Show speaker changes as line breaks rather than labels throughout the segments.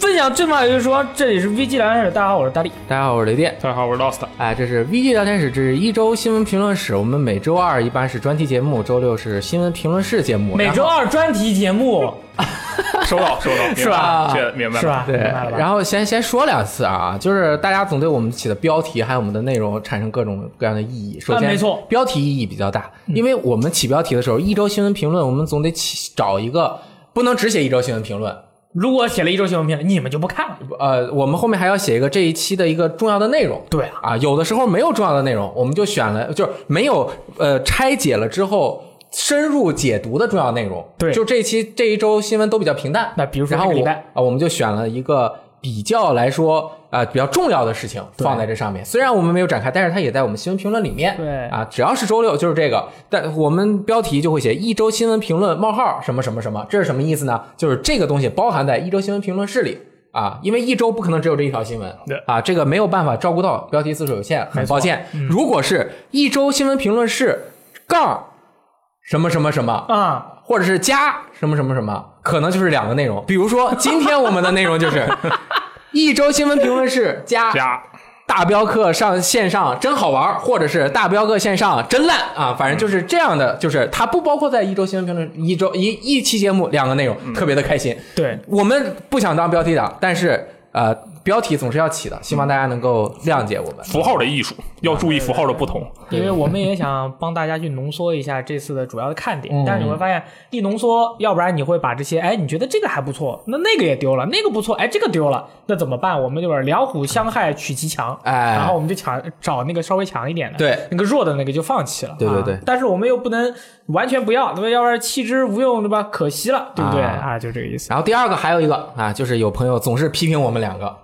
分享最满就是说，这里是 VG 聊天室，大家好，我是大力。
大家好，我是雷电。
大家好，我是 Lost。
哎，这是 VG 聊天室，这是一周新闻评论室。我们每周二一般是专题节目，周六是新闻评论室节目。
每周
然后
二专题节目，
收到，收到，
是吧
明白了这明白了
是吧？
对，
明白了吧
然后先先说两次啊，就是大家总对我们起的标题还有我们的内容产生各种各样的意义。首
啊
先，
没错嗯
标题意义比较大，因为我们起标题的时候，一周新闻评论我们总得起找一个，不能只写一周新闻评论，
如果写了一周新闻评论，你们就不看了。
呃，我们后面还要写一个这一期的一个重要的内容。
对啊，
啊，有的时候没有重要的内容，我们就选了，就是没有呃拆解了之后呃深入解读的重要内容。
对
就这一期这一周新闻都比较平淡。
那比如说
然后
这个礼
我
拜
啊、我们就选了一个比较来说啊、比较重要的事情放在这上面。虽然我们没有展开，但是它也在我们新闻评论里面。
对
啊，只要是周六就是这个，但我们标题就会写一周新闻评论冒号什么什么什么，这是什么意思呢？就是这个东西包含在一周新闻评论室里。啊，因为一周不可能只有这一条新闻
对，
啊，这个没有办法照顾到，标题字数有限，很抱歉。如果是一周新闻评论室杠什么什么什么，
啊，
或者是加什么什么什么，可能就是两个内容。比如说，今天我们的内容就是一周新闻评论室加
加
大镖客上线上真好玩儿，或者是大镖客线上真烂啊，反正就是这样的，就是它不包括在一周新闻评论一周一一期节目两个内容，特别的开心。
对，
我们不想当标题党，但是呃，标题总是要起的，希望大家能够谅解我们。
符号的艺术，要注意符号的不同。
因为我们也想帮大家去浓缩一下这次的主要的看
嗯
点，但是你会发现一浓缩，要不然你会把这些，哎，你觉得这个还不错，那那个也丢了，那个不错，哎，这个丢了，那怎么办？我们就是两虎相害取其强，
哎
然后我们就抢找那个稍微强一点的，
对，
那个弱的那个就放弃了，
对对
啊
对
但是我们又不能完全不要，对吧？要不然弃之无用，对吧？可惜了，对不对？
啊
啊，就这个意思。
然后第二个还有一个啊，就是有朋友总是批评我们两个，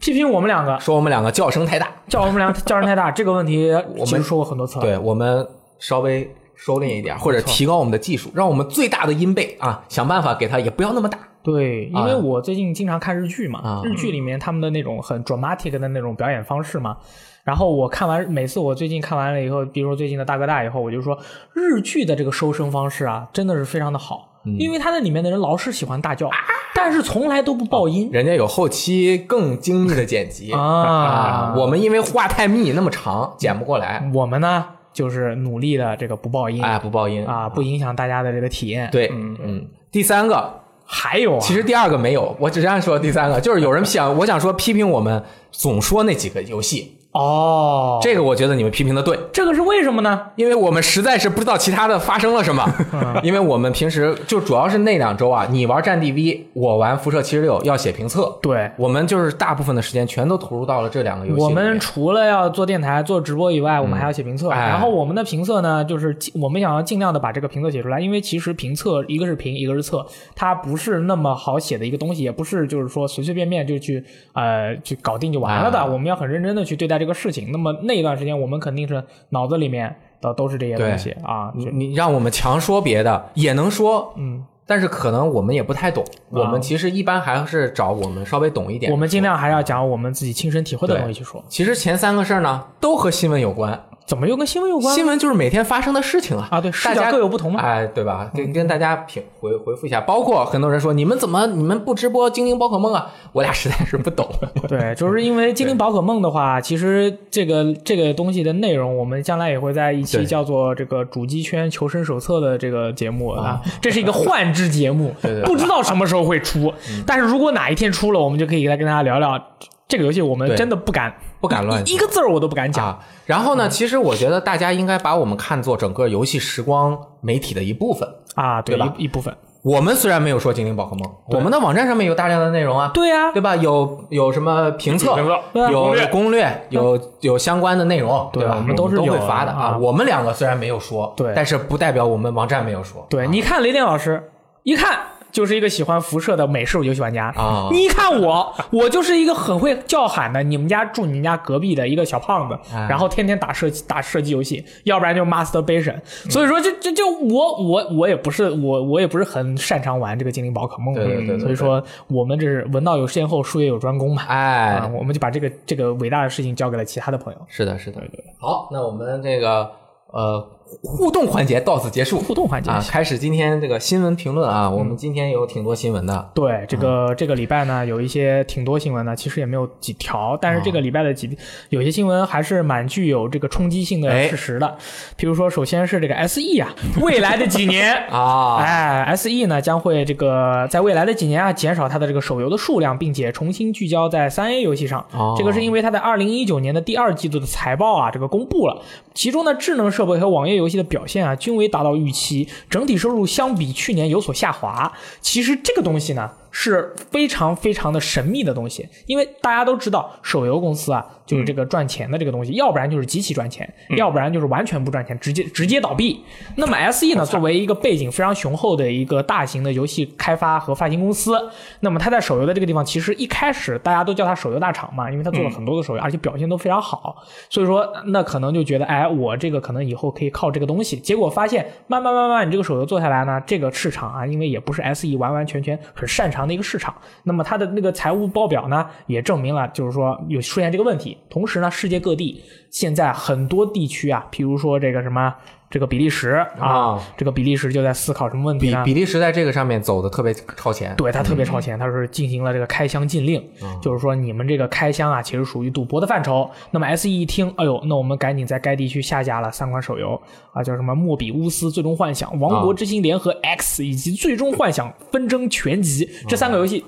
批评我们两个，
说我们两个叫声太大，
叫我们俩叫人太大，这个问题
我们
其实说过很多次了，
对我们稍微收敛一点，或者提高我们的技术，让我们最大的音贝啊，想办法给它也不要那么大。
对，因为
啊
我最近经常看日剧嘛，
啊
日剧里面他们的那种很 dramatic 的那种表演方式嘛。然后我看完，每次我最近看完了以后，比如说最近的大哥大以后，我就说日剧的这个收声方式啊，真的是非常的好，
嗯
因为它那里面的人老是喜欢大叫，但是从来都不爆音
人家有后期更精密的剪辑
啊。嗯
我们因为话太密那么长，剪不过来，
我们呢，就是努力的这个不爆音
哎，不爆音
啊，。不影响大家的这个体验。，
对，嗯，第三个
还有啊，
其实第二个没有，我只是按说第三个，就是 有人想，我想说批评我们总说那几个游戏，
哦，
这个我觉得你们批评的对，
这个是为什么呢？
因为我们实在是不知道其他的发生了什 么，
嗯
因为我们平时就主要是那两周啊，你玩战地 V，我玩辐射七十六，要写评测，
对，
我们就是大部分的时间全都投入到了这两个游戏里
我
面。
们除了要做电台、做直播以外，我们还要写评测。
哎
然后我们的评测呢，就是尽我们想要尽量的把这个评测写出来，因为其实评测一个是评，一个是测，它不是那么好写的一个东西，也不是就是说随随便便就去呃去搞定就完了的。
啊
我们要很认真的去对待这个事情。那么那一段时间，我们肯定是脑子里面的都是这些
对嗯
东西啊。
你
就
你让我们强说别的也能说，
嗯，啊
但是可能我们也不太懂，我们其实一般还是找我们稍微懂一点。
我们尽量还要讲我们自己亲身体会的
对
东西去说。
其实前三个事儿呢都和新闻有关，
怎么又跟新闻有关？
新闻就是每天发生的事情啊
啊对视角
大家
各有不同嘛嗯
哎，对吧？跟跟大家评回回复一下，包括很多人说你们怎么你们不直播精灵宝可梦啊？我俩实在是不懂。
对，就是因为精灵宝可梦的话，其实这个这个东西的内容，我们将来也会在一期
对
叫做这个主机圈求生手册的这个节目啊，这是一个幻之节目，
对对嗯
不知道什么时候会出，但是如果哪一天出了，我们就可以来跟大家聊聊这个游戏，我们
对
真的不敢
不敢乱
一个字儿我都不敢讲。嗯
啊，然后呢？其实我觉得大家应该把我们看作整个游戏时光媒体的一部分，
啊，对
对吧
一一部分
我们虽然没有说精灵宝可梦，我们的网站上面有大量的内容啊，
对呀、
对吧？有有什么评测
有评测，
对啊
有
攻略
攻略，有有相关的内容，
啊对啊
吧？
我
我
们都是
都
有
会
的
发的
啊
我们两个虽然没有说，
对
但是不代表我们网站没有说。啊
对，你看雷电老师，一看就是一个喜欢辐射的美式游戏玩家
啊
你一看我， 我就是一个很会叫喊的，你们家住你们家隔壁的一个小胖子，
哎
然后天天打射击打射击游戏，要不然就是 masturbation。所以说这，这这我我我也不是我我也不是很擅长玩这个精灵宝可梦的，
对对对对对
所以说我们这是文道有先后，术业有专攻嘛。
哎，
啊，我们就把这个这个伟大的事情交给了其他的朋友。
是的，是的。好，那我们这个呃互动环节到此结束。
互动环节嗯
啊，开始今天这个新闻评论啊，我们今天有挺多新闻的。
对，这
嗯
个、这个礼拜呢，有一些挺多新闻的，其实也没有几条，但是这
嗯
个礼拜的几、有些新闻还是蛮具有这个冲击性的
哎。
事实的。譬如说，首先是这个 SE 啊，未来的几年
啊，
哎，SE 呢将会这个在未来的几年啊减少它的这个手游的数量，并且重新聚焦在三 A 游戏上。
哦
这个是因为它在二零一九年的第二季度的财报啊这个公布了，其中呢智能设备和网页游戏的表现啊均未达到预期，整体收入相比去年有所下滑。其实这个东西呢是非常非常的神秘的东西，因为大家都知道手游公司啊就是这个赚钱的这个东西，要不然就是极其赚钱，要不然就是完全不赚钱，直接直接倒闭。那么 SE 呢，作为一个背景非常雄厚的一个大型的游戏开发和发行公司，那么它在手游的这个地方，其实一开始大家都叫它手游大厂嘛，因为它做了很多的手游，而且表现都非常好，所以说那可能就觉得，哎，我这个可能以后可以靠这个东西。结果发现，慢慢慢慢，你这个手游做下来呢，这个市场啊，因为也不是 SE 完完全全很擅长的一个市场，那么它的那个财务报表呢，也证明了就是说有出现这个问题。同时呢，世界各地现在很多地区啊，譬如说这个什么。这个比利时啊，
啊
这个比利时就在思考什么问题
比
呢？
比利时在这个上面走的特别超前。
对他特别
嗯
超前，他是进行了这个开箱禁令，就是说你们这个开箱啊，其实属于赌博的范畴。那么 S E 一听，哎呦，那我们赶紧在该地区下架了三款手游啊，叫什么《莫比乌斯最终幻想》《王
啊
国之心联合 X》以及《最终幻想纷争全集》
嗯
这三个游 戏，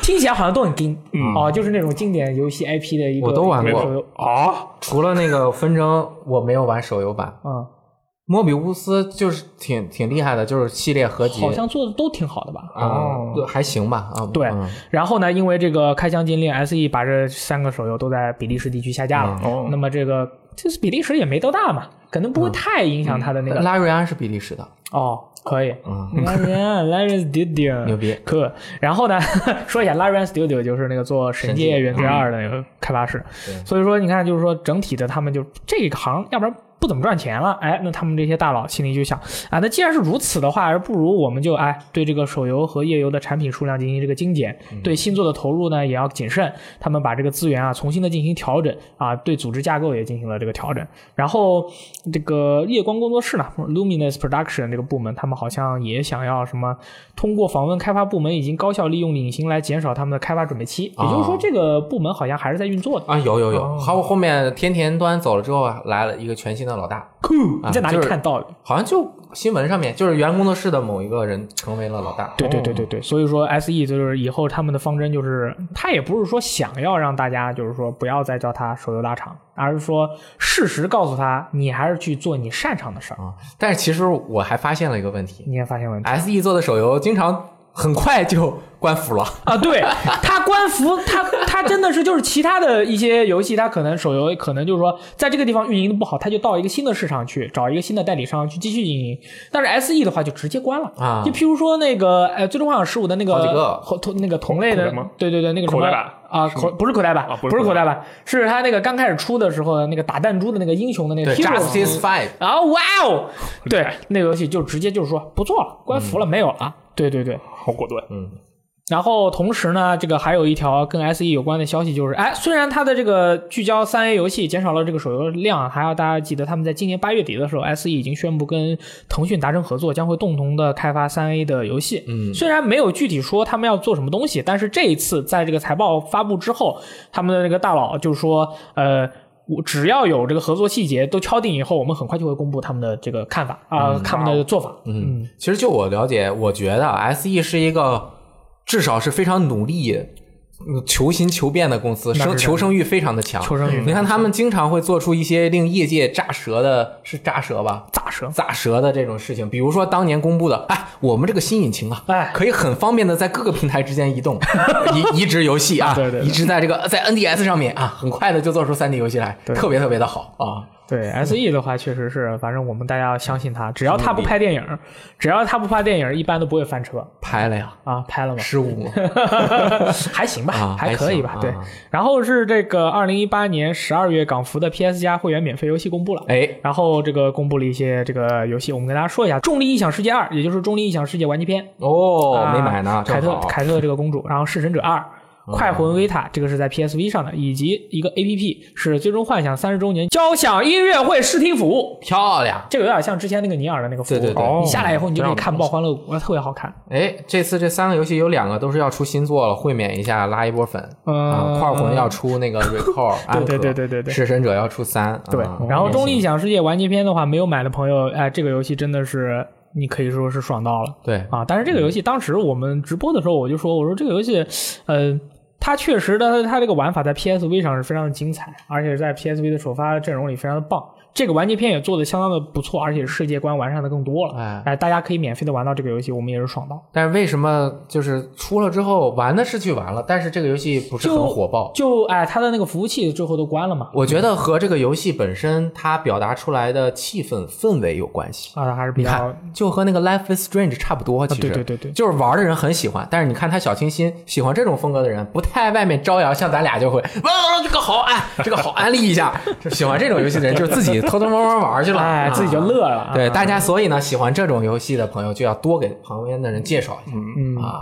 听起来好像都很硬啊，就是那种经典游戏 IP 的一个
我都玩
一个
过
手游
啊，
除了那个纷争，我没有玩手游版。
啊，
莫比乌斯就是挺挺厉害的，就是系列合集，
好像做的都挺好的吧？
啊，对，还行吧啊。
对
嗯，
然后呢，因为这个开箱禁令，SE E 把这三个手游都在比利时地区下架了。
嗯哦
那么这个就是比利时也没多大嘛，可能不
嗯
会太影响它的那个。
拉瑞安是比利时的，
哦，可以。
嗯
拉人，拉人 studio
牛逼
可。然后呢， 说一下拉人 studio 就是那个做《神
神
界
界
原罪二》的那个开发室
对。
所以说，你看，就是说整体的他们就这个行，要不然不怎么赚钱了。哎，那他们这些大佬心里就想啊，那既然是如此的话，而不如我们就哎对这个手游和页游的产品数量进行这个精简，
嗯
对新作的投入呢也要谨慎。他们把这个资源啊重新的进行调整啊，对组织架构也进行了这个调整。然后这个夜光工作室呢，Luminous Production 这个部门，他们好像也想要什么通过访问开发部门，已经高效利用隐形来减少他们的开发准备期。也就是说，
哦
这个部门好像还是在运作的。
啊，有有
哦
有，还有后面天田端走了之后啊，来了一个全新的老大，
你在哪里
啊就是
看到的？
好像就新闻上面就是原工作室的某一个人成为了老大。
对对对对对，所以说 S E 就是以后他们的方针就是，他也不是说想要让大家就是说不要再叫他手游大厂，而是说事实告诉他，你还是去做你擅长的事儿。
啊，但是其实我还发现了一个问题
你也发现问题
，S E 做的手游经常很快就关服了。
啊？对他官服，他他真的是就是其他的一些游戏，他可能手游可能就是说在这个地方运营的不好，他就到一个新的市场去找一个新的代理商去继续运营。但是 S E 的话就直接关了
啊
就譬如说那个呃，最终幻想十五的那个
好几个
后同那个同类的
口袋吗，
对对对，那个什么
口袋版
啊，口不是口袋版
啊不
不
是
是口
口
袋
袋
版，是他那个刚开始出的时候的那个打弹珠的那个英雄的那个
对
hero
，Justice Five
啊、哇哦，对
厉害，
那个游戏就直接就是说不做了，关服了，
嗯
没有了啊。对对对，
好果断，
嗯
然后同时呢，这个还有一条跟 S E 有关的消息就是，哎，虽然它的这个聚焦三 A 游戏减少了这个手游量，还要大家记得他们在今年八月底的时候，S E 已经宣布跟腾讯达成合作，将会共同的开发三 A 的游戏。嗯，虽然没有具体说他们要做什么东西，但是这一次在这个财报发布之后，他们的这个大佬就说，呃。我只要有这个合作细节都敲定以后，我们很快就会公布他们的这个看法啊、他们的做法。嗯，
其啊实就我了解，我觉得 S E 是一个至少是非常努力嗯求新求变的公司，
那是
生
的
求生欲非常的强。
求生欲
你看他们经常会做出一些令业界炸舌的，是炸舌吧？
咋舌？
咋舌的这种事情，比如说当年公布的，哎，我们这个新引擎啊，
哎
可以很方便的在各个平台之间移动，移移植游戏 啊，
对对对
移植在这个在 NDS 上面啊，很快的就做出 3D 游戏来，
对
特别特别的好啊。
对 S E 的话，确实是，反正我们大家要相信他，只要他
嗯
不拍电影，只要他不拍电影，一般都不会翻车
拍了呀，
啊。拍了吗？
失误吗？
还行吧，
啊
还可以吧。
还行
对
啊，
然后是这个二零一八年十二月，港服的 PS 加会员免费游戏公布了。
哎，
然后这个公布了一些这个游戏，我们跟大家说一下，《重力异想世界二》，也就是《重力异想世界玩具篇》
哦
啊，
没买呢，
凯
正
特
好。嗯
凯特这个公主，然后《弑神者二》。快魂维塔这个是在 PSV 上的，以及一个 APP 是《最终幻想》三十周年交响音乐会试听服务，
漂亮！
这个有点像之前那个尼尔的那个服务，
对对对
你下来以后你就可以
哦
看爆欢乐谷，那特别好看。
哎，这次这三个游戏有两个都是要出新作了，会免一下，拉一波粉。啊，
嗯，
快魂要出那个 Recall，安可
对对对对对
弑神者要出三，
对
啊，
然后《中立想世界》完结篇的话，没有买的朋友，哎，这个游戏真的是你可以说是爽到了。
对
啊，但是这个游戏当时我们直播的时候，我就说，我说这个游戏，呃，它确实的，它这个玩法在 PSV 上是非常的精彩，而且在 PSV 的首发阵容里非常的棒。这个完结篇也做的相当的不错，而且世界观完善的更多了。
哎
哎，大家可以免费的玩到这个游戏，我们也是爽到。
但是为什么就是出了之后玩的是去玩了，但是这个游戏不是
就
很火爆？
就哎，它的那个服务器最后都关了嘛，
我觉得和这个游戏本身它表达出来的气氛氛围有关系。
啊，还是比
你
较
看，就和那个《Life is Strange》差不多，其实、
啊对对对对
就是玩的人很喜欢，但是你看他小清新，喜欢这种风格的人不太外面招摇，像咱俩就会， 哇，这个好哎，这个好安利一下， 就喜欢这种游戏的人就是自己偷偷摸摸玩去了，
哎，
啊
自己就乐了。
对，
啊
大家所以呢，喜欢这种游戏的朋友就要多给旁边的人介绍一下、
嗯，
啊，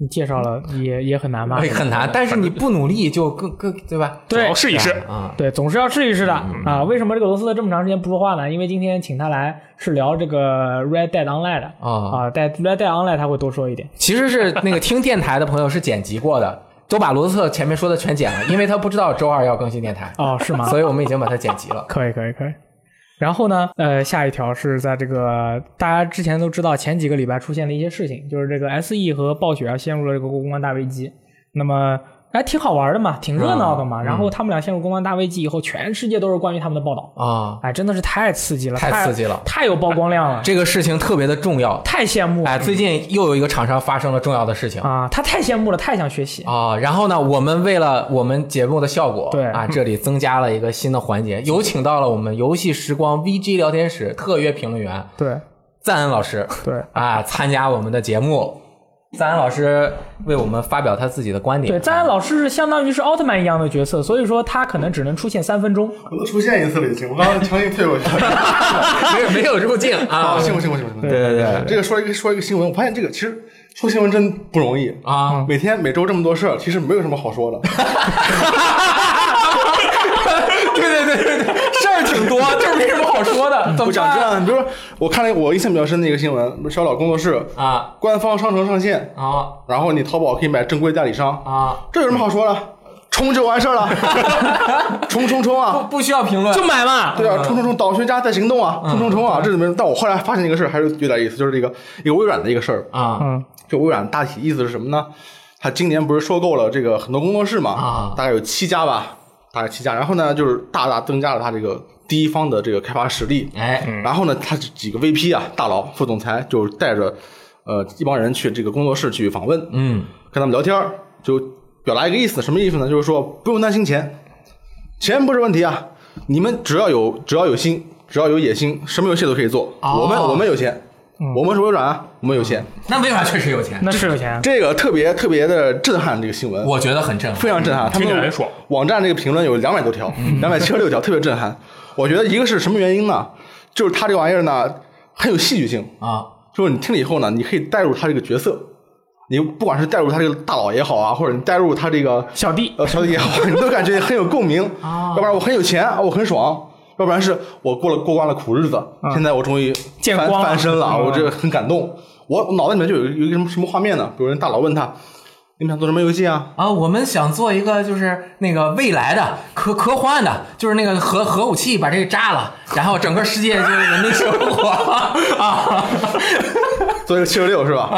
你介绍了也也很难吧？
哎很难，但是你不努力就更更对吧？
主
对
要试一试。
啊，
对，总是要试一试的
嗯
啊。为什么这个罗斯特这么长时间不说话呢？因为今天请他来是聊这个 Red Dead Online 的
哦
啊，在 Red Dead Online 他会多说一点。
其实是那个听电台的朋友是剪辑过的，都把罗斯特前面说的全剪了，因为他不知道周二要更新电台，
哦，是 吗？
所以我们已经把它剪辑了。
可以，可以，可以。然后呢，呃，下一条是在这个大家之前都知道，前几个礼拜出现的一些事情，就是这个 S E 和暴雪啊陷入了这个公关大危机。那么。哎，挺好玩的嘛，挺热闹的
嗯
嘛。然后他们俩陷入公关大危机以后，全世界都是关于他们的报道。
啊，
哎，真的是太刺激了，
太
太
刺激了
太有曝光量了，
这个事情特别的重要。
太羡慕了。
哎，最近又有一个厂商发生了重要的事情啊、啊
啊，他太羡慕了，太想学习。
然后呢，我们为了我们节目的效果，
对
啊，这里增加了一个新的 环节，有请到了我们游戏时光 VG 聊天室特约评论员
对
赞恩老师
对
啊，参加我们的节目。赞恩老师为我们发表他自己的观点。
对，赞恩老师是相当于是奥特曼一样的角色，所以说他可能只能出现三分钟。
我都出现一次了已经，我刚刚强行退过去了。
没有没有入境 啊
啊，幸福幸福幸福！
对对对
这个说一个说一个新闻，我发现这个其实说新闻真不容易。
啊！
每天每周这么多事儿，其实没有什么 好说的。
对对对对对，事儿挺多，就是没什么好说
嗯
的，怎
我
么
讲这
办
样，比如说我看了我印象比较深的一个新闻，小岛工作室
啊
官方商城上线，
啊
然后你淘宝可以买正规代理商，
啊！
这有什么好说的？冲就完事 儿了，冲冲冲啊！
不需要评论，
就买嘛，
对啊，冲冲冲，岛学家在行动啊！冲冲冲啊！这里面，但我后来发现一个事儿，还是有点意思，就是这个一个微软的一个事儿，
啊
嗯，
就微软大体意思是什么呢？它今年不是收购了这个很多工作室嘛，
啊
大概有七家吧，大概七家。然后呢，就是大大增加了它这个第一方的这个开发实力。
哎
嗯
然后呢，它几个 VP 啊，大佬、副总裁就带着呃一帮人去这个工作室去访问，
嗯
跟他们聊天儿，就表达一个意思，什么意思呢？就是说不用担心钱，钱不是问题啊，你们只要有只要有心，只要有野心，什么游戏都可以做。
哦嗯
我们我们有钱，我们是微软啊，我们有钱。
那微软确实有钱，
那是有钱。
这个特别特别的震撼，这个新闻
我觉得很震撼
非常震撼。他
嗯听
们
起来很爽嗯
网站这个评论有两百多条，两百七十六条，特别震撼。我觉得一个是什么原因呢？就是他这个玩意儿呢很有戏剧性，
啊！
就是你听了以后呢，你可以带入他这个角色，你不管是带入他这个大佬也好啊，或者你带入他这个
小弟，
呃小弟也好， 你都感觉很有共鸣。
哦
要不然我很有钱，我很爽。要不然是我过了过惯了苦日子，现在我终于
嗯 见
翻
光了
翻身了，
嗯
我这个很感动。我脑袋里面就有一个有一个什么什么画面呢？比如人大佬问他：“你们想做什么游戏啊？”
啊，我们想做一个就是那个未来的科科幻的，就是那个核核武器把这个炸了，然后整个世界就是人类生活啊。
做一个七十六是吧？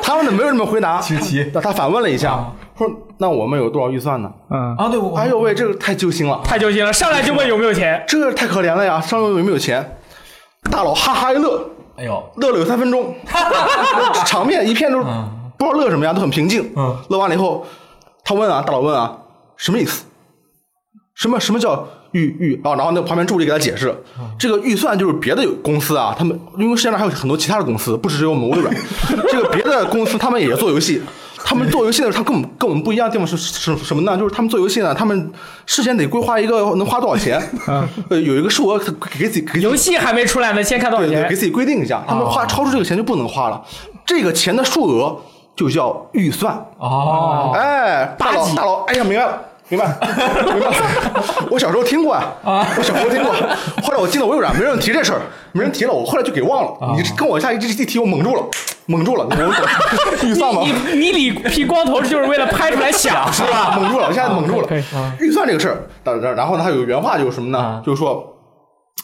他们怎么没有这么回答？
七十七
那他反问了一下，说那我们有多少预算呢？
嗯，
啊，对，我
哎呦喂，这个太揪心了，
太揪心了，上来就问有没有钱，
这个太可怜了呀！上游有没有钱？大佬哈哈一乐，
哎呦，
乐了有三分钟， 场面一片都
嗯
不知道乐什么呀，都很平静。
嗯，
乐完了以后，他问啊，大佬问啊，什么意思？什么什么叫预预啊？然后那旁边助理给他解释，
嗯
这个预算就是别的有公司啊，他们因为世界上还有很多其他的公司，不只是有我们 微软，这个别的公司他们也做游戏。他们做游戏的时候，他跟我们跟我们不一样的地方是是是什么呢？就是他们做游戏呢，他们事先得规划一个能花多少钱，呃，有一个数额给自己给
嗯
自己
游戏还没出来呢，先看多少
对对，给
钱？
自己规定一下，他啊们花超出这个钱就不能花了，这个钱的数额就叫预算。
哦，
哎，大佬大佬，哎呀，明白了。明白了，明白了。 我小时候听过啊，我小时候听过。啊后来我进了微软，没人提这事儿，没人提了。我后来就给忘了。你跟我下一这一提，我蒙住了，蒙住了。我懂预算吗？
你你理披光头就是为了拍出来响是
是
吧？
吧？蒙住了，我现在蒙住了
可以。
预算这个事儿，然然然后呢，还有原话就是什么呢？就是说，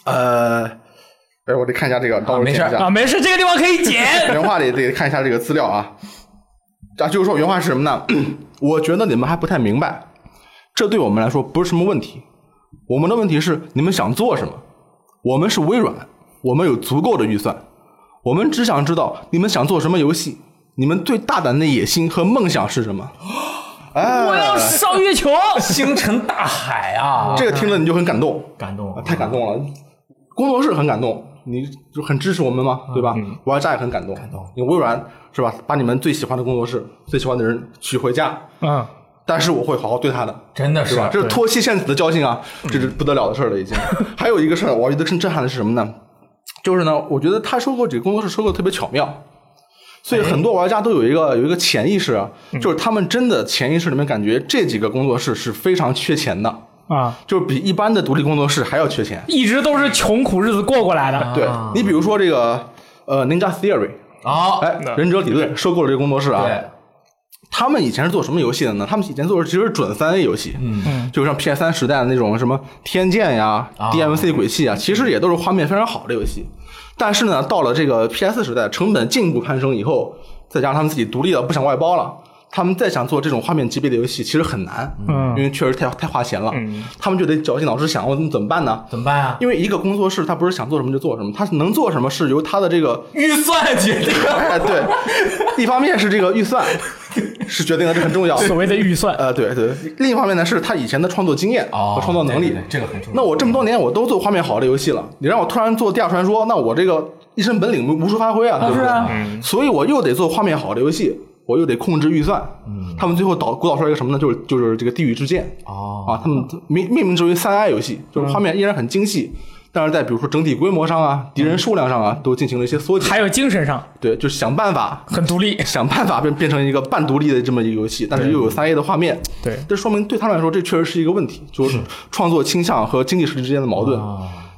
呃，哎，我得看一下这个，到时候
没
剪一
事儿
下。
啊，没事，这个地方可以 剪。
原话得得看一下这个资料啊。啊，就是说原话是什么呢？ 我觉得你们还不太明白，这对我们来说不是什么问题。我们的问题是你们想做什么？我们是微软，我们有足够的预算，我们只想知道你们想做什么游戏，你们最大胆的野心和梦想是什么？哎，
我要上月球，
星辰大海啊，
哎这个听了你就很感动。
感动
啊，太感动了。工作室很感动，你就很支持我们嘛，对吧？我家也很感动，感
嗯动。
你微软是吧？把你们最喜欢的工作室、最喜欢的人娶回家，
嗯，
但是我会好好对他的，
真的
是
是啊嗯
吧？这是脱妻献子的交情啊，这是不得了的事儿了 已经。还有一个事儿，我觉得更震撼的是什么呢？就是呢，我觉得他收购几个工作室收购得特别巧妙，所以
哎
很多玩家都有一个有一个潜意识啊，
嗯
就是他们真的潜意识里面感觉这几个工作室是非常缺钱的，
啊，
就是比一般的独立工作室还要缺钱。
一直都是穷苦日子过过来的。
对你比如说这个呃，Ninja Theory，
啊，
哎，忍者理论收购了这个工作室啊。
对，
他们以前是做什么游戏的呢？他们以前做的其实是准三 A 游戏，嗯，就像 PS 三时代的那种什么《天剑》呀、
啊
DMC 鬼泣啊，其实也都是画面非常好的游戏。但是呢，到了这个 PS 时代，成本进一步攀升以后，再加上他们自己独立了，不想外包了。他们再想做这种画面级别的游戏，其实很难，
嗯
因为确实太太花钱了，
嗯
他们就得绞尽脑汁想，我怎么办呢？
怎么办啊？
因为一个工作室，他不是想做什么就做什么，他能做什么是由他的这个
预算决定，
哎，对，一方面是这个预算是决定的，这很重要。
所谓的预算，
呃，对对，另一方面呢是他以前的创作经验
哦
和创作能力，
对对对这个很重要
那我这么多年我都做画面好的游戏了，你让我突然做《地下传说》，那我这个一身本领无无处发挥啊，
哦
对不
是
对？
啊
所以我又得做画面好的游戏，我又得控制预算。
嗯
他们最后导鼓捣出来一个什么呢？就是就是这个《地狱之剑》
哦嗯
啊，他们命命名之为三 I 游戏，就是画面依然很精细，但是在比如说整体规模上啊、敌人数量上啊，都进行了一些缩减。
还有精神上
对，就是想办法
很独立。
想办法变变成一个半独立的这么一个游戏，但是又有三 A 的画面，
对
这说明对他们来说这确实是一个问题，就是创作倾向和经济实力之间的矛盾。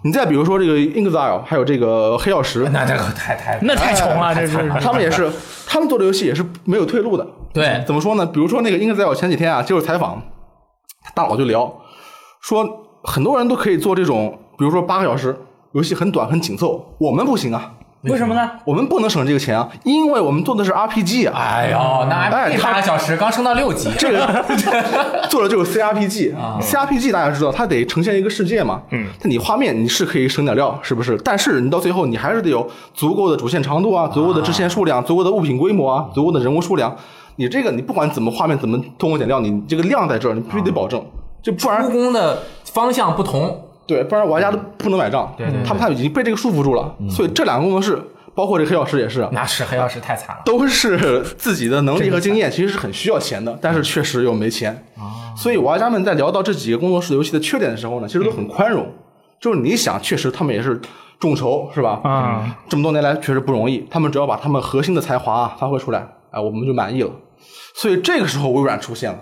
你再比如说这个 Exile，还有这个黑 曜石，
那这个太哎太
那太穷了，这是
他们也是，他们做的游戏也是没有退路的。
对
怎么说呢？比如说那个 Exile 前几天啊，接受采访，大佬就聊说，很多人都可以做这种，比如说八个小时游戏很短很紧凑，我们不行啊，
为什么呢？
我们不能省这个钱啊，因为我们做的是 RPG 啊。
哎呦，那
哎
一
他
八个小时刚升到六级，
这个 做的就是 CRPG，CRPG、CRPG
啊
大家知道，它得呈现一个世界嘛。嗯，那你画面你是可以省点料，是不是？但是你到最后你还是得有足够的主线长度啊，足够的支线数量，足够的物品规模啊，足够的人物数量。你这个你不管怎么画面怎么偷工减料，你这个量在这儿，你必须得
啊
保证，就不然
出工的方向不同，
对，不然玩家都不能买账。
嗯对对对嗯
他们他们已经被这个束缚住了。所以这两个工作室，包括这个黑曜石也是，
那是黑曜石太惨了。
都是自己的能力和经验，其实是很需要钱的，但是确实又没钱。所以玩家们在聊到这几个工作室游戏的缺点的时候呢，其实都很宽容。就是你想，确实他们也是众筹，是吧？
啊，
这么多年来确实不容易，他们只要把他们核心的才华啊发挥出来，哎，我们就满意了。所以这个时候微软出现了，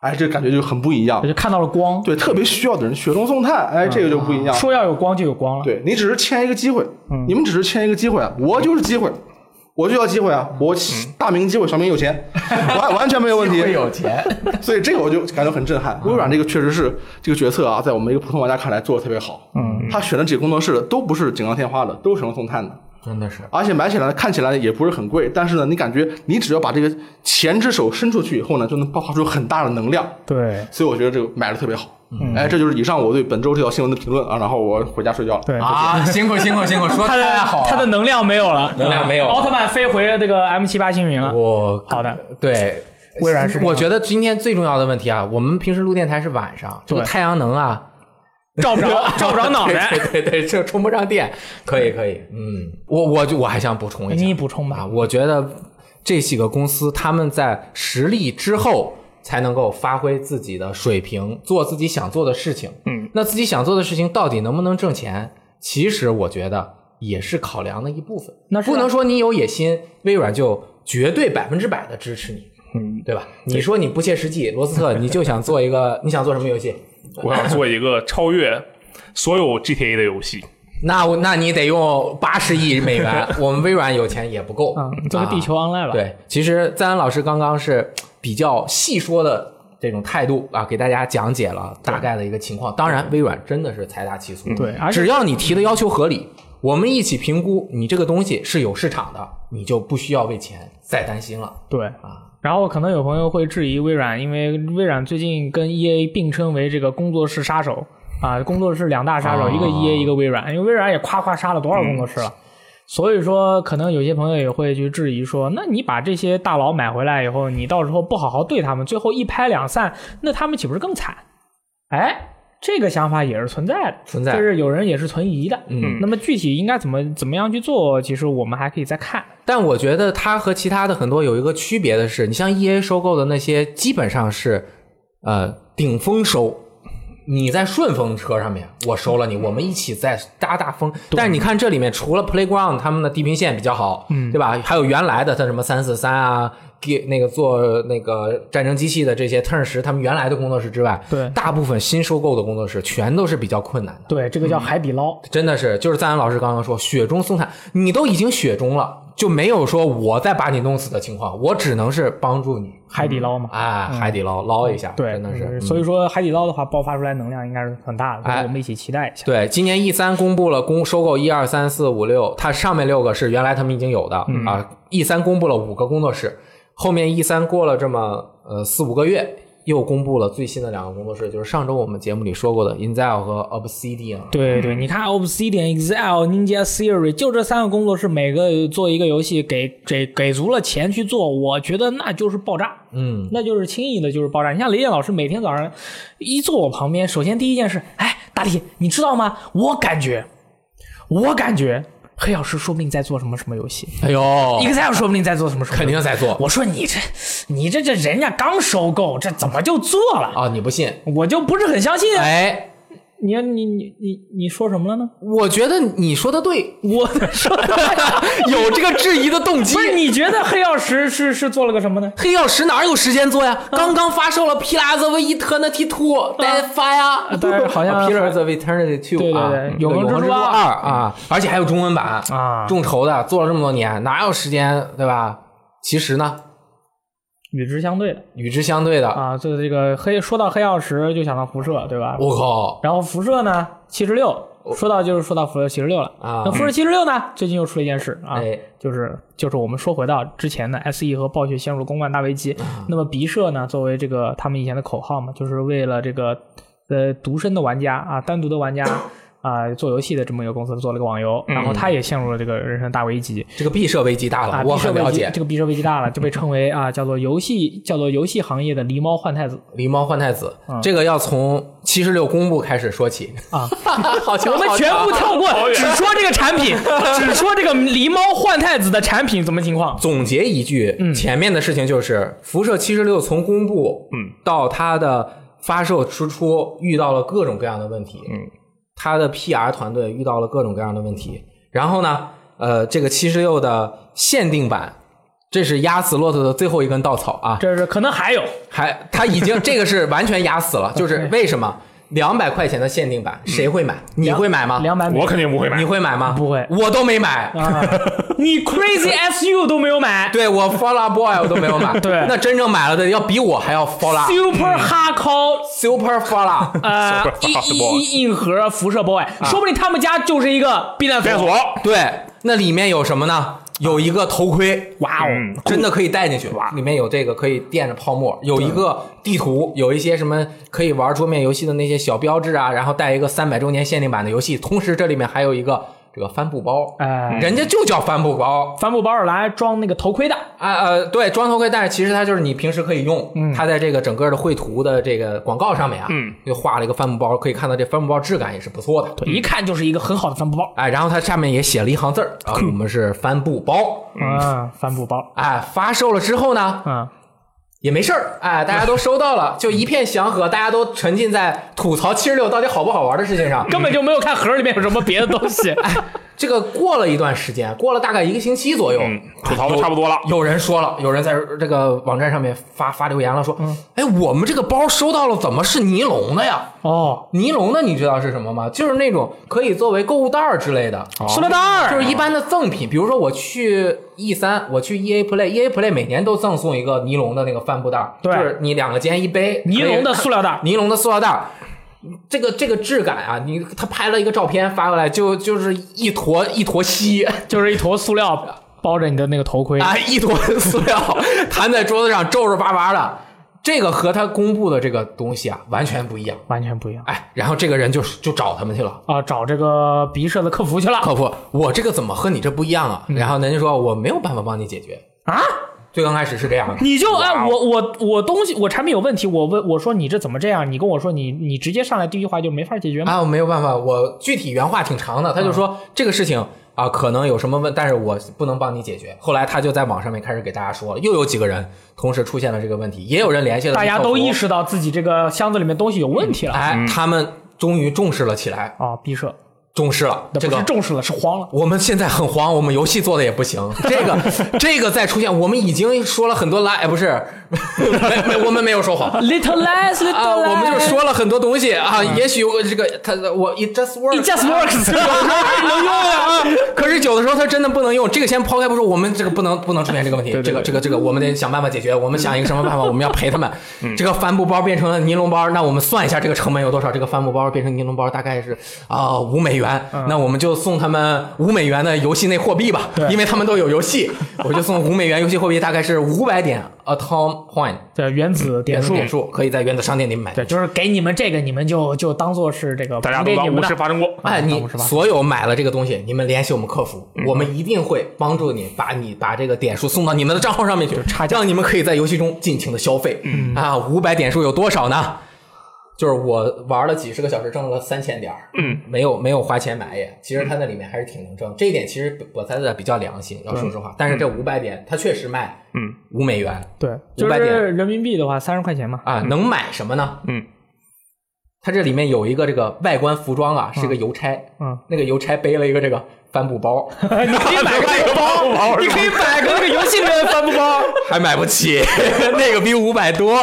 哎，这感觉就很不一样
我。就看到了光，
对，特别需要的人雪中送炭，哎，这个就不一
啊
样。
说要有光就有光了。
对你只是签一个机会，
嗯
你们只是签一个机会啊，我就是机会，我就要机会啊，我大明机会，小明有钱，完完全没有问题
嗯会。有钱，
所以这个我就感觉很震撼。微软这个确实是这个决策啊，在我们一个普通玩家看来做的特别好。嗯，他选的几个工作室都不是锦上添花的，都是雪中送炭的。
真的是
而且买起来看起来也不是很贵，但是呢，你感觉你只要把这个前只手伸出去以后呢，就能爆发出很大的能量，
对
所以我觉得这个买的特别好。
嗯
哎，这就是以上我对本周这条新闻的评论啊，然后我回家睡觉了。
对，
啊，辛苦辛苦辛苦，说
他
得
的
太好了，
他的能量没有了，
能量没有了
奥特曼飞回这个 M 七八星云了。
我
好的，
对。
微软是这样
我觉得今天最重要的问题啊，我们平时录电台是晚上，这个
对
太阳能啊，
照不 着， 照不着脑袋。
对对对，对这充不上电，可以可以，嗯，我我就我还想补充一下，
你补充
啊，
吧。
我觉得这几个公司他们在实力之后才能够发挥自己的水平，做自己想做的事情。
嗯，
那自己想做的事情到底能不能挣钱？其实我觉得也是考量的一部分。
那是啊
不能说你有野心，微软就绝对百分之百的支持你，
嗯，
对吧？你说你不切实际，罗斯特，你就想做一个，你想做什么游戏？
我想做一个超越所有 GTA 的游戏，
那我那你得用八十亿美 元，我们微软有钱也不够。
嗯，做个地
啊
球 online 吧。，
对，其实赞恩老师刚刚是比较细说的这种态度啊，给大家讲解了大概的一个情况。当然，微软真的是财大气粗，
对而且
只要你提的要求合理，我们一起评估你这个东西是有市场的，你就不需要为钱再担心了。
对。啊然后可能有朋友会质疑微软，因为微软最近跟 E A 并称为这个工作室杀手啊，工作室两大杀手，
啊嗯
一个 E A，一个微软，因为微软也夸夸杀了多少工作室了。所以说，可能有些朋友也会去质疑说，那你把这些大佬买回来以后，你到时候不好好对他们，最后一拍两散，那他们岂不是更惨？哎，这个想法也是存在的，
存在
就是有人也是存疑的。
嗯，
那么具体应该怎么怎么样去做，其实我们还可以再看。
但我觉得它和其他的很多有一个区别的是，你像 E A 收购的那些，基本上是呃顶峰收。你在顺风车上面，我收了你，我们一起在搭大风。但是你看这里面，除了 Playground 他们的地平线比较好，嗯，对吧？还有原来的像什么三四三啊，给那个做那个战争机器的这些 Turn 十，他们原来的工作室之外，
对
大部分新收购的工作室全都是比较困难的。
对，这个叫海底捞。
真的是，就是赞恩老师刚刚说，雪中送炭，你都已经雪中了，就没有说我再把你弄死的情况，我只能是帮助你，
海底捞嘛。
哎，海底捞捞一下，
对，
啊
嗯
真的是。嗯
所以说海底捞的话，爆发出来能量应该是很大的，所以
哎
我们一起期待一下。
对，今年 E 三公布了公收购一二三四五六，它上面六个是原来他们已经有的、啊。E 三公布了五个工作室，后面 E 三过了这么呃四五个月，又公布了最新的两个工作室，就是上周我们节目里说过的 Inzel 和 Obsidian。
对对，你看 Obsidian、Exile、Ninja Theory，就这三个工作室，每个做一个游戏给，给给足了钱去做，我觉得那就是爆炸，
嗯，
那就是轻易的就是爆炸。你像雷电老师每天早上一坐我旁边，首先第一件事，哎，大力，你知道吗？我感觉，我感觉黑曜石说不定在做什么什么游戏、
哎呦，
e x c e l 说不定在做什么什么游戏，
肯定在做
我说你这，你这这人家刚收购，这怎么就做了？
啊！你不信？
我就不是很相信啊！
哎，
你你你你你说什么了呢？
我觉得你说的对，
我说的
有这个质疑的动机
不。是？你觉得黑曜石是是做了个什么呢？
黑曜石哪有时间做
嗯
呀？刚刚发售了《Pillars of Eternity Two》再发呀
啊，但是好像
Pillars of Eternity Two》
对对
啊
对，
这个
永恒
恒
之
之
柱二
二啊，而且还有中文版
嗯啊
众筹的，做了这么多年，哪有时间对吧？其实呢，
与之相对的
与之相对的，
啊，这这个黑说到黑曜石就想到辐射，对吧？
我靠，
然后辐射呢，七十六，说到就是说到辐射七十六了
啊
那辐射七十六呢，最近又出了一件事啊
哎，
就是就是我们说回到之前的 SE 和暴雪陷入了公关大危机。
啊
那么鼻社呢，作为这个他们以前的口号嘛，就是为了这个呃独身的玩家啊，单独的玩家啊、做游戏的这么一个公司做了个网
嗯
游，然后他也陷入了这个人生大危机。
这个毕设危机大
啊，
了，我很了解
这。个鼻社危机大了，就被称为啊叫做游戏叫做游戏行业的狸猫换太子
狸猫换太子，
嗯
这个要从七十六公布开始 说起，
啊。
好像
我们
好像
全部跳过，
远
只说这个产品，只说这个狸猫换太子的产品怎么情况。
总结一句，
嗯
前面的事情就是辐射七十六从公布，
嗯，
到它的发售之初遇到了各种各样的问题，
嗯，
它的 PR 团队遇到了各种各样的问题，然后呢，呃，这个七十六的限定版，这是压死骆驼的最后一根稻草啊，
这是可能还有，
还它已经这个是完全压 死了，就是为什么两百块钱的限定版谁会买？你会买吗？
嗯两百米
我肯定不会买
你。会买吗？
不会
我都没买。
啊！你 Crazy SU 都没有买
对我 f o l l o w Boy 我都没有买，
对
那真正买了的要比我还要 f
啊
o l l o w
，Super Hardcore
Super f o l l o w
呃
Super
一
Hardcore
一一硬核辐射啊 boy，说不定他们家就是一个避难
电
所
锁，
对，那里面有什么呢？有一个头盔，
哇哦
嗯
真的可以带进去，里面有这个可以垫着泡沫，有一个地图，有一些什么可以玩桌面游戏的那些小标志啊，然后带一个三百周年限定版的游戏，同时这里面还有一个这个帆布包，
哎
人家就叫帆布包。
帆布包是来装那个头盔的，
啊呃，对，装头盔，但是其实它就是你平时可以用，它在这个整个的绘图的这个广告上面啊，
嗯，
就画了一个帆布包，可以看到这帆布包质感也是不错的，对，
一看就是一个很好的帆布包。
哎，然后它下面也写了一行字儿啊，
嗯
我们是帆布包，
嗯，帆布包，
哎，发售了之后呢，
嗯，
也没事儿，哎，大家都收到了，就一片祥和，大家都沉浸在吐槽七十六到底好不好玩的事情上。
根本就没有看盒里面有什么别的东 西。
这个过了一段时间，过了大概一个星期左右，
嗯，吐槽的差不多了。
有人说了，有人在这个网站上面发发留言了，说，
嗯
哎，我们这个包收到了，怎么是尼龙的呀？
哦，
尼龙的你知道是什么吗？就是那种可以作为购物袋儿之类的，
塑料袋儿，啊
就是一般的赠品。比如说我去 E 三，我去 EA Play，EA Play 每年都赠送一个尼龙的那个帆布袋儿，
对
就是你两个肩一背，
尼龙的塑料袋
可以，尼龙的塑料袋儿。这个这个质感啊，你他拍了一个照片发过来，就就是一坨一坨稀
就是一坨塑料包着你的那个头盔。
啊，一坨塑料 摊在桌子上皱皱巴巴的。这个和他公布的这个东西啊完全不一样。
完全不一样
哎，然后这个人就就找他们去了，
啊！找这个鼻社的客服去了
客服，我这个怎么和你这不一样啊？然后人家说我没有办法帮你解决，
嗯啊！
最刚开始是这样的。
你就
哦
哎，我我我东西，我产品有问题，我问我说你这怎么这样？你跟我说你你直接上来第一句话就没法解决吗？
啊，我没有办法，我具体原话挺长的，他就说、
嗯
这个事情啊，可能有什么问，但是我不能帮你解决。后来他就在网上面开始给大家说了，又有几个人同时出现了这个问题，也有人联系了
大家
客服
都意，识到自己这个箱子里面东西有问题了嗯
哎，他们终于重视了起来，
啊！毕设，
重视了
那
这
不是
个。
重视了，是慌 了。
我们现在很慌，我们游戏做的也不 行，这个这个再出现，我们已经说了很多拉，哎，不是， 没没我们没有说谎，
Little less, little
啊，我们就
less
说了很多东西啊，也许我这个他我 it just works。
It just works
有时候能用啊，可是有的时候它真的不能用。这个先抛开不说，我们这个不能不能出现这个问题，这个这个这个我们得想办法解决。我们想一个什么办法？我们要赔他们。这个帆布包变成了尼龙包，那我们算一下这个成本有多少？这个帆布包变成尼龙包大概是啊五美元，那我们就送他们五美元的游戏内货币吧，因为他们都有游戏，我就送五美元游戏货币，大概是五百点 atom point
对原子点
点数
数，
点数，可以在原子商店里买。
对，就是给你们这个，你们就就当做是这个
大家
补
都
给
当
你
无
们
事
的。
发生过，
哎，
那
你
我是吧
所有买了这个东西，你们联系我们客服，我们一定会帮助你把你把这个点数送到你们的账号上面去， 让你们可以在游戏中尽情的消费。啊，五百点数有多少呢？就是我玩了几十个小时，挣了三千点嗯，没有没有花钱买也，其实它那里面还是挺能挣，这一点其实我猜的比较良心，要说实话。但是这五百点，它确实卖，
嗯，
五美元
对，就
500点
是人民币的话，三十块钱嘛。
啊，能买什么呢？
嗯，
它这里面有一个这个外观服装啊，是个邮差，
嗯，
那个邮差背了一个这个帆布包，
你可以买个
个包包，
你可以买个那个游戏里面的帆布包，
还买不起， 那个比五百多。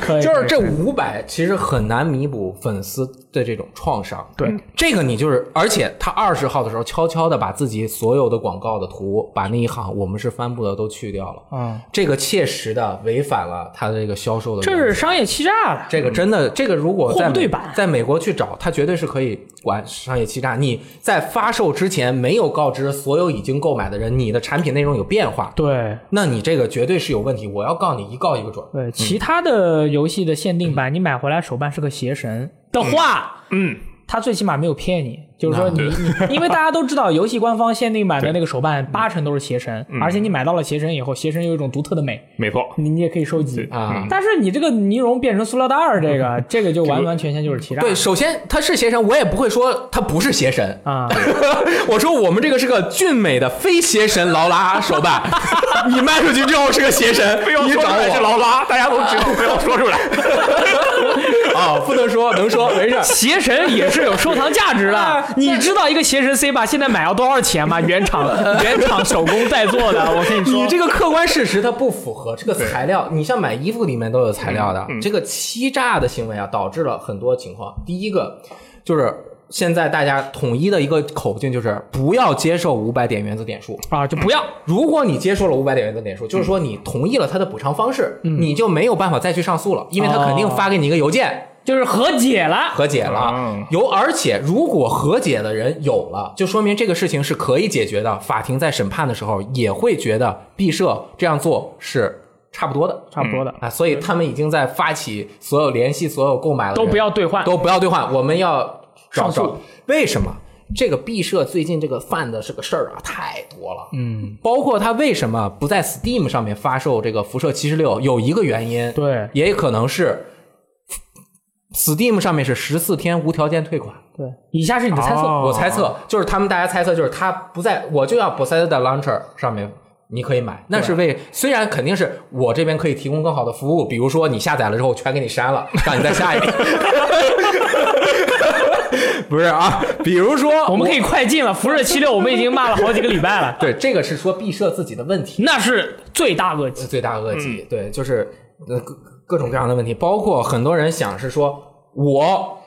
可以，
就是
可以
这五百其实很难弥补粉丝的这种创伤。
对，
这个你就是，而且他二十号的时候悄悄的把自己所有的广告的图，把那一行我们是帆布的都去掉了。
嗯，
这个切实的违反了他的这个销售的
这
原则。
是商业欺诈了。
这个真的，这个如果
货
在
不对
美
版
在美国去找，他绝对是可以管商业欺诈。你在发售之前没有告知所有已经购买的人你的产品内容有变化，
对
那你这个绝对是有问题。我要告你，一告一个准。
对，其他的游戏的限定版，你买回来手办是个邪神的话，
嗯，
它最起码没有骗你，就是说你你，因为大家都知道，游戏官方限定版的那个手办八成都是邪神，而且你买到了邪神以后，邪神有一种独特的美，
没错，
你你也可以收集
啊。
但是你这个尼龙变成塑料袋儿，这个这个就完完全全嗯就是欺诈。
啊
对，首先他是邪神，我也不会说他不是邪神。
啊，
我说我们这个是个俊美的非邪神劳拉手办， 你卖出去之后是个邪神，
非要
你
说
找
出来是
我
劳拉，大家都知道，非要说 出来。
啊、不能说 能说没事儿。
邪神也是有收藏价值的。你知道一个邪神 C 吧现在买要多少钱吗？原 厂原厂手工代做的，我跟你说，
你这个客观事实它不符合这个材料，你像买衣服里面都有材料的，
嗯
这个欺诈的行为啊，导致了很多情况。第一个就是现在大家统一的一个口径就是不要接受五百点原子点数。
啊就不要
如果你接受了五百点原子点数，就是说你同意了他的补偿方式，你就没有办法再去上诉了，因为他肯定发给你一个邮件。
就是和解了。
和解了
嗯，
有而且如果和解的人有了，就说明这个事情是可以解决的。法庭在审判的时候也会觉得毕设这样做是差不多的
差不多的，
啊，所以他们已经在发起所有联系、所有购买了人
都不要兑换，
都不要兑换，我们要找
上诉
找为什么？这个毕设最近这个犯的这个事儿啊太多了，嗯，包括他为什么不在 Steam 上面发售这个辐射七十六，有一个原因，
对
也可能是 Steam 上面是十四天无条件退款。
对。以下是你的猜测，
哦
我猜测就是他们大家猜测就是他不在，我就要 Bethesda Launcher 上面。你可以买，那是为虽然肯定是我这边可以提供更好的服务，比如说你下载了之后全给你删了，让你再下一遍。 不是啊，比如说
我们可以快进了。辐射七六我们已经骂了好几个礼拜 了，
对这个是说毕设自己的问题，
那是罪大恶极。
是罪大恶极。
嗯
对，就是呃各各种各样的问题，包括很多人想是说，我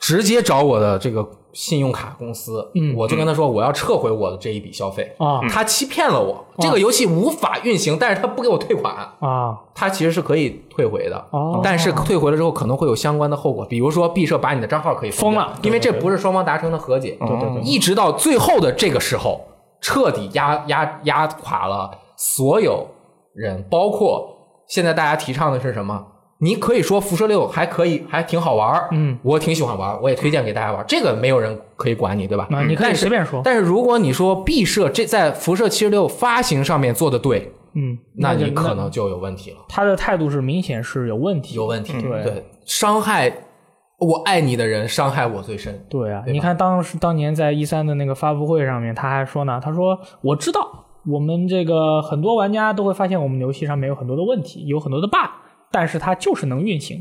直接找我的这个信用卡公司，
嗯
我就跟他说我要撤回我的这一笔消费
啊
他欺骗了我，这个游戏无法运行，但是他不给我退款。
啊，
他其实是可以退回的，
哦
但是退回了之后可能会有相关的后果，比如说毕设把你的账号可以
封
掉
了
因为这不是双方达成的和解，对
对对
一直到最后的这个时候，彻底压压压垮了所有人，包括现在大家提倡的是什么？你可以说辐射六还可以，还挺好玩儿
嗯，
我挺喜欢玩儿，我也推荐给大家玩儿。这个没有人可以管你，对吧？
那你可以
但是
随便说
但是如果你说毕设这在辐射七十六发行上面做的对，
嗯，
那
就
你可能就有问题了。
他的态度是明显是有问题。
有问题。
对
嗯伤害我爱你的人伤害我最深。
对啊，
对吧
你看当时当年在一 E 三的那个发布会上面，他还说呢，他说我知道我们这个很多玩家都会发现我们游戏上面有很多的问题，有很多的 bug，但是它就是能运 行。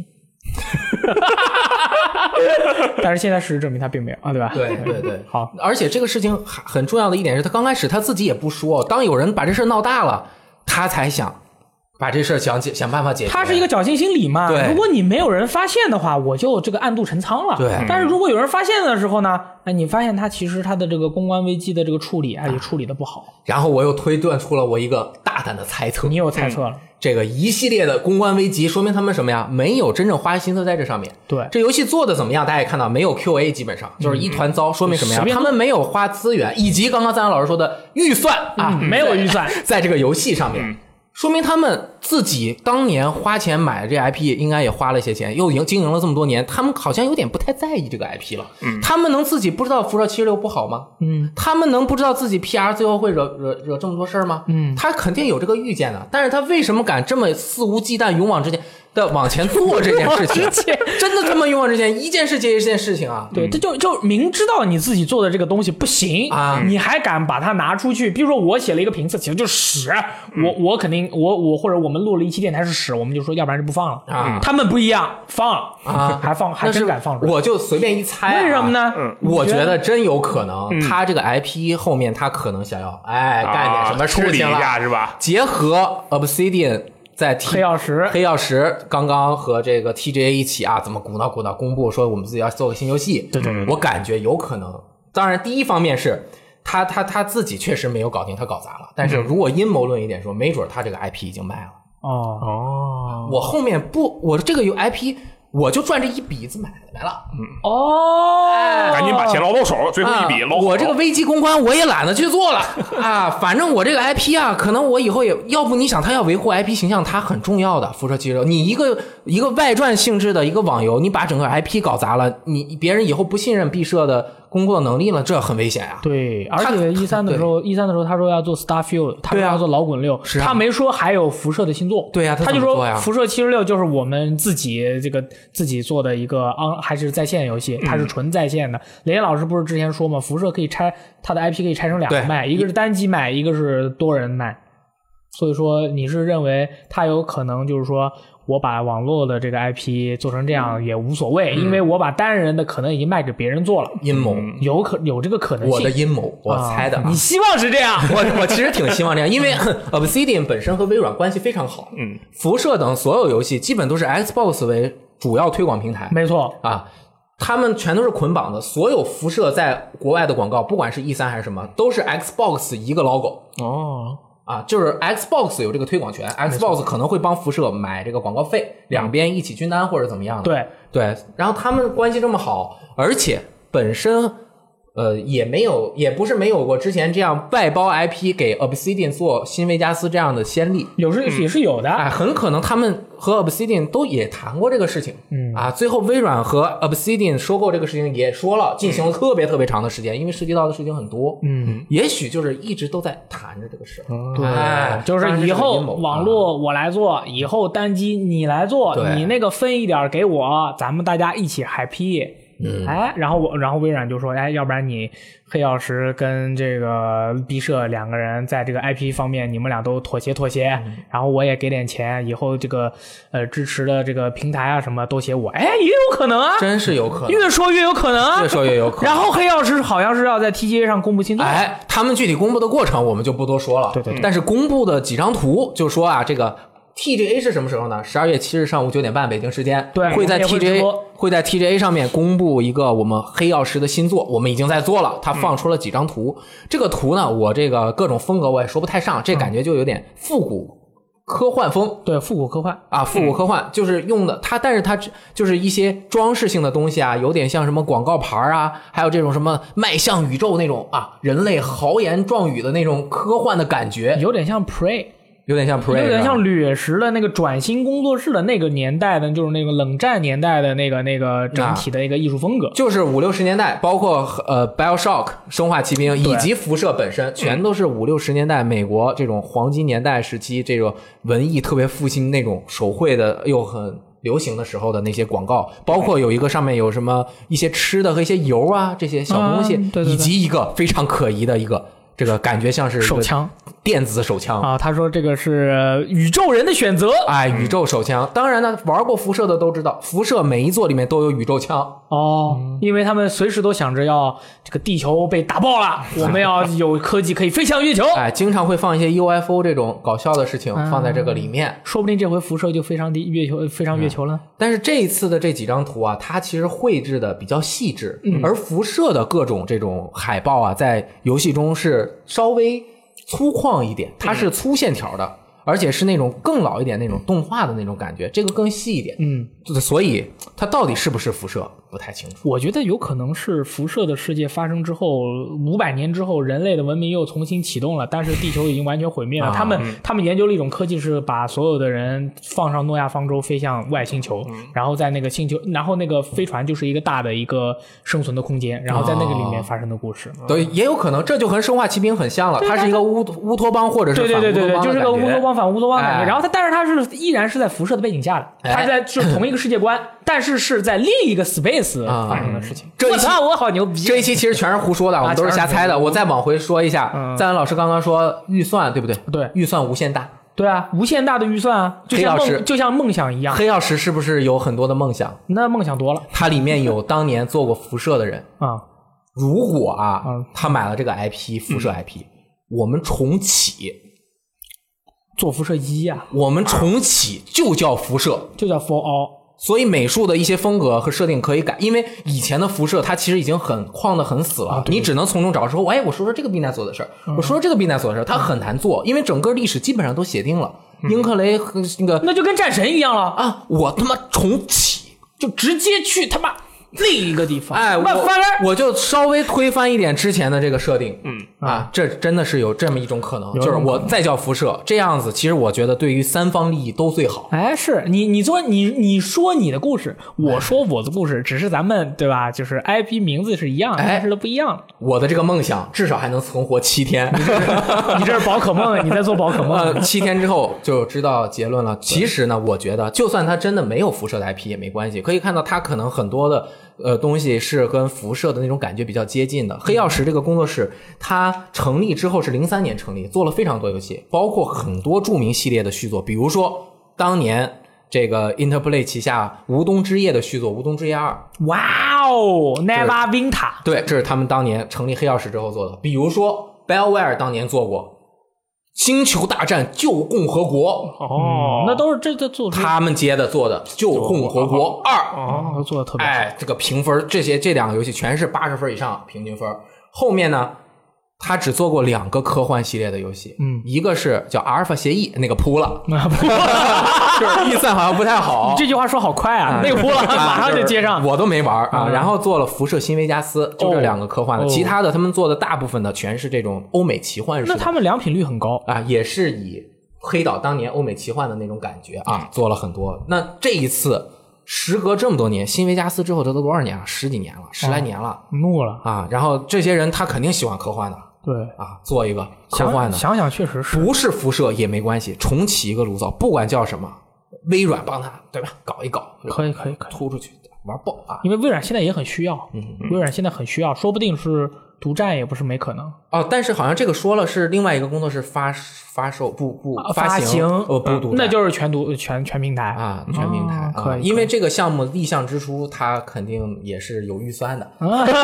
但是现在事实证明它并没有啊，对吧？
对对 对，
好。
而且这个事情很很重要的一点是，他刚开始他自己也不说，当有人把这事儿闹大了，他才想把这事儿想解想办法解决。
它是一个侥幸心理嘛。
对
如果你没有人发现的话，我就这个暗度陈仓了。
对
但是如果有人发现的时候呢，哎，你发现它其实它的这个公关危机的这个处理，哎，也处理的不好。
然后我又推断出了我一个大胆的猜测
你，又猜测了，
这个一系列的公关危机说明他们什么呀？没有真正花心思在这上面。
对
这游戏做的怎么样？大家也看到没有 QA，基本上就是一团糟，说明什么呀
随？便
他们没有花资源，以及刚刚赞扬老师说的预算啊，
嗯没有预算
在这个游戏上
嗯
面。说明他们自己当年花钱买的这 IP，应该也花了一些钱，又营经营了这么多年，他们好像有点不太在意这个 IP 了。他们能自己不知道辐射七十六不好吗？
嗯，
他们能不知道自己 PR 最后会惹惹惹这么多事儿吗？
嗯
他肯定有这个预见的，但是他为什么敢这么肆无忌惮、勇往直前的往前做这件事 情？真的这么勇往直前，一件事接一件事情啊！
对，这就就明知道你自己做的这个东西不行
啊
你还敢把它拿出去？比如说我写了一个评测，其实就是屎，
嗯
我我肯定我我或者我们录了一期电台是屎，我们就说要不然就不放了
啊
他们不一样，放了
啊
还放还
但是
真敢放出来，
我就随便一猜、啊
为什么？呢？
我觉得真有可能，他这个 IP 后面他可能想要哎干点什么
啊处
事
理一
情了，
下是吧？
结合 Obsidian 在 T
黑曜石
黑曜石刚刚和这个 TGA 一起啊，怎么鼓捣鼓捣公布说我们自己要做个新游戏？对对对，我感觉有可能。当然，第一方面是他他他自己确实没有搞定，他搞砸了。但是如果阴谋论一点说，没准他这个 IP 已经卖了。
哦，
哦，
我后面不，我这个有 IP，我就赚这一笔子买来了。
哦，
哎
赶紧把钱捞到手，最后一笔
啊
捞好。
我这个危机公关我也懒得去做了啊，反正我这个 IP 啊，可能我以后也要不你想他要维护 IP 形象，它很重要的辐射肌肉，你一个一个外传性质的一个网游，你把整个 IP 搞砸了，你别人以后不信任毕设的工作能力了，这很危险啊。
对，而且一三的时候，一三的时候他说要做 Starfield，他说
对啊
要做老滚六，
是啊
他没说还有辐射的新作，
对啊他
他就
怎么
说
做呀
辐射七十六就是我们自己这个自己做的一个 on 还是在线游戏，它是
嗯
纯在线的。雷老师不是之前说嘛，辐射可以拆它的 IP 可以拆成两个
对
卖，一个是单机卖，一个是多人卖。所以说你是认为它有可能就是说我把网络的这个 IP 做成这
嗯
样也无所谓，因为我把单人的可能已经卖给别人做了，
阴谋，
有可有这个可能性。
嗯我的阴谋，我
啊
猜的啊。
嗯你希望是这样？
我我其实挺希望这样，因为 Obsidian 本身和微软关系非常好，嗯，辐射等所有游戏基本都是 Xbox 为主要推广平台，
没错，
啊，他们全都是捆绑的，所有辐射在国外的广告，不管是 E 三还是什么，都是 Xbox 一个 logo
哦，
啊，就是 Xbox 有这个推广权，Xbox 可能会帮辐射买这个广告费，两边一起均摊或者怎么样的。
对，
对，然后他们关系这么好，而且本身呃也没有，也不是没有过之前这样外包 IP 给 Obsidian 做新维加斯这样的先例。
有是也是有的，
哎，很可能他们和 Obsidian 都也谈过这个事情，嗯啊，最后微软和 Obsidian 收购这个事情也说了，进行了特别特别长的时间，因为涉及到的事情很多，嗯，也许就是一直都在谈着这个事儿，
哦
哎
就
当然
是
这
以
个
后
阴谋
网
啊
络我来做，以后单机你来做，
对
你那个分一点儿给我，咱们大家一起 happy。嗯，哎，然后我，然后微软就说，哎，要不然你黑曜石跟这个毕设两个人在这个 IP 方面，你们俩都妥协妥协，
嗯
然后我也给点钱，以后这个呃支持的这个平台啊什么都写我，哎，也有可能啊，
真是有可能，
越说越有可能啊，
越说越有可能
然后黑曜石好像是要在 TGA 上公布新作，
哎，他们具体公布的过程我们就不多说了。嗯
对对对
但是公布的几张图就说啊，这个 TGA 是什么时候呢？十二月七日上午九点半北京时间，
对
会在
我们也会
TGA
直播
会在 TGA 上面公布一个我们黑曜石的新作，我们已经在做
嗯
了。他放出了几张图，这个图呢，我这个各种风格我也说不太上，这感觉就有点复古科幻风。
对，复古科幻，
啊，复古科幻就是用的它，但是它只就是一些装饰性的东西啊，有点像什么广告牌儿啊，还有这种什么迈向宇宙那种啊，人类豪言壮语的那种科幻的感觉，
有点像 Prey。
有点像啊
有
Prey，
点
是吧
像掠食的那个转型工作室的那个年代的，就是那个冷战年代的那个那个整体的一个艺术风格。
就是五六十年代，包括呃《BioShock》《生化奇兵》以
对
及辐射本身，全都是五六十年代美国这种黄金年代时期，这种文艺特别复兴那种手绘的又很流行的时候的那些广告，包括有一个上面有什么一些吃的和一些油啊这些小东西，
嗯对对对
以及一个非常可疑的一个这个感觉像是一个
手枪
电子手枪。
啊，嗯他说这个是宇宙人的选择
哎，宇宙手枪！当然呢，玩过辐射的都知道，辐射每一座里面都有宇宙枪。
哦，因为他们随时都想着要这个地球被打爆了，我们要有科技可以飞向月球。
哎，经常会放一些 UFO 这种搞笑的事情
嗯
放在这个里面。
说不定这回辐射就飞上地月球，飞上月球了。
但是这一次的这几张图啊，它其实绘制的比较细致，
嗯
而辐射的各种这种海报啊，在游戏中是稍微粗犷一
嗯
点，它是粗线条的，而且是那种更老一点那种动画的那种感觉，这个更细一点。
嗯，
就是所以它到底是不是辐射不太清楚。
我觉得有可能是辐射的世界发生之后，五百年之后，人类的文明又重新启动了，但是地球已经完全毁灭了。
啊
他们他们研究了一种科技，是把所有的人放上诺亚方舟，飞向外星球，然后在那个星球，然后那个飞船就是一个大的一个生存的空间，然后在那个里面发生的故事。
对，也有可能这就和《生化奇兵》很像了，它是一个乌乌托邦或者是
对对
反
对对
乌托
对，
邦的
就是这个乌
感觉
托邦反乌托邦感觉。
哎
然后它，但是它是依然是在辐射的背景下的，它是在是同一个世界观，但是是在另一个 space
啊
发生的事情。
这一
我
期
操，我好牛逼！啊
这一期其实全是胡说的，我们都啊是瞎猜的。我再往回说一下，赞恩老师刚刚说预算对不对？
对
预算无限大。
对啊，无限大的预算啊，就像
黑曜石
梦就像梦想一样，
黑曜石是不是有很多的梦想？
那梦想多了
它里面有当年做过辐射的人。
啊、
如果啊
嗯，
他买了这个 IP 辐射 IP，我们重启，
做辐射一呀、
我们重启就叫辐射。
就叫 For All，
所以美术的一些风格和设定可以改，因为以前的辐射它其实已经很框的很死了，你只能从中找出，哎，我说说这个避难所的事儿，我说说这个避难所的事儿，它很难做，因为整个历史基本上都写定了。英克雷和那个
那就跟战神一样了，
啊，我他妈重启，
就直接去他妈另一个地方，
哎，我
慢翻来。
我就稍微推翻一点之前的这个设定，嗯啊，这真的是有这么一种可能，就是我再叫辐射这样子，其实我觉得对于三方利益都最好。
哎，是你，你说你你说你的故事，我说我的故事，只是咱们对吧？就是 IP 名字是一样，
哎
但是都不一样。
我的这个梦想至少还能存活七 天，
你这是宝可梦，你在做宝可 梦
呃，七天之后就知道结论了。其实呢，我觉得就算它真的没有辐射的 IP 也没关系，可以看到它可能很多的呃东西是跟辐射的那种感觉比较接近的。黑曜石这个工作室，它成立之后是零三年成立，做了非常多游戏，包括很多著名系列的续作，比如说当年。这个 Interplay 旗下《无冬之夜》的续作《无冬之夜二》，
哇哦，Neva Vinta，
对，这是他们当年成立黑曜石之后做的。比如说 BioWare 当年做过《星球大战：旧共和国》，
嗯
哦，
那都是这这做出
他们接的做的《旧共和国二》哎
哦，都做的特别好。，
哎，这个评分这些这两个游戏全是八十分以上平均分。后面呢，他只做过两个科幻系列的游戏，嗯，一个是叫《阿尔法协议》，那个扑 了
你
就是 E 三好像不太好，
啊 这句话说好快啊
啊，
那个扑了，
啊
马上就接上。嗯
我都没玩儿啊。然后做了《辐射：新维加斯》，就这两个科幻的，
哦
其他的他们做的大部分的全是这种欧美奇幻式
那
的
他们良品率很高，
啊，也是以黑岛当年欧美奇幻的那种感觉
嗯
啊，做了很多。那这一次时隔这么多年，《新维加斯》之后，这都多少年了？十几年了，十
嗯
来年了
怒了。
啊。然后这些人他肯定喜欢科幻的
对，
啊，做一个科幻
想
的，
想想确实是。
不是辐射也没关系，重启一个炉灶，不管叫什么，微软帮他对吧，搞一搞，
可以可以嗯可以
突出去玩爆啊！
因为微软现在也很需要，微软现在很需要，说不定是独占也不是没可能。
哦，但是好像这个说了是另外一个工作室发发售不不
啊
行
行嗯
呃不独占
那就是全独全全平台。
啊全平台、
哦可
啊，
以
因为这个项目立项之初，它肯定也是有预算的，
啊 可以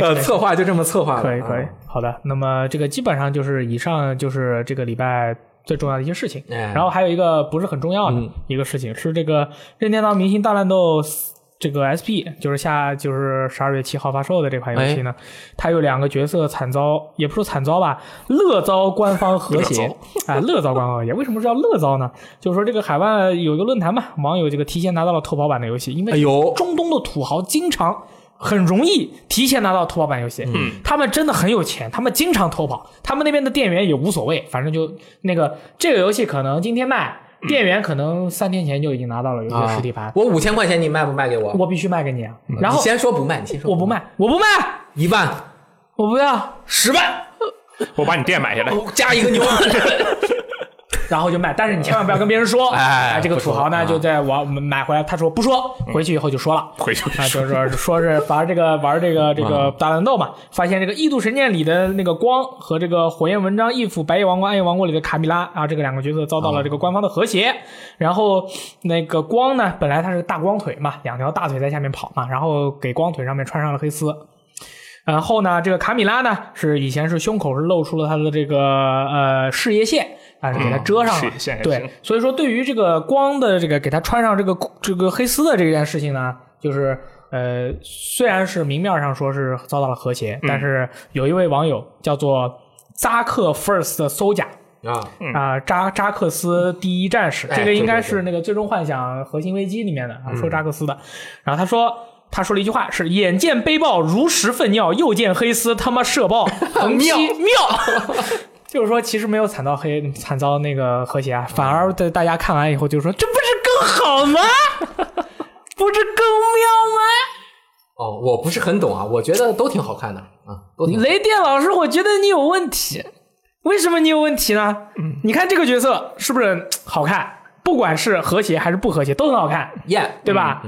可
呃
以
策划就这么策划了，
可以可以
啊，
好的。那么这个基本上就是以上就是这个礼拜最重要的一些事情。
哎嗯
然后还有一个不是很重要的一个事情、是这个任天堂明星大乱斗。这个 SP 就是下就是十二月七号发售的这款游戏
哎
呢，它有两个角色惨遭，也不是惨遭吧，乐遭官方和谐啊，乐遭官方和谐。为什么是叫乐遭呢？就是说这个海外有一个论坛嘛，网友这个提前拿到了偷跑版的游戏，因为
哎呦
中东的土豪经常很容易提前拿到偷跑版游戏，嗯，他们真的很有钱，他们经常偷跑，他们那边的店员也无所谓，反正就那个这个游戏可能今天卖，店员可能三天前就已经拿到了游戏的实体
嗯啊
盘，
我五千块钱你卖不卖给我？
我必须卖给你啊，然后
你先说不卖，你先说
我不卖，我不卖，
一 万
我不要，
十万
我把你店买下来，
加一个 牛。
然后就卖，但是你千万不要跟别人说，
哎
啊这个
不
土
说
豪呢
啊嗯
就在网买回来，他说不说，回去以后就说了，
回去
啊，就是说说是玩这个玩这个这个大乱斗嘛，发现这个《异度神剑》里的那个光和这个《火焰文章》义父白夜王国暗夜王国里的卡米拉啊，这个两个角色遭到了这个官方的和谐。然后那个光呢，本来他是大光腿嘛，两条大腿在下面跑嘛，然后给光腿上面穿上了黑丝。然后呢，这个卡米拉呢是以前是胸口是露出了他的这个呃事业线。啊，是给他遮上
嗯事
了
业线，还
对
行，
所以说对于这个光的这个给他穿上这个这个黑丝的这件事情呢，就是呃，虽然是明面上说是遭到了和谐，
嗯
但是有一位网友叫做扎克 First 的搜甲
啊，
啊、扎扎克斯第一战士，
哎
这个应该
对对嗯对
是那个《最终幻想：核心危机》里面的啊，说扎克斯的。然后他说。他说了一句话是：“眼见背爆如实粪尿，又见黑丝他妈射 爆，横七
妙
妙。” 就是说，其实没有惨遭黑，惨遭那个和谐啊，反而在大家看完以后就说：“这不是更好吗？ 不是更
哦，我不是很懂啊，我觉得都挺好看的啊，都挺
妙吗？”雷电老师，我觉得你有问题。为什么你有问题呢？你看这个角色是不是好看？不管是和谐还是不和谐，都很好看。
艳，
嗯对吧？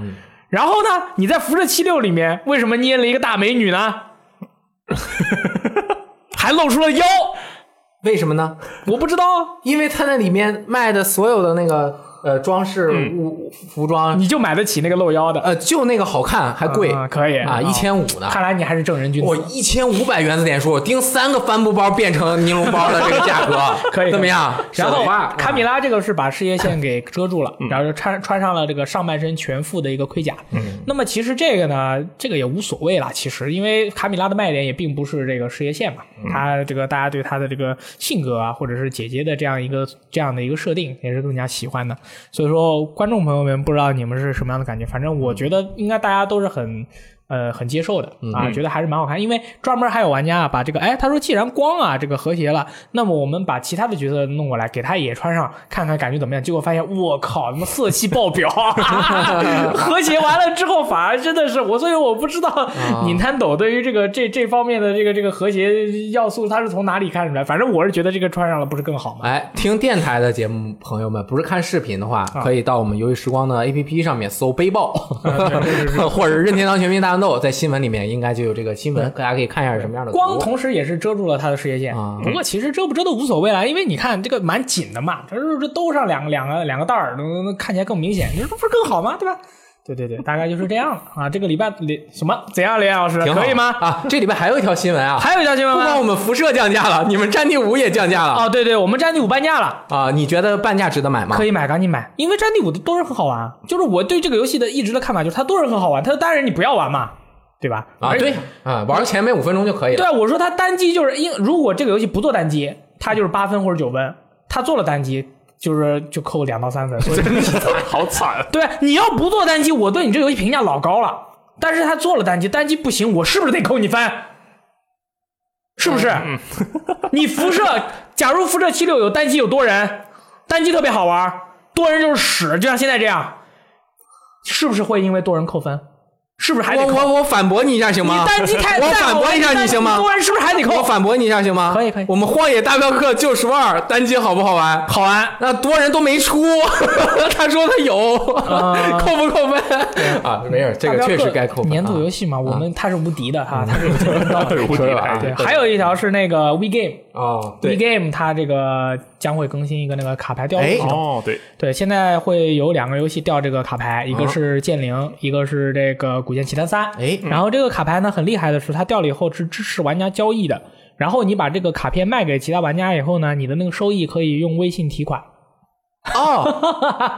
然后呢，你在辐射七六里面为什么捏了一个大美女呢？还露出了腰，
为什么呢？
我不知道，啊
因为他那里面卖的所有的那个呃装饰物、服装，
嗯你就买得起那个露腰的，
呃，就那个好看还贵，
啊可以
啊，一千五 呢。
看来你还是正人君
我
子。
一千五百原子点数，我盯三个帆布包变成尼龙包的这个价格，
可以
怎么样？
然
舍
后
得花
卡米
啊
拉这个是把事业线给遮住了，然后就穿穿上了这个上半身全副的一个盔甲。那么其实这个呢，这个也无所谓啦。其实因为卡米拉的卖点也并不是这个事业线嘛，她这个大家对她的这个性格啊，或者是姐姐的这样一个这样的一个设定，也是更加喜欢的。所以说，观众朋友们，不知道你们是什么样的感觉？反正我觉得应该大家都是很。呃，很接受的啊，觉得还是蛮好看，因为专门还有玩家啊，把这个，哎，他说既然光啊这个和谐了，那么我们把其他的角色弄过来，给他也穿上，看看感觉怎么样。结果发现，我靠，他妈色气爆表，啊 和谐完了之后，反而真的是我，所以我不知 道你摊斗对于这个这这方面的这个这个和谐要素，它是从哪里看出来？反正我是觉得这个穿上了不是更好吗？
哎，听电台的节目，朋友们不是看视频的
啊
话，可以到我们游戏时光的 APP 上面搜“背包”，或者是任天堂全民大乱斗，在新闻里面应该就有这个新闻，大家可以看一下是什么样的
嗯
图
光同时也是遮住了他的事业线
呃啊。
不过其实遮不遮都无所谓了，因为你看这个蛮紧的嘛，这这兜上两个两个两个袋儿，能能看起来更明显，你说这不是更好吗？对吧？对对对，大概就是这样了啊。这个礼拜李什么怎样，李岩老师
挺好
可以吗？
啊，这里边还有一条新闻啊，
还有一条新闻
不光我
吗？
们辐射降价了，你们战地五也降价了
哦，对对，我们战地五半价了。
啊！你觉得半价值得买吗？
可以买，赶紧买，因为《战地五》的多人很好玩啊。就是我对这个游戏的一直的看法就是它多人很好玩，它的单人你不要玩嘛，对吧？
啊，对啊，玩前面五分钟就可以
对
了。
啊，我说他单机就是因，如果这个游戏不做单机，他就是八分或者九分；他做了单机，就是就扣两到三分。 所以
好惨，
对，啊你要不做单机，我对你这个游戏评价老高了。但是他做了单机，单机不行，我是不是得扣你分？是不是？
嗯
你辐射，假如辐射七六有单机有多人，单机特别好玩，多人就是屎，就像现在这样，是不是会因为多人扣分？是不是还得
我
扣？
我我反驳你一下行吗？
你单机太
我
再
反
好玩
驳一下
单
你
机
行吗？
多人是不是还得扣？
我反驳你一下行吗？
可以可以
我们《荒野大镖客：救赎二》单机好不好玩？
好玩，
那多人都没出， 他说他有，
啊
扣不扣分啊？没事，这个确实该扣分啊。嗯
年度游戏嘛，我们它是无敌的哈，它是有 啊竞争到的。
无敌
是吧
了。
对，还有一条是那个 We Game，We
哦，对，哎
Game 它这个将会更新一个那个卡牌调度系统。
哦，对，
对，现在会有两个游戏调这个卡牌，一个是剑灵，一个是这个古剑奇谭三。
啊哎
然后这个卡牌呢很厉害的是，它掉了以后是支持玩家交易的。然后你把这个卡片卖给其他玩家以后呢，你的那个收益可以用微信提款，
哦，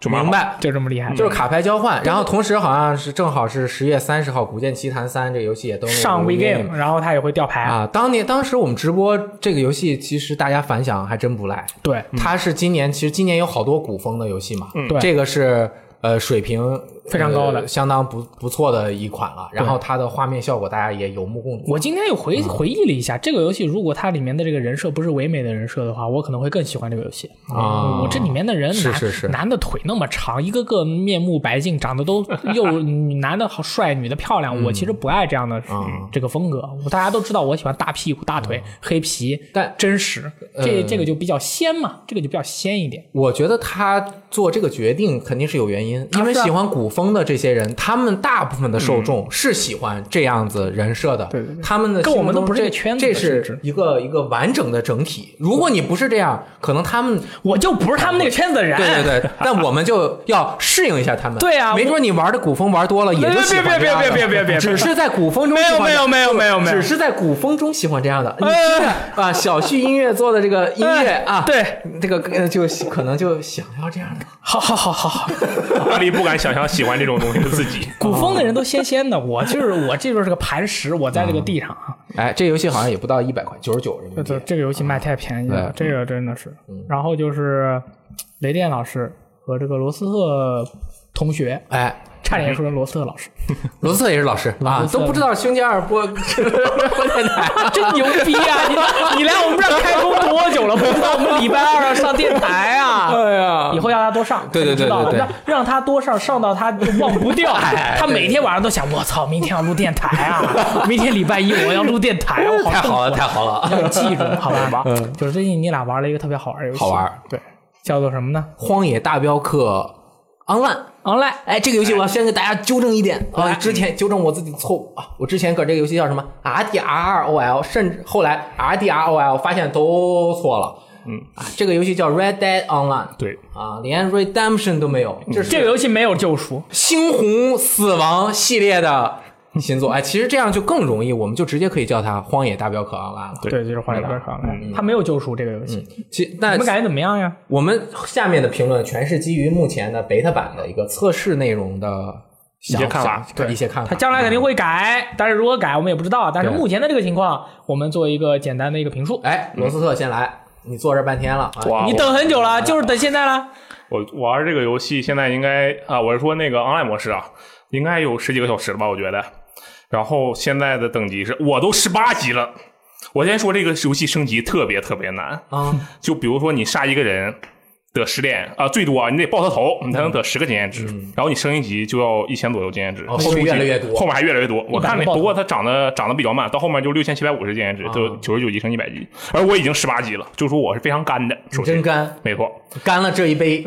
就蛮好
明白。
就这么厉害。
就是卡牌交换，然后同时好像是正好是十月三十号，《古剑奇谭三》这个游戏也登陆
上 We
WeGame
Game，然后它也会掉牌。
嗯啊。当年当时我们直播这个游戏，其实大家反响还真不赖。
对，
它是今年其实今年有好多古风的游戏嘛，
对
这个是呃水平
非常高的
呃相当不不错的一款了。然后它的画面效果大家也有目共睹。
我今天又
嗯
回回忆了一下，这个游戏如果它里面的这个人设不是唯美的人设的话，我可能会更喜欢这个游戏
啊
嗯我这里面的人
是
男
是是
男的腿那么长，一个个面目白净，长得 都又男的好帅，女的漂亮。
嗯
我其实不爱这样的这个风格。我大家都知道，我喜欢大屁股、大
嗯
腿、黑皮，
但
真实。这
呃
这个就比较仙嘛，这个就比较仙一点。
我觉得他做这个决定肯定是有原因，因为
是啊
喜欢古风的这些人，他们大部分的受众是喜欢这样子人设的，
嗯对对对
他们的
跟我们
心
都
中
不是一个
这
圈子的
这
甚至
是一个一个完整的整体。如果你不是这样，可能他们
我就不是他们那个圈子的人。
嗯对对 对，但我们就要适应一下他们。
对啊
没准你玩的古风玩多了，也就喜欢这样
别别
的
别别别别别
只是在古风中
没有
喜欢
没有没有没有没有
只是在古风中喜欢这样的。你
哎
听着啊，小旭音乐做的这个音乐
哎
啊，
对，
这个呃就可能就想要这样的。
好好好好好，。
阿狸不敢想象喜欢这种东西的自己
古风的人都仙仙的，我就是我，这就是个磐石，我在这个地上啊。
哎，这游戏好像也不到一百块，九十九人
这
民
这
币。
这个游戏卖太便宜
哎
了，这个真的是。
嗯
然后就是雷电老师和这个罗斯特同学，
哎，
差点说成罗斯特老师，
罗斯特也是老师啊，
斯特
都不知道胸肌二播播电台。
真牛逼啊！ 你你来我们这儿开工多久了？不知道我们礼拜二要上电台啊？
哎呀
以，后要他多上，
对对对
知道
对对
让让他多上，上到他就忘不掉。
哎
他每天晚上都想，我操，明天要录电台啊！明天礼拜一我要录电台，我好
太好了，
痛苦啊
太好了，嗯
要记住，好吧？就是最近你俩玩了一个特别好玩的游戏，
好玩儿。
对，叫做什么呢
《荒野大镖客 Online》。
？Online。哎
哎，这个游戏我要先给大家纠正一点啊，之前纠正我自己的错误啊，我之前搁这个游戏叫什么 R D R R O L，甚至后来 R D R O L 发现都错了。嗯啊，这个游戏叫 Red Dead Online，
对，
啊，连 Redemption 都没有，这
嗯这
是
个游戏没有救赎，
猩红死亡系列的新作。哎，其实这样就更容易，我们就直接可以叫它《荒野大镖客 Online》了。
对
对，就是《荒野大镖客》了，它没有救赎这个游戏，
嗯
其那
你们感觉怎么样呀？
哎
我们下面的评论全是基于目前的 beta 版的一个测试内容的想
一些看法
想对一些看法。
它将来肯定会
嗯
改，但是如何改我们也不知道。但是
对
目前的这个情况，我们做一个简单的一个评述。
哎，罗斯特先来，你坐这半天了，啊
哇哦
你等很久了，就是等现在了。
我玩这个游戏现在应该啊，我是说那个 online 模式啊，应该有十几个小时了吧，我觉得。然后现在的等级是，我都十八级了。我先说这个游戏升级特别特别难，
啊，
就比如说你杀一个人得十点啊、最多啊，你得爆他头，你才能得十个经验值。然后你升一级就要一千左右经验值，
嗯哦
后面一级
越来越多
后面还越来越多。我看
个
那
爆头
不过它涨的涨得比较慢，到后面就六千七百五十经验值，
啊
就九十九级升一百级。而我已经十八级了，就说我是非常干的，首先
真干，
没错。
干了这一 杯，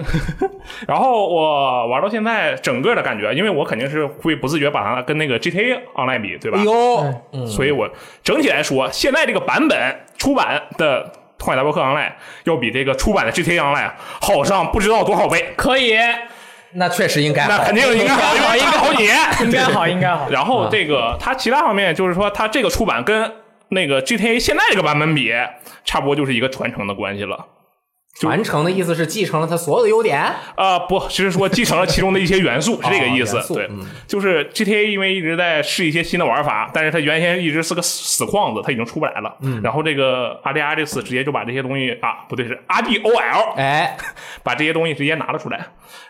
然后我玩到现在，整个的感觉，因为我肯定是会不自觉把它跟那个 GTA Online 比，对吧？
哎呦，
所以我整体来说，现在这个版本出版的《荒野大镖客 Online》要比这个出版的 GTA Online 好上不知道多少 倍，
可以，
那确实应该
那
好
肯定应该好，因为它好几年。
应该好，应该好。
然后这个它其他方面就是说，它这个出版跟那个 GTA 现在这个版本比，差不多就是一个传承的关系了。
传承的意思是继承了它所有的优点，
啊、不，就是说继承了其中的一些元素，是这个意思。
元素
对
嗯，
就是 GTA 因为一直在试一些新的玩法，但是它原先一直是个死框子，它已经出不来了。嗯，然后这个 RDR 这次直接就把这些东西啊，不对，是 RDOL
哎，
把这些东西直接拿了出来。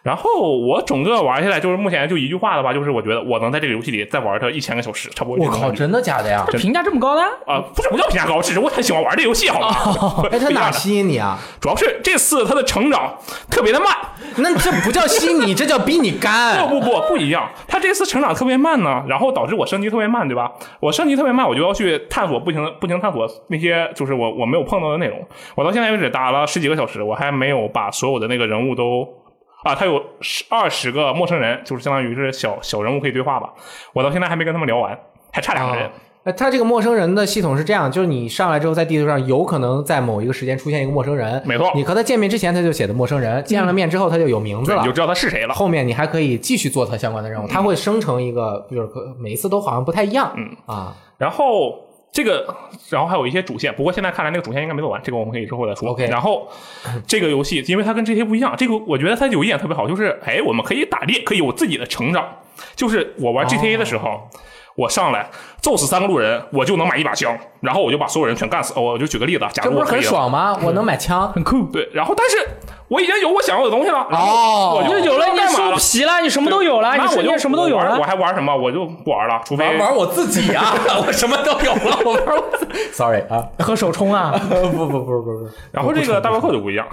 然后我整个玩下来，就是目前就一句话的话，就是我觉得我能在这个游戏里再玩它一千个小时，差不多
我
这种
靠，
感觉。
真的假的 呀？
评价这么高的？
啊、不是不叫评价高，只是我很喜欢玩这游戏，好吗？
哎，它
不一
哪
样的
吸引你啊？
主要是这次它的成长特别的慢，
那这不叫吸引你，这叫比你 干。
不不不不一样，他这次成长特别慢呢，然后导致我升级特别慢，对吧？我升级特别慢，我就要去探索不停地不停探索那些就是我我没有碰到的内容。我到现在为止打了十几个小时，我还没有把所有的那个人物都啊，他有十二十个陌生人，就是相当于是小小人物可以对话吧。我到现在还没跟他们聊完，还差两个人。
呃，它这个陌生人的系统是这样，就是你上来之后，在地图上有可能在某一个时间出现一个陌生人，
没错
你和他见面之前，他就写的陌生人，见了面之后，他就有名字
对，
了
你就。知道他是谁了。
后面你还可以继续做它相关的
嗯
任务，它会生成一个，就是可每一次都好像不太一样，嗯啊
然后这个，然后还有一些主线，不过现在看来那个主线应该没做完，这个我们可以之后再说。
OK
然后这个游戏，因为它跟这些不一样，这个我觉得它有一点特别好，就是哎，我们可以打猎，可以有自己的成长。就是我玩 GTA 的时候。我上来揍死三个路人，我就能买一把枪，然后我就把所有人全干死。哦我就举个例子啊，假
这
如
不
我
是
可以
很
了
爽吗？我能买枪，
很酷。
对，然后但是我已经有我想要的东西了，然
哦
后我就
那有了，你
干嘛
收
了？
皮了，你什么都有了，你
那我
瞬
就
间什么都有
我玩我
了。
还玩什么？我就不玩了，除非
玩玩我自己啊， 我什么都有了，我玩我自
嗯
sorry 啊，
喝手冲啊，
不不不不不，
然后这个大镖客哦就不一样，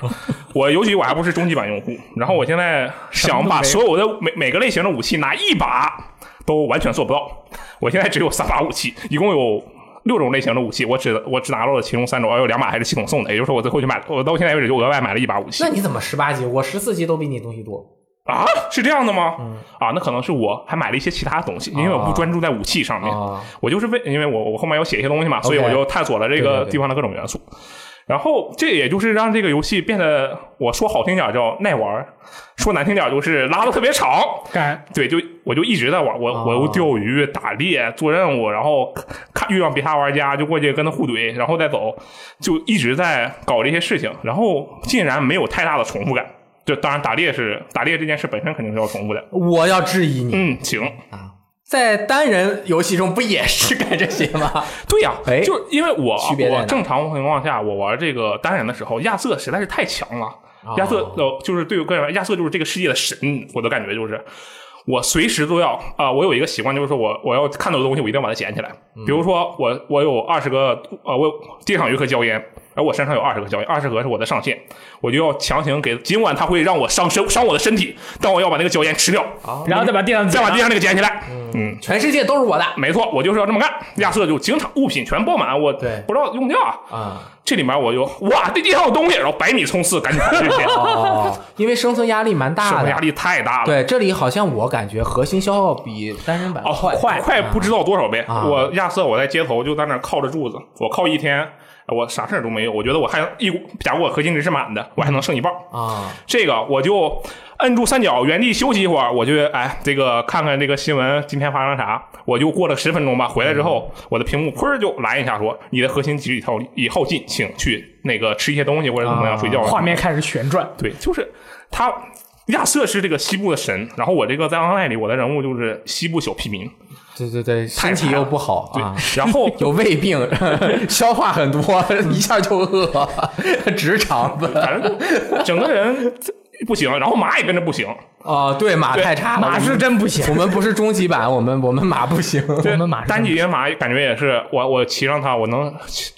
我尤其我还不是终极版用户，然后我现在想把所有的每每个类型的武器拿一把都完全做不到，我现在只有三把武器，一共有。六种类型的武器，我只我只拿到了其中三种，还有两把还是系统送的，也就是说我最后就买，我到现在为止就额外买了一把武器
那你怎么十八级？我十四级都比你东西多
啊，是这样的吗？啊，那可能是我还买了一些其他东西，因为我不专注在武器上面，
啊！
我就是为，因为我我后面要写一些东西嘛，所以我就探索了这
对对
个
对
地方的各种元素。然后这也就是让这个游戏变得，我说好听点儿叫耐玩儿，说难听点儿就是拉的特别长。
敢
对，就我就一直在玩，我
哦
我又钓鱼、打猎、做任务，然后看遇上其他玩家就过去跟他互怼，然后再走，就一直在搞这些事情，然后竟然没有太大的重复感。就当然打猎是打猎这件事本身肯定是要重复的。
我要质疑你，
嗯，行，
在单人游戏中不也是干这些 吗？
对呀、
哎
就是因为我
区别在哪
我正常情况下我玩这个单人的时候，亚瑟实在是太强了。
哦
亚瑟呃，就是对我个人来说，亚瑟就是这个世界的神，我的感觉就是。我随时都要啊、我有一个习惯，就是说我我要看到的东西，我一定要把它捡起来。
嗯
比如说我我有二十个呃，我有地上有一颗椒烟，而我身上有二十个椒烟，二十个是我的上限，我就要强行给，尽管它会让我伤身伤我的身体，但我要把那个椒烟吃掉，
哦
然后再把地上
再把地上那个捡起来。嗯，
啊全世界都是我的
没错，我就是要这么干。亚瑟就经常物品全爆满，我
嗯对
不知道用不掉 啊。
啊！
这里面我就哇，这地上有东西，然后百米冲刺，赶紧跑去捡。
哦，因为生存压力蛮
生
大
活
的
压。力太大了。
对，这里好像我感觉核心消耗比单人版
哦，
快
快快不知道多少倍！
啊
我亚瑟，我在街头就在那儿靠着柱子，我靠一天，我啥事儿都没有。我觉得我还一股，假如我核心值是满的，我还能剩一半儿。
啊！
这个我就摁住三角，原地休息一会儿，我就哎，这个看看这个新闻今天发生啥，我就过了十分钟吧。回来之后，我的屏幕砰儿就蓝一下说，你的核心体力耗已耗尽，请去那个吃一些东西或者怎么样睡觉。啊
画面开始旋转，
对，就是他亚瑟是这个西部的神，然后我这个在 online 里我的人物就是西部小屁民，
对对对，身
太
体
惨
又
了
不好
对，
啊。
然后
有胃病，消化很多，一下就饿，直肠子。
反正就整个人不行，然后马也跟着不行，
哦，对，马太差了，
马是真不行
我。们不是终极版，我们我们马不行。
我们马是
单骑野马感觉也是，我我骑上它，我能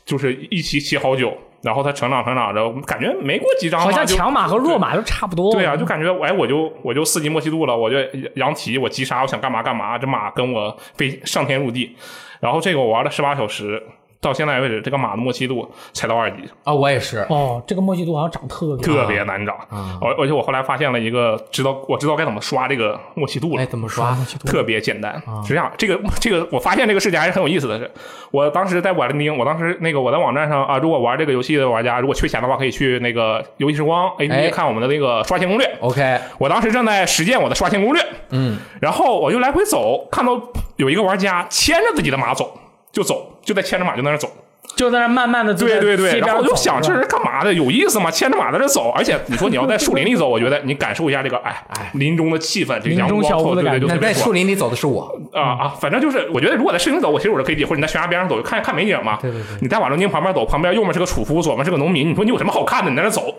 就是一骑骑好久，然后它成长成长着，感觉没过几张嘛，
好像
就
强马和弱马都差不多。
对啊，就感觉哎，我就我就四级莫西度了，我就羊蹄，我急刹，我想干嘛干嘛，这马跟我飞上天入地，然后这个我玩了十八小时。到现在为止，这个马的莫西度才到二级，
啊，我也是。
哦，这个墨西度好像长特别啊
特别难找。而而且我后来发现了一个，知道我知道该怎么刷这个默契度了
哎，。怎么 刷？
特别简单，
啊
是这样。这个 这个，我发现这个事情还是很有意思的是，我当时在瓦伦丁，我当时那个我在网站上啊，如果玩这个游戏的玩家，如果缺钱的话，可以去那个游戏时光
哎
APP 看我们的那个刷钱攻略。
OK，
我当时正在实践我的刷钱攻略，
嗯，
然后我就来回走，看到有一个玩家牵着自己的马走，就走，就在牵着马就在那儿走。
就在那慢慢的
对对对，然后我就想这是干嘛的？有意思吗？牵着马在这走，而且你说你要在树林里走，我觉得你感受一下这个哎哎林中的气氛，这个
林
阳
中
光
小屋
透，
的
对
感
对，就
觉
特
那
别
在树
爽
林里走的是我，
啊啊！反正就是我觉得，如果在树林里走，我其实我是可以理解，或者你在悬崖边上走，就看看美景嘛。
对对对
你在瓦伦丁旁边走，旁边右面是个楚夫，左面是个农民，你说你有什么好看的？你在那走，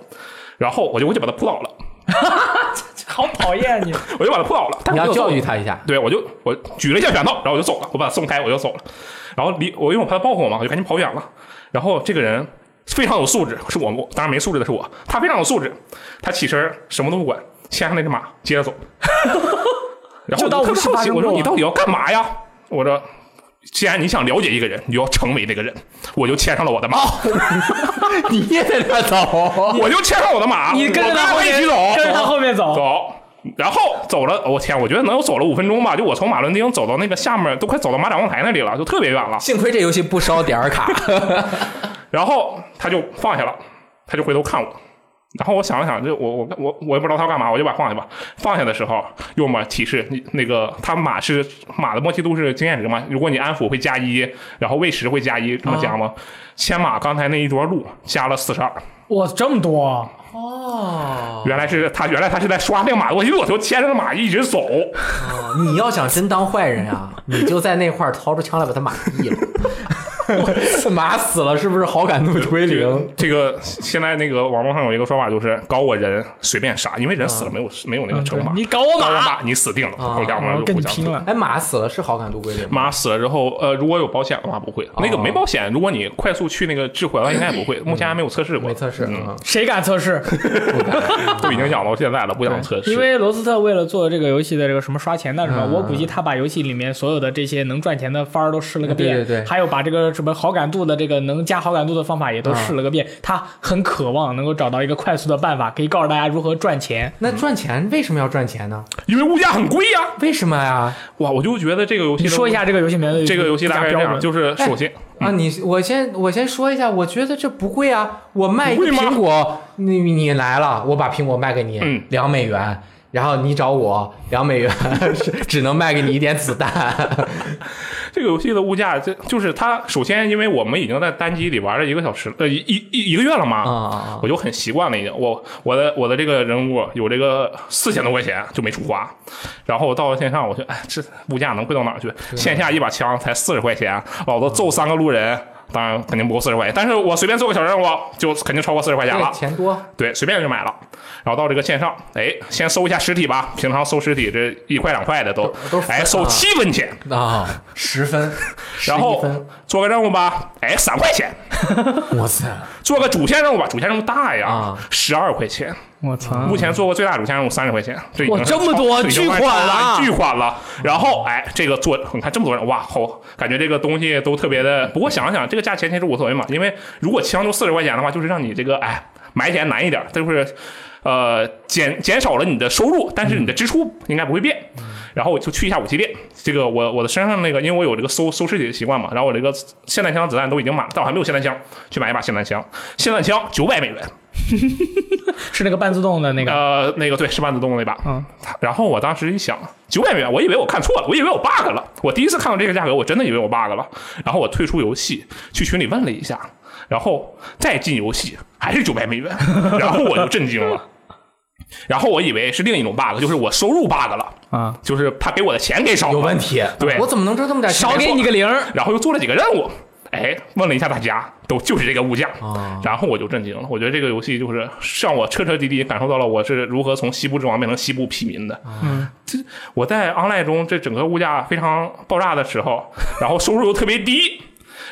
然后我就我就把他扑倒了，
好讨厌你。
我就把他扑倒了。但
你
是
要
我就
教育
走
他一下。
对，我就我举了一下拳头，然后我就走了，我把他松开，我就走了。然后离我因为我怕他报复我嘛，我就赶紧跑远了。然后这个人非常有素质，是我我当然没素质的是我，他非常有素质，他起身什么都不管，牵上那只马接 着走。然
就
后我
当
特
无
别
事
好
发
奇，
生
我说
过
你
啊
到底要干嘛呀？我说。既然你想了解一个人，你就要成为那个人，我就牵上了我的
哦
马，
你也在那走，
我就牵上我的马，
你跟着他
我他
后
一
面
起走，
跟着他后面走，
走，然后走了，我天，我觉得能有走了五分钟吧，就我从马伦丁走到那个下面，都快走到马展望台那里了，就特别远 了。
幸亏这游戏不烧点儿卡。
然后他就放下了，他就回头看我，然后我想了想，就我我我我也不知道他要干嘛，我就把它放下吧。放下的时候，右马提示你那个他马是马的默契度是经验值嘛，如果你安抚会加一，然后喂食会加一，这么加吗？牵马刚才那一桌路加了四十二，
哇，这么多， 啊
哦，
原来是他原来他是在刷那个马的默契度，我就牵着马一直走。
你要想真当坏人啊，你就在那块儿掏出枪来把他马毙了， 马死了是不是好感度归
这个
零？
这个现在那个网络上有一个说法，就是搞我人随便杀，因为人死了没有、没有那个惩罚，
啊你搞我
搞我
马，
马你死定了，
啊
然后两个
我
人就
跟
互
你
相
拼
死。
了。
哎，马死了是好感度归零吗？
马死了之后，呃，如果有保险的话不
啊
会，那个没保险，如果你快速去那个智慧的话，应该也 不会，目前还没有测试过，
没测试，
嗯，
嗯，
谁敢测 试？
都已经养到现在了，不想测试，
啊因为罗斯特为了做这个游戏的这个什么刷钱的什
嗯
么，我估计他把游戏里面所有的这些能赚钱的法儿都试了个遍，
对对对
还有把这个什么好感度的这个能加好感度的方法也都试了个
嗯
遍。他很渴望能够找到一个快速的办法，可以告诉大家如何赚钱。
那赚钱为什么要赚钱呢？
因为物价很贵呀，
为什么呀？啊
哇，我就觉得这个游戏
你
的
说一下这个游戏里面的
这个游戏大概是这
标准，
样，
哎
就是首先
啊，你我先我先说一下，我觉得这不贵啊。我卖一个
不贵吗
苹果，你你来了，我把苹果卖给你，
嗯
两美元。然后你找我两美元， 是只能卖给你一点子弹。
这个游戏的物价，这就是它首先，因为我们已经在单机里玩了一个小时，呃，一一一一个月了嘛，
啊啊啊
我就很习惯了已经。我我的我的这个人物有这个四千多块钱就没处花，然后到了线上，我就哎，这物价能贵到哪儿去？线下一把枪才四十块钱，老子揍三个路人。当然肯定不够四十块钱，但是我随便做个小任务就肯定超过四十块钱了
对，。钱多，
对，随便就买了。然后到这个线上，哎，先搜一下实体吧。平常搜实体这一块两块的都，
都是
哎，搜七分钱。
啊，十分，
然后
11分
做个任务吧，哎，三块钱；
哇塞，
做个主线任务吧，主线任务大呀
啊，
十二、块钱。
我操
目！前做过最大主线任务三十块钱，这已
啊哇
经是
这么
超
多
这已经
巨
是
款
超
了
巨款了。然后哎，这个做你看这么多人，哇，好，感觉这个东西都特别的。不过想想这个价钱其实无所谓嘛，因为如果枪就四十块钱的话，就是让你这个哎买起来难一点，就是。呃，减减少了你的收入，但是你的支出应该不会变。然后我就去一下武器店，这个我我的身上那个，因为我有这个搜搜尸体的习惯嘛，然后我这个霰弹枪子弹都已经满了，但我还没有霰弹枪，去买一把霰弹枪。霰弹枪九百美元，
是那个半自动的那个，
呃，那个对，是万子动那把。
嗯，
然后我当时一想，九百美元，我以为我看错了，我以为我 bug 了。我第一次看到这个价格，我真的以为我 bug 了。然后我退出游戏，去群里问了一下，然后再进游戏还是九百 美元，然后我就震惊了。然后我以为是另一种 bug，就是我收入 bug 了，
啊，
就是他给我的钱给少了
有问。题。
对
我怎么能挣这么点钱？
少给你个零儿，
然后又做了几个任务，哎，问了一下大家，都就是这个物价。
啊
然后我就震惊了，我觉得这个游戏就是让我彻彻底底感受到了我是如何从西部之王变成西部屁民的。
嗯，
啊
我在 online 中这整个物价非常爆炸的时候，然后收入又特别低，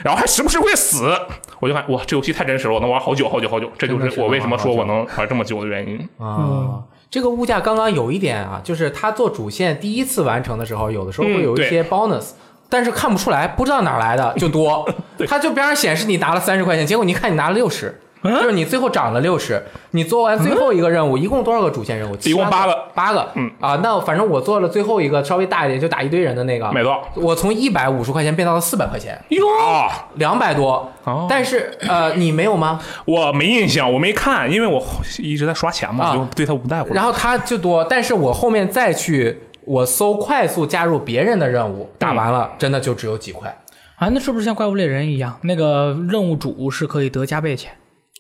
然后还时不时会死，我就看哇，这游戏太真实了，我能玩好久好久好久，这就
真的
是
是
我为
能
什么
玩
说
好久
我能玩这么久的原因。
啊，这个物价刚刚有一点啊，就是他做主线第一次完成的时候，有的时候
嗯
会有一些 bonus，、但是看不出来，不知道哪儿来的就 多。他就边上显示你拿了三十块钱，结果你看你拿了六十、
啊
就是你最后涨了六十。你做完最后一个任务，一共多少个主线任务？
一共八个，
八个。
嗯
啊，那反正我做了最后一个稍微大一点，就打一堆人的那个，
没错
我从一百五十块钱变到了四百块钱，
哟，啊
两百多。
哦
但是呃，你没有吗？
我没印象，我没看，因为我一直在刷钱嘛，
啊
我就对它无待乎。
然后他就多，但是我后面
嗯
再去我搜快速加入别人的任务，打完了真的就只有几块。
啊，那是不是像怪物猎人一样，那个任务主是可以得加倍钱？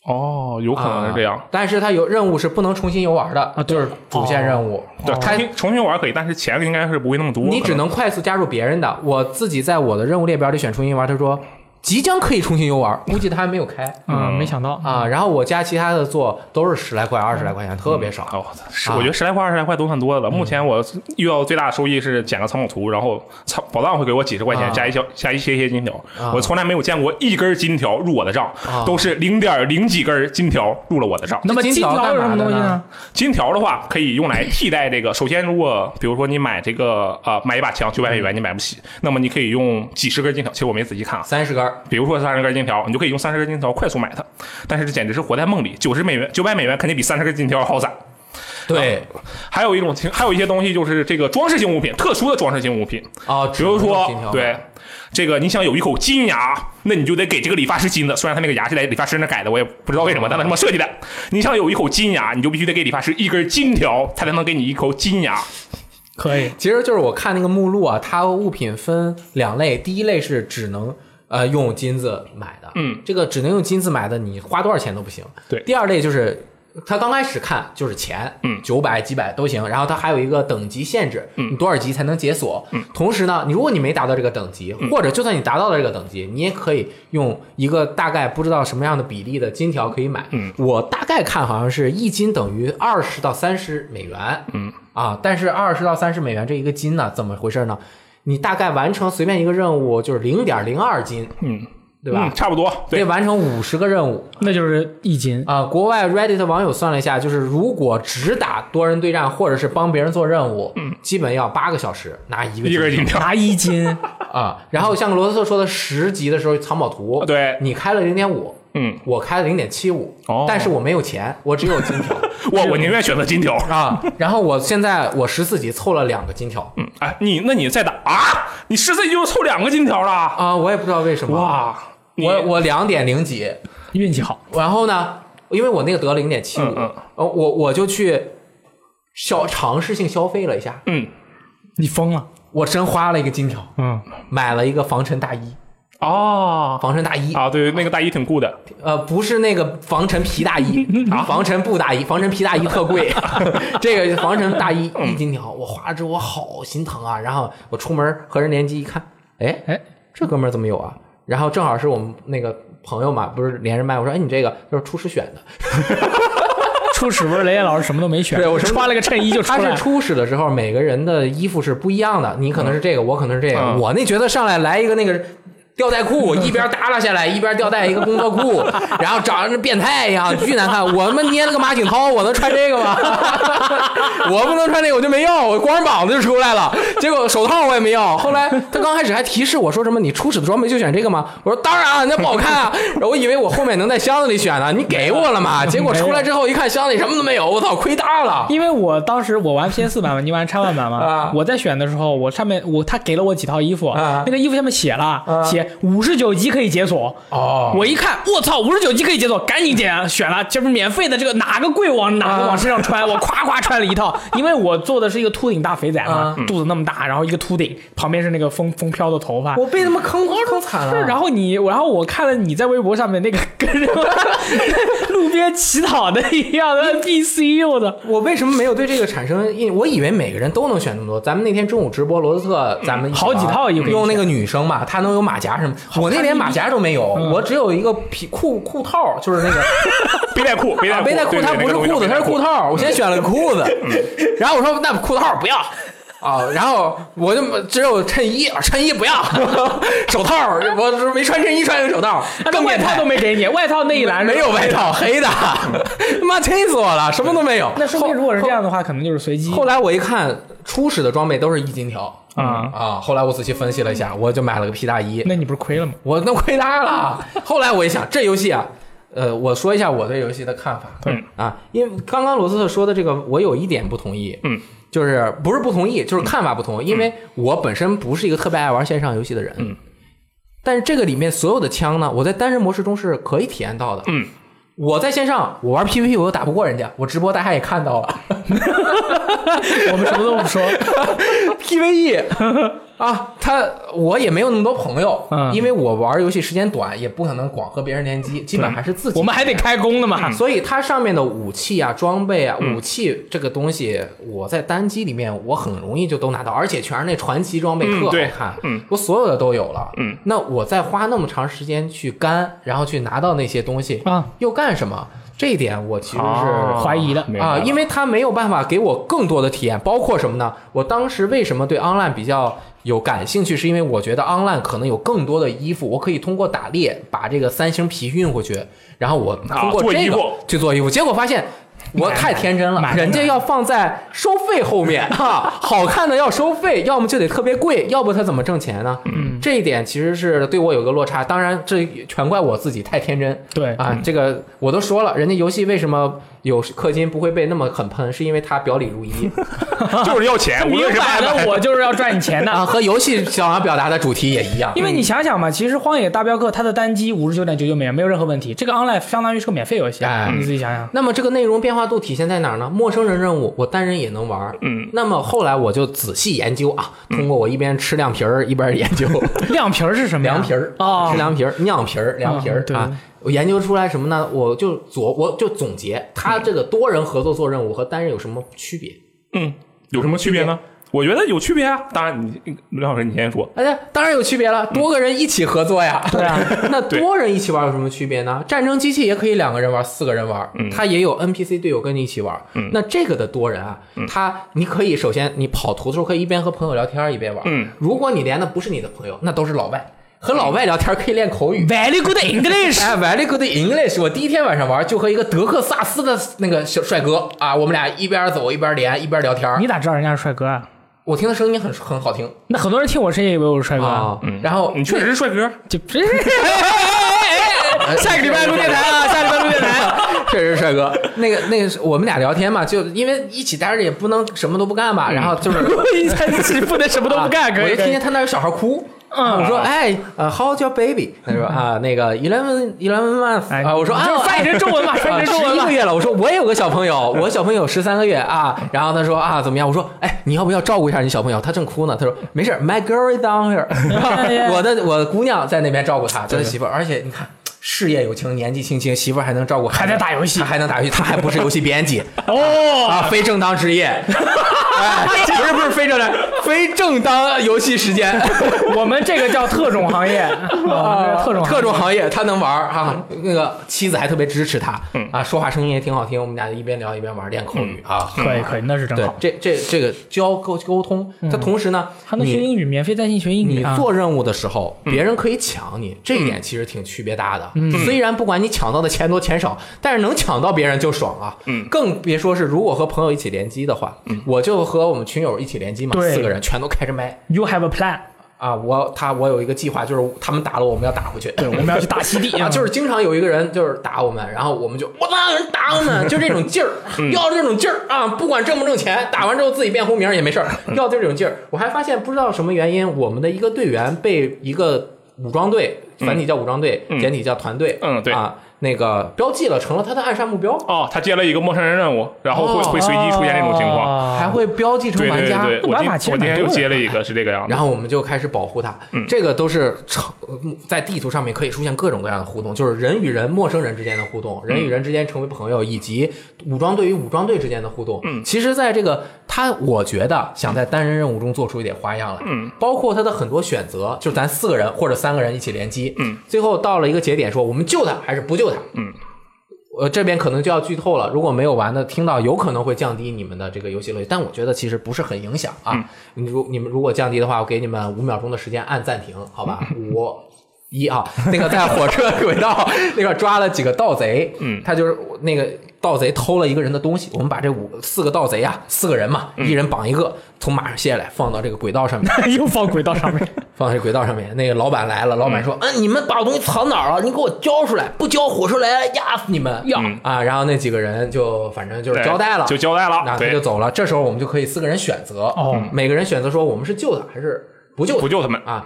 哦，有可能是这样。
啊但是它有任务是不能重新游玩的
啊对
就是主线任务。
对，
它
重新重新玩可以，但是钱应该是不会那么多。
哦你只
可
能快速加入别人的。我自己在我的任务列表里选重新游玩，他说即将可以重新游玩，估计他还没有开
嗯，
嗯
没想到
啊。然后我加其他的做都是十来块、二十来块钱，特别少。
哦，十
啊嗯
我觉得十来块、二十来块都算多的了。目前我遇到最大的收益是剪个藏宝图，然后藏宝藏会给我几十块
啊
钱，加一小加一些些金条
啊。
我从来没有见过一根金条入我的账
啊，
都是零点零几根金条入了我的账。
那么
这
金
金条
条有什么东西
干嘛的
呢
呢？
金条的话可以用来替代这个。首先，如果比如说你买这个啊、呃买一把枪
嗯
九百美元你买不起，那么你可以用几十根金条。其实我没仔细看啊，
三十根儿
比如说三十根金条，你就可以用三十根金条快速买它。但是这简直是活在梦里，九十美元九百美元肯定比三十根金条好攒。
对
还有一种情，还有一些东西就是这个装饰性物品，特殊的装饰性物品，
啊，
比
只
如
能用
说
金条
对这个你想有一口金牙，那你就得给这个理发师金的，虽然他那个牙是在理发师那改的，我也不知道为什么，但他他妈设计的。你想有一口金牙，你就必须得给理发师一根金条，他才能给你一口金牙。
可以，
其实就是我看那个目录啊，它物品分两类，第一类是只能呃用金子买的，
嗯，
这个只能用金子买的，你花多少钱都不行。
对
第二类就是。它刚开始看就是钱，
嗯
九百几百都行。然后它还有一个等级限制，嗯，你多少级才能解锁？嗯，同时呢，你如果你没达到这个等级，或者就算你达到了这个等级，你也可以用一个大概不知道什么样的比例的金条可以买。嗯，我大概看好像是一金等于二十到三十美元。嗯，啊，但是二十到三十美元这一个金呢，怎么回事呢？你大概完成随便一个任务就是零点零二金，
嗯，
对吧
嗯？差不多。
得
对，
完成五十个任务
那就是一斤。
啊、国外 Reddit 网友算了一下，就是如果只打多人对战或者是帮别人做任务，嗯，基本要八个小时拿一个
一
金
根金条。
拿一斤，
啊、然后像罗斯特说的十级的时候藏宝图，
啊对
你开了零点五，
嗯，
我开了零点七五，
哦
但是我没有钱，我只有金 条
我我宁愿选择金条。
啊。然后我现在我十四级凑了两个金条
嗯，哎，你那你再打啊？你十岁就凑两个金条了？
啊、我也不知道为什么，
哇！你
我我两点零几，
运气好。
然后呢，因为我那个得零点七五
嗯嗯，
呃，我我就去消尝试性消费了一下，
嗯
你疯了，
我真花了一个金条，
嗯，
买了一个防尘大衣，
哦
防尘大衣，
啊，对，那个大衣挺酷的。
呃，不是那个防尘皮大衣，啊防尘布大衣，防尘皮大衣特贵，这个防尘大衣一金条，我花了之后我好心疼啊，然后我出门和人联机一看，哎
哎，
这哥们儿怎么有啊？然后正好是我们那个朋友嘛，不是连着卖，我说哎你这个就是初始选的，
初始不是雷雷老师什么都没选，
对我什么
穿了个衬衣就出
他
来
是
了。
初始的时候，每个人的衣服是不一样的，你可能是这个，我可能是这个。
嗯
我那觉得上来来一个那个吊 带裤，一边耷拉下来，一边吊带一个工作裤，然后长得变态一样，巨难看。我他妈捏了个马景涛，我能穿这个吗？ 我不能穿这个，我就没要，我光着膀子就出来了。结果手套我也没要。后来他刚开始还提示我说什么你初始的装备就选这个吗？我说当然啊，那不好看啊。然后我以为我后面能在箱子里选呢，你给我了 嘛？结果出来之后一看箱子里什么都没有，我操，亏大了。
因为我当时我玩 PS 版嘛，你玩 X 万版嘛
啊，
我在选的时候，我上面我他给了我几套衣服，
啊
那个衣服下面写了写五十九级可以解锁，
哦，
我一看，我操，五十九级可以解锁，赶紧点选了，这不是免费的，这个哪个贵往哪个往身上穿，我夸夸穿了一 套，因为我做的是一个秃顶大肥仔嘛
啊，
肚子那么大，然后一个秃顶，旁边是那个风风飘的头发。
我嗯被他们坑坑惨了。
是然后你，然后我看了你在微博上面那个跟什么 路边乞讨的一样的 NPC，我的
我为什么没有对这个产生印？我以为每个人都能选那么多。咱们那天中午直播，罗斯特，咱们一起
好
玩
几套衣服
用那个女生嘛，她能有马甲什么？我那连马甲都没有，我只有一个皮裤裤套，就是那 个
背带裤，背带
啊
裤，
背带裤，
对
它不是裤子，它是裤。套。我先选了个裤子，
嗯
然后我说那裤套不要。啊，然后我就只有衬衣，啊衬衣不要， 手套我是没穿衬衣，穿个手套，
那
更
外
变态
套都没给你，外套那一栏是
没有外套，黑的， 他妈气死我了，什么都没有。
那说明
后
如果是这样的话，可能就是随机
后来我一看，初始的装备都是一金条
啊。
啊，后来我仔细分析了一下，我就买了个皮大衣，
那你不是亏了吗？
我那亏大了。后来我一想，这游戏啊，呃，我说一下我对游戏的看法。
嗯
啊，因为刚刚罗斯特说的这个，我有一点不同意。
嗯。
就是不是不同意，就是看法不同。因为我本身不是一个特别爱玩线上游戏的人，
嗯，
但是这个里面所有的枪呢，我在单人模式中是可以体验到的。
嗯，
我在线上我玩 PVP 我又打不过人家，我直播大家也看到了，
我们什么都不说，
PVE E 啊，他我也没有那么多朋友，
嗯
因为我玩游戏时间短，也不可能光喝别人联机，基本还是自己。
我们还得开工呢嘛。
所以它上面的武器啊、装备啊、
嗯
武器这个东西，我在单机里面我很容易就都拿到，而且全是那传奇装备，
嗯
特好
对
看。
嗯
我所有的都有了。
嗯，
那我再花那么长时间去干，然后去拿到那些东西
啊，哦
又干什么？这一点我其实
啊
是
怀疑的
明白
啊，
了
因为它没有办法给我更多的体验，包括什么呢？我当时为什么对 online 比较有感兴趣，是因为我觉得 online 可能有更多的衣服，我可以通过打猎把这个三星皮运回去，然后我通过
啊做
这
衣
个
服
去做衣服，结果发现。我太天真了
买，买
人家要放在收费 后面哈，好看的要收费，要么就得特别贵，要不他怎么挣钱呢？嗯，这一点其实是对我有个落差，当然这全怪我自己太天真，
对嗯
啊，这个我都说了，人家游戏为什么有氪金不会被那么狠喷，是因为它表里 如一
就是要钱，无
明
论是
摆
卖
了，我就是要赚你钱的。
啊，和游戏想要表达的主题也一样。
因为你想想嘛，其实《荒野大镖客》它的单机五十九点九九美元没有任何问题，这个 online 相当于是个免费游戏，
哎
你自己想想。
那么这个内容变化度体现在哪儿呢？陌生人任务我单人也能玩儿，
嗯
那么后来我就仔细研究啊，通过我一边吃凉皮儿一边研究
亮皮儿是什么呀？
凉皮儿
哦
吃，凉皮儿、酿皮儿、凉皮儿
嗯、对
啊。我研究出来什么呢？我就左我就总结，它这个多人合作做任务和单人有什么区别？
嗯， 有什么区别呢？我觉得有区别啊。当然你，刘老师你先说。
哎呀，当然有区别了，多个人一起合作呀。
嗯 对啊，
那多人一起玩有什么区别呢？战争机器也可以两个人玩，四个人玩，
嗯
它也有 NPC 队友跟你一起玩。那这个的多人啊，
嗯
它你可以首先你跑图的时候可以一边和朋友聊天一边玩。
嗯，
如果你连的不是你的朋友，那都是老外，和
嗯
老外聊天可以练 口语。
Very good English，
哎，very good English！我第一天晚上玩就和一个德克萨斯的那个小帅哥啊，我们俩一边走一边连一边聊天。
你咋知道人家是帅哥啊？
我听的声音很很好听
那很多人听我声音以为我是帅哥啊，
啊，然后
你确实是帅哥，
就 哎 下个礼拜录电台 啊，下个礼拜录电台。
确实是帅哥。那个那个是，我们俩聊天嘛，就因为一起待着也不能什么都不干吧，然后 就是。啊
一在一起不能什么嗯都不干，可
我
以嗯可
就听见
以。
他那有小孩哭，我说哎，呃，How old your baby？他说啊，那个 eleven eleven month
哎
啊，我说啊，
就是翻译成中文嘛翻译成中文
啊十一
嘛
个月了。我说我也有个小朋友，我小朋友十三个月啊。然后他说啊，怎么样？我说哎，你要不要照顾一下你小朋友？他正哭呢。他说没事儿，My girl is down here，
哎
我的我的姑娘在那边照顾他，他的媳妇儿。而且你看。事业有成，年纪轻轻，媳妇儿还能照顾孩子，
还在打游戏
她还能打游戏，他还不是游戏编辑，
哦，
啊，非正当职 业，哎，不是不是非正当，非正当游戏时间，
我们这个叫特种行 业，啊特种行业
呃
嗯
特种行业，他能玩儿哈，那个妻子还特别支持他，啊，说话声音也挺好听，我们俩一边聊一边玩儿练口语啊，
可以可以，那是真
对
好，。嗯
这这这个交沟沟通，他同时呢，
还能学
你
英语，免费在线学英语
你
啊。
做任务的时候，别人可以抢你，这一点其实挺区别大的。
嗯
虽然不管你抢到的钱多钱少，但是能抢到别人就爽啊。
嗯
更别说是如果和朋友一起联机的话，我就和我们群友一起联机嘛，
对
四个人全都开着麦
You have a plan，
啊，我他我有一个计划，就是他们打了我们要打回去。
对，我们要去打西地
啊，就是经常有一个人就是打我们，然后我们就我操有人打我 们，就这种劲儿，要这种劲儿啊，不管挣不挣钱，打完之后自己变红名儿也没事儿，要这种劲儿。我还发现不知道什么原因，我们的一个队员被一个武装队，繁体叫武装队，简体叫团队，
嗯对
啊，那个标记了，成了他的暗杀目标，
哦，他接了一个陌生人任务，然后会、
哦
会随机出现这种情况。
还
况。
会标记成
对
玩
对
家。
对对，我
哦玩
今
法
我
其实
今天
蛮多
又
的
接了一个，是这个样子
然。后我们就开始保护他，这个都是成在地图上面可以出现各种各样的互动，就是人与人、陌生人之间的互动，人与人之间成为朋友，以及武装队与武装队之间的互动。嗯，其实，在这个他，我觉得想在单人任务中做出一点花样来，嗯，包括他的很多选择，就是咱四个人或者三个人一起联机，嗯，最后到了一个节点，说我们救他还是不救他，
嗯。
呃，这边可能就要剧透了。如果没有玩的，听到有可能会降低你们的这个游戏乐趣，但我觉得其实不是很影响啊。你如你们如果降低的话，我给你们五秒钟的时间按暂停，好吧？五一啊，那个在火车轨道那个抓了几个盗贼，嗯，他就是那个盗贼偷了一个人的东西，我们把这五四个盗贼啊，四个人嘛，一人绑一个，从马上卸下来，放到这个轨道上面，
又放轨道上面，
放在轨道上面，那个老板来了，老板说：“嗯，你们把我东西藏哪儿了？啊你给我交出来，不交火车来压死你们！”要啊，然后那几个人就反正就是
嗯对
交代了，
就交代了
那他
对嗯
就走了。这时候我们就可以四个人选择，
哦
每个人选择说我们是救他还是不救他
不救他们，
啊。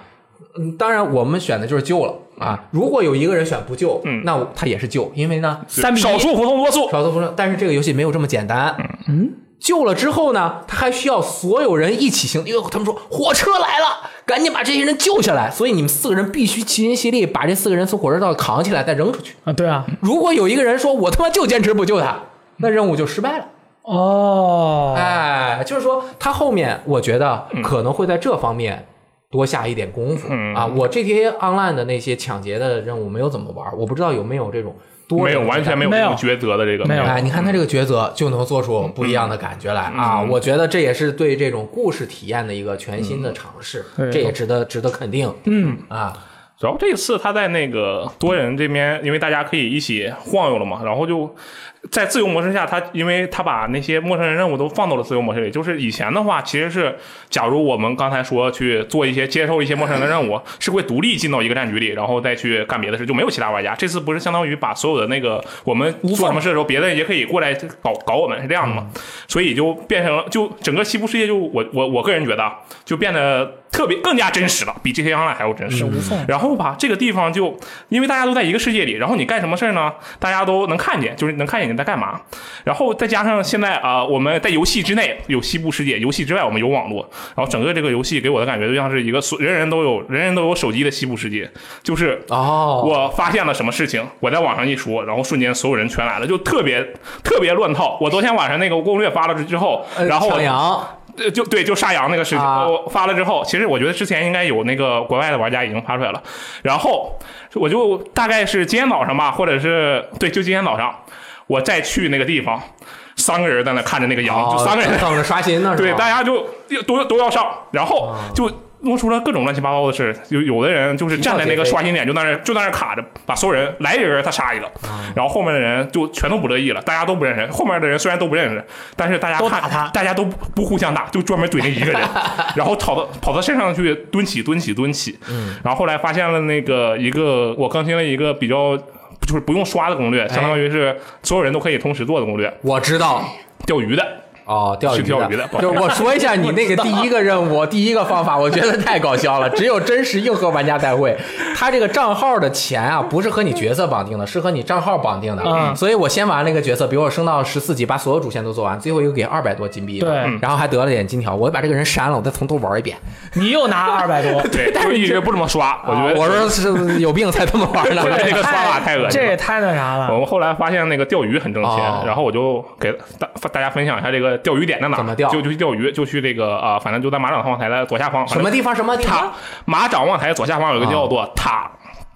嗯，当然我们选的就是救了啊。如果有一个人选不救，
嗯
那我他也是救，因为呢，
三比一
少数服从多数。
少数服从。但是这个游戏没有这么简单，嗯，救了之后呢，他还需要所有人一起行动，因为他们说火车来了，赶紧把这些人救下来。所以你们四个人必须齐心协力把这四个人从火车道扛起来，再扔出去。
啊，对啊，
如果有一个人说我他妈就坚持不救他，那任务就失败了。
哦，
哎，就是说他后面我觉得可能会在这方面多下一点功夫、
嗯
啊。我这些 online 的那些抢劫的任务没有怎么玩，我不知道有没有这种多
没有
人
完全没有
没
这
有
种抉择的这个
没有
哎，你看他这
嗯
个抉择就能做出不一样的感觉来啊！我觉得这也是对这种故事体验的一个全新的尝试，
嗯
这也值得值得肯定。嗯啊，
主要这次他在那个多人这边，因为大家可以一起晃悠了嘛，然后就在自由模式下，他因为他把那些陌生人任务都放到了自由模式里。就是以前的话，其实是假如我们刚才说去做一些接受一些陌生人的任务，是会独立进到一个战局里，然后再去干别的事，就没有其他玩家。这次不是相当于把所有的那个我们做什么事的时候，别的人也可以过来搞搞我们，是这样的嘛？所以就变成了，就整个西部世界就我我我个人觉得啊就变得特别更加真实了，比 GTA Online 还要真实。
无缝
然后吧，这个地方就因为大家都在一个世界里，然后你干什么事儿呢？大家都能看见，就是能看见你在干嘛。然后再加上现在啊、我们在游戏之内有西部世界，游戏之外我们有网络。然后整个这个游戏给我的感觉就像是一个所人人都有人人都有手机的西部世界，就是
哦，
我发现了什么事情，我在网上一说，然后瞬间所有人全来了，就特别特别乱套。我昨天晚上那个攻略发了之后，
呃
然后我
抢羊
呃，就对，就杀羊那个事情，
啊
我发了之后，其实我觉得之前应该有那个国外的玩家已经发出来了，然后我就大概是今天早上吧，或者是对，就今天早上，我再去那个地方，三个人在那看着那个羊，
哦
就三个人在
等着刷新呢，是
对，
吧
大家就都都要上，然后就弄出了各种乱七八糟的事。有有的人就是站在那个刷新点，就在那儿就在那儿卡着，把所有人来一个人他杀一个，然后后面的人就全都不乐意了，大家都不认识。后面的人虽然都不认识，但是大家
都
看
打他
大家都不不互相打，就专门怼那一个人，然后跑到跑到身上去蹲起蹲起蹲起。然后后来发现了那个一个我更新了一个比较。就是不用刷的攻略，相当于是所有人都可以同时做的攻略，
我知道。
钓鱼的。
哦，钓鱼
去钓鱼的不好
就是我说一下你那个第一个任务，第一个方法，我觉得太搞笑了，只有真实硬核玩家才会。他这个账号的钱啊，不是和你角色绑定的，是和你账号绑定的。
嗯
所以我先玩那个角色，比如我升到十四级，把所有主线都做完，最后一个给二百多金币吧，
对嗯
然后还得了点金条，我把这个人删了，我再从头玩一 遍。
你又拿二百 多，
对，但是一直不怎么刷，我觉
啊
得
我说是有病才这么 玩的
我。觉得这个刷法太哦恶心
这
了
也。太那啥
我
了。
们后来发现那个钓鱼很挣钱，
啊哦
然后我就给大大家分享一下这个钓鱼点在哪儿，
怎么钓
就就去钓鱼，就去这个啊、呃反正就在马掌望台的左下方，
什么地哦方？什么地
塔
方？
马掌望台左下方有一个叫做塔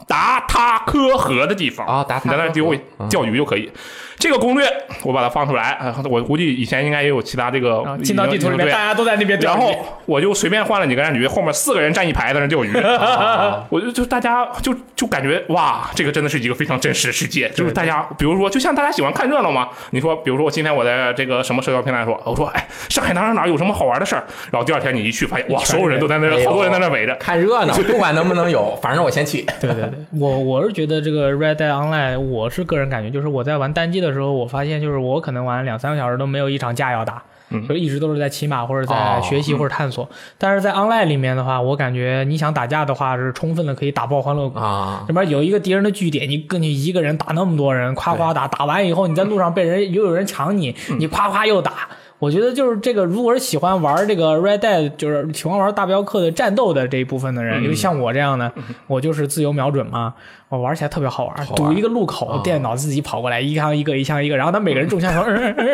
达塔科河的地方
啊达塔
你在那
科河嗯
丢钓鱼就可以。这个攻略我把它放出来，呃我估计以前应该也有其他这个
啊进到地图里面，
对
大家都在那边钓
然
鱼
后我就随便换了几个战局，后面四个人站一排在那钓 鱼，啊我就就大家就就感觉哇，这个真的是一个非常真实的世界，就是大家，比如说，就像大家喜欢看热闹嘛，你说，比如说我今天我在这个什么社交平台说，我说哎，上海哪哪哪有什么好玩的事儿，然后第二天你一去发现，哇，所有人都在那
哎
儿，
呦
好多人在那儿围着，
看热 闹，不管能不能有，反正我先去。
对对对，我我是觉得这个 Red Dead Online，我是个人感觉，就是我在玩单机的时候，我发现就是我可能玩两三个小时都没有一场架要打，
嗯
就一直都是在骑马或者在
哦
学习或者探索。但是在 Online 里面的话，我感觉你想打架的话是充分的可以打爆欢乐谷。
啊，
里面有一个敌人的据点，你跟你一个人打那么多人，夸夸打，打完以后你在路上被人又有人抢你，你夸夸又打。我觉得就是这个，如果是喜欢玩这个 Red Dead，就是喜欢玩大镖客的战斗的这一部分的人，就像我这样的，我就是自由瞄准嘛，我哦玩起来特别好玩，
好
堵
玩嗯
一个路口，电脑自己跑过来，一枪一个，一枪一个，然后他每个人中枪的时候，嗯嗯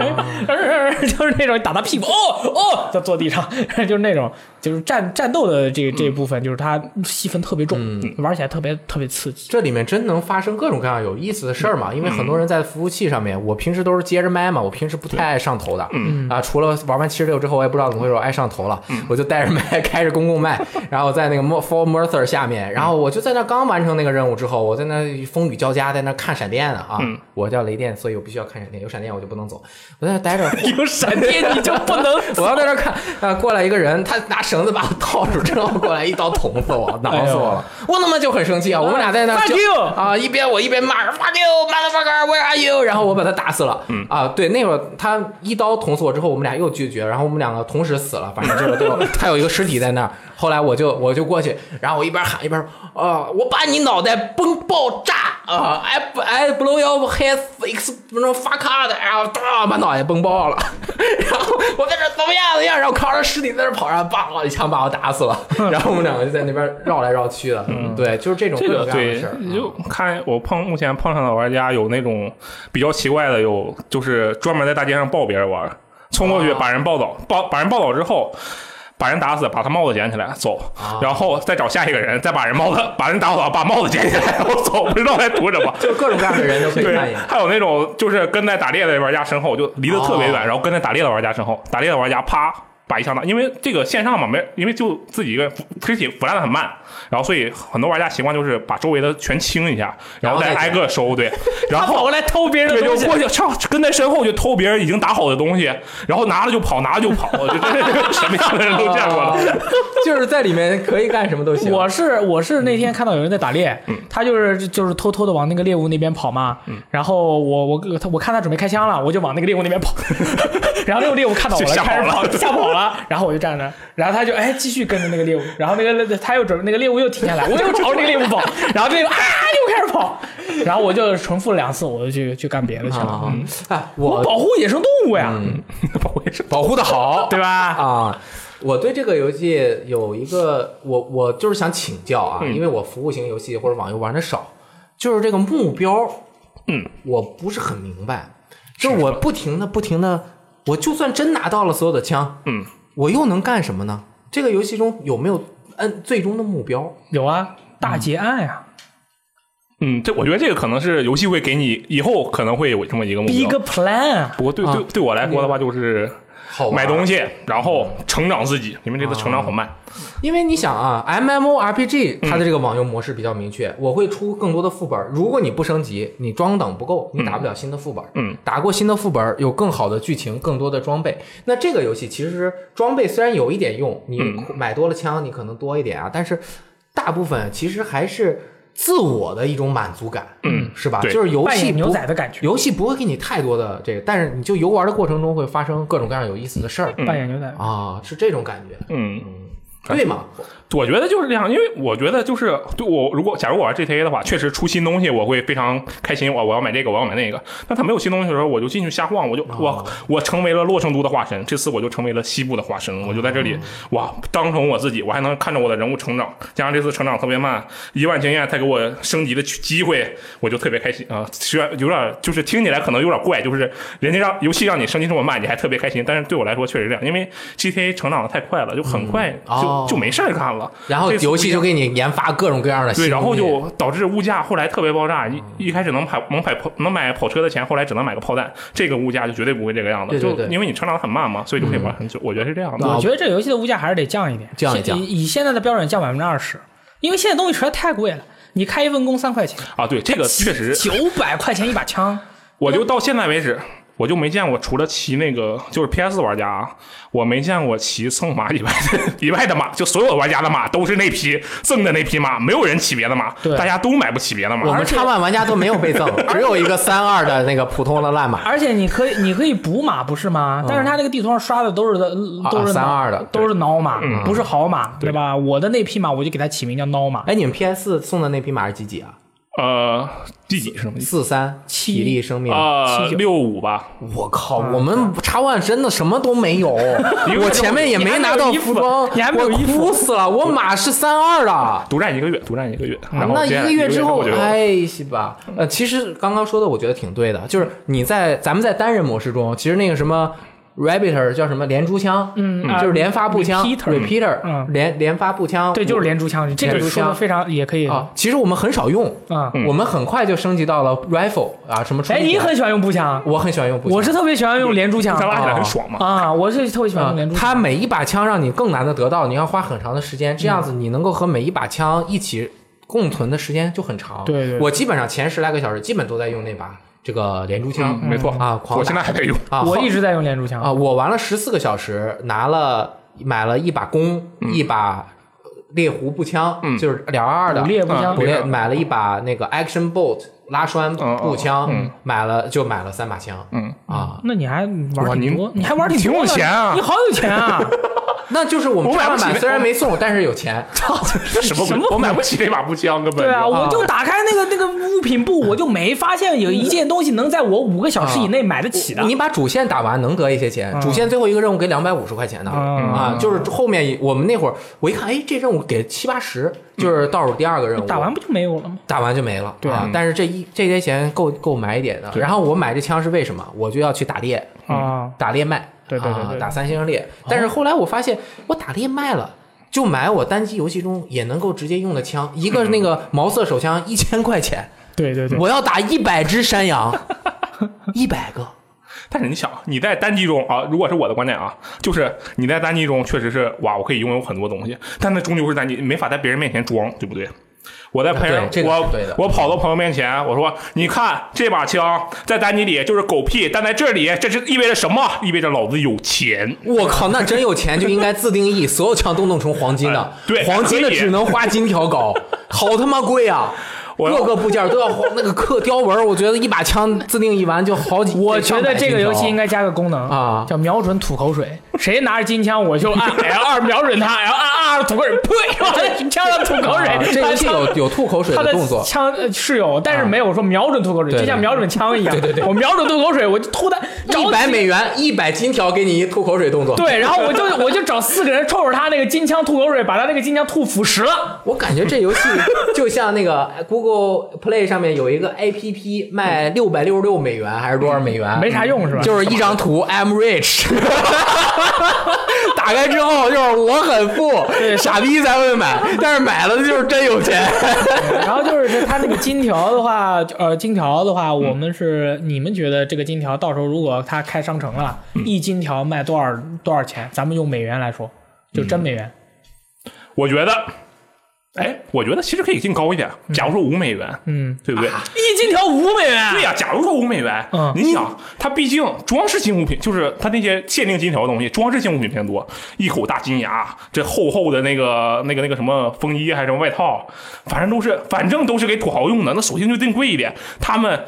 嗯
啊
嗯嗯， 就是那种打他屁股，哦哦，在坐地上， 就是那种就是战战斗的这
嗯
这一部分，就是它戏份特别重，玩起来特别特别刺激。
这里面真能发生各种各样有意思的事儿嘛？因为很多人在服务器上面，我平时都是接着麦嘛，我平时不太爱上头的。嗯啊，除了玩完七十六之后，我也不知道怎么回事，我爱上头了，
嗯
我就带着麦 开着公共麦，然后在那个 Mo- For Mercer 下面，然后我就在那刚完成那个任务之后，我在那风雨交加，在那看闪电呢啊！
嗯
我叫雷电，所以我必须要看闪电，有闪电我就不能走，我在那待着。
有闪电你就不能
我要在这看，啊，过来一个人，他拿绳子把我 套住，之后过来一刀捅死我，挠死我了，我他妈就很生气啊！我们俩在那
Fuck
就
you
啊，一边我一边骂 fuck you，motherfucker，where are you？然后我把他打死了，
嗯
啊，对，那会儿他一刀捅死我之后，我们俩又拒绝，然后我们两个同时死了，反正就是 都有他有一个尸体在那儿。后来我就我就过去，然后我一边喊一边说，啊，我把你脑袋崩爆炸。啊，I I blow your head ex 什么 fuck out，然后当把脑袋崩爆了， 然后我在这儿怎么样怎么样，然后扛着尸体在这儿跑，然后梆一枪把我打 死了，然后我们两个就在那边绕来绕去的，对，就是这种
嗯这
各种各样
个
的
对
事儿，啊
你就看我碰目前碰上的玩家有那种比较奇怪的，有就是专门在大街上抱别人玩，冲过去
啊
把人抱倒，抱把人抱倒之后。把人打死，把他帽子捡起来走，
啊
然后再找下一个人，再把人帽子，把人打倒，把帽子捡起来， 然后走，不知道在图什么。
就各种各样的人都可以
对
哎
扮演，。
还有那种就是跟在打猎的玩家身后，就离得特别远，
哦
然后跟在打猎的玩家身后，打猎的玩家啪把一枪打，因为这个线上嘛，没因为就自己一个人肢体腐烂的很慢，然后所以很多玩家习惯就是把周围的全清一下，然后再
然后再
挨个收， 对，然
他跑
后
过。来偷别人
对，
的
就
东西，
过去上跟在身后就偷别人已经打好的东西，然后拿了就跑，拿了就跑，就 这什么样的人都见过了。
哦
哦
就是在里面可以干什么都行。
我是我是那天看到有人在打猎，
嗯
他就是就是偷偷的往那个猎物那边跑嘛，然后我我他我看他准备开枪了，我就往那个猎物那边 跑，然后那个猎物看到我
就吓跑
开始跑
了
吓跑了，然后我就站那儿，然后他就哎继续跟着那个猎物，然后那个他又准那个猎物又停下 来，我又朝着那个猎物跑，然后这个猎物啊又开始跑，然后我就重复了两次，我就去去干别的去了，
啊，哎，
我
我
保护野生动物呀，
保护的好，
对吧？
啊，我对这个游戏有一个，我我就是想请教啊，
嗯
因为我服务型游戏或者网游玩的少，就是这个目标，
嗯，
我不是很明白，就是我不停的不停的，我就算真拿到了所有的枪，
嗯，
我又能干什么呢？这个游戏中有没有嗯最终的目标？
有啊，大劫案呀
嗯，这我觉得这个可能是游戏会给你以后可能会有这么一个目标。
，Big Plan 啊。
不过对对对我来说的话，就是
好玩
买东西，然后成长自己，因为这次成长很慢。
因为你想啊，M M O R P G
嗯
它的这个网游模式比较明确，我会出更多的副本。如果你不升级，你装等不够，你打不了新的副本。
嗯，
打过新的副本，有更好的剧情，更多的装备。那这个游戏其实装备虽然有一点用，你
嗯
买多了枪，你可能多一点啊，但是大部分其实还是自我的一种满足感，嗯，是吧？
对
就是游
扮
戏
演
不
牛仔的感觉，
游戏不会给你太多的这个，但是你就游玩的过程中会发生各种各样有意思的事儿、
扮演牛仔。
啊，是这种感觉，
嗯，
对吗？
我觉得就是这样，因为我觉得就是对我如果假如我玩 GTA 的话，确实出新东西我会非常开心，我我要买这个，我要买那个。但他没有新东西的时候，我就进去瞎晃，我就我我成为了洛圣都的化身，这次我就成为了西部的化身，我就在这里哇，当成我自己，我还能看着我的人物成长，加上这次成长特别慢，一万经验才给我升级的机会，我就特别开心啊！虽然有点就是听起来可能有点怪，就是人家让游戏让你升级这么慢，你还特别开心，但是对我来说确实这样，因为 GTA 成长的太快了，就很快就、
哦
就没事儿干了。
然后
这次
游戏就给你研发各种各样的新
对，然后
东西
就导致物价后来特别爆炸。
嗯
一一开始能买能买跑能买跑车的钱，后来只能买个炮弹。这个物价就绝对不会这个样子，
对对对嗯
就因为你成长得很慢嘛，所以就可以玩很久。我觉得是这样的。
我觉得这游戏的物价还是得降一点，
啊降一降
现以以现在的标准降百分之二十，因为现在东西实在太贵了。你开一份工三块钱，
啊，对，这个确实，
九百块钱一把枪，
我就到现在为止。我就没见过，除了骑那个就是 PS 玩家啊，我没见过骑蹭马以外的 以外的马，就所有玩家的马都是那匹赠的那匹马，没有人骑别的马，
对
大家都买不起别的马。
我们叉万玩家都没有被赠，只有一个三二的那个普通的烂马。
而且你可以你可以补马不是吗？但是他那个地图上刷的都是
嗯啊
都是
32的
都是孬马，
嗯
不是好马，对吧？我的那匹马我就给它起名叫孬马，
哎，你们 PS 送的那匹马是几几啊？
呃，第几是什么意思？
四三
七
体力生命。
啊，
79
六五吧。
我靠，我们叉万真的什么都没有，我前面也没拿到服装，
你还没有
我
衣服
哭死了，我马是三二的。
独占一个月，独占一个月。然后
啊那一
这样
个
一
月之后
我觉，得
哎，是吧？呃，其实刚刚说的，我觉得挺对的，就是你在咱们在单人模式中，其实那个什么 Rabbiter 叫什么连珠枪，嗯
啊
就是连发步枪
Repeater
，Repeater，
嗯
连连发步枪，
对，就是连珠枪，这个
连珠
说
枪
的非常也可以
啊。嗯其实我们很少用，
啊。
我们很快就升级到了 rifle 啊，什么冲
哎，
锋
你很喜欢用步枪，
我很喜欢用步枪，
我是特别喜欢用连珠枪
咱拉起来很
哦
爽嘛。
啊，我是特别喜欢
啊
用连珠，枪。
它每一把枪让你更难的得到，你要花很长的时间，这样
嗯
子你能够和每一把枪一起共存的时间就很长。
对对
我基本上前十来个小时基本都在用那把这个连珠枪，
嗯没错
啊，狂打
我现在还在用。
啊，
嗯我
后
一直在用连珠枪
啊，我玩了十四个小时，拿了买了一把弓，
嗯
一把呃猎狐步枪，就是两二二的
捕猎步枪
捕猎
嗯
买了一把那个 Action Bolt 拉
嗯
栓步枪，买了就买了三把枪，
嗯
啊，
那你还玩
哇
挺
您
多，你还玩挺
挺
多
有
的
钱啊
你好有钱啊！
那就是我们
我买
插
不
画
起
版
那
虽然没送，但是有钱。
这 什么鬼？我买不 起这把步枪，根本
对啊，
就
我就打开那个那个物品部，我就没发现有一件东西能在我五个小时以内买得 起
啊
的。
你把主线打完能得一些钱，主线最后一个任务给两百五十块钱呢，
嗯
啊，就是后面我们那会儿我一看，哎，这任务给七八十，就是倒数第二个任务，
嗯打完不就没有了吗？
打完就没了，
对嗯
啊，但是这一这些钱够够买一点的。然后我买这枪是为什么？我就要去打猎，
嗯
啊，
打猎卖，
对对对
啊
对哦
打三星猎。但是后来我发现，我打猎卖了。就买我单机游戏中也能够直接用的枪，一个是那个毛瑟手枪，一千块钱，
嗯对对对，
我要打一百只山 羊，一百个，
但是你想，你在单机中啊，如果是我的观点啊，就是你在单机中确实是哇，我可以拥有很多东西，但那终究是单机，你没法在别人面前装，对不对？我在朋友
啊，对这个是
我
对的
我跑到朋友面前，我说：“你看这把枪在单机里就是狗屁，但在这里这是意味着什么？意味着老子有钱。
我靠，那真有钱就应该自定 义，所有枪都弄成黄金的
哎，对
黄金的
可以
只能花金 条搞，好他妈贵啊！
我要
各个部件都要黄那个刻雕纹，我觉得一把枪自定义完就好几。
我觉得这个游戏应
该
该加个功能
啊
叫瞄准吐口水。谁拿着金枪，我就按 L 二瞄准他，L 二二吐口水，呸，往他枪上吐口
啊，
水。
这游戏
他
有有吐口水
他的
动作，啊
枪呃是有，但是没有说瞄准吐口水，
对
就像瞄准枪一样。我瞄准吐口水，我就吐他
一百美。元一百金条给你一吐口水动作。
找，对，然后我就我就找四个人冲着他那个金枪吐口水，把他那个金枪吐腐蚀了。
我感觉这游戏 就像那个 Google Play 上面有一个 APP 卖六百六十六美元还是多少美元，
没啥用是吧
就是一张图，I'm rich，打开之后就是我很富，傻逼才会买，但是买了的就是真有钱。
然后就是他那个金条的话，呃，金条的话，
嗯
我们是你们觉得这个金条到时候如果他开商城了，
嗯
一金条卖多少多少钱？咱们用美元来说，就
嗯
真美元。”
我觉得，哎，我觉得其实可以定高一点，假如说五美元，
嗯，
对不对？
一金条五美元，
对呀、假如说五美元，
嗯
你想，它毕竟装饰性物品，就是它那些限定金条的东西，装饰性物品偏多，一口大金牙，这厚厚的那个那个那个什么风衣还是什么外套，反正都是，反正都是给土豪用的，那索性就定贵一点，他们。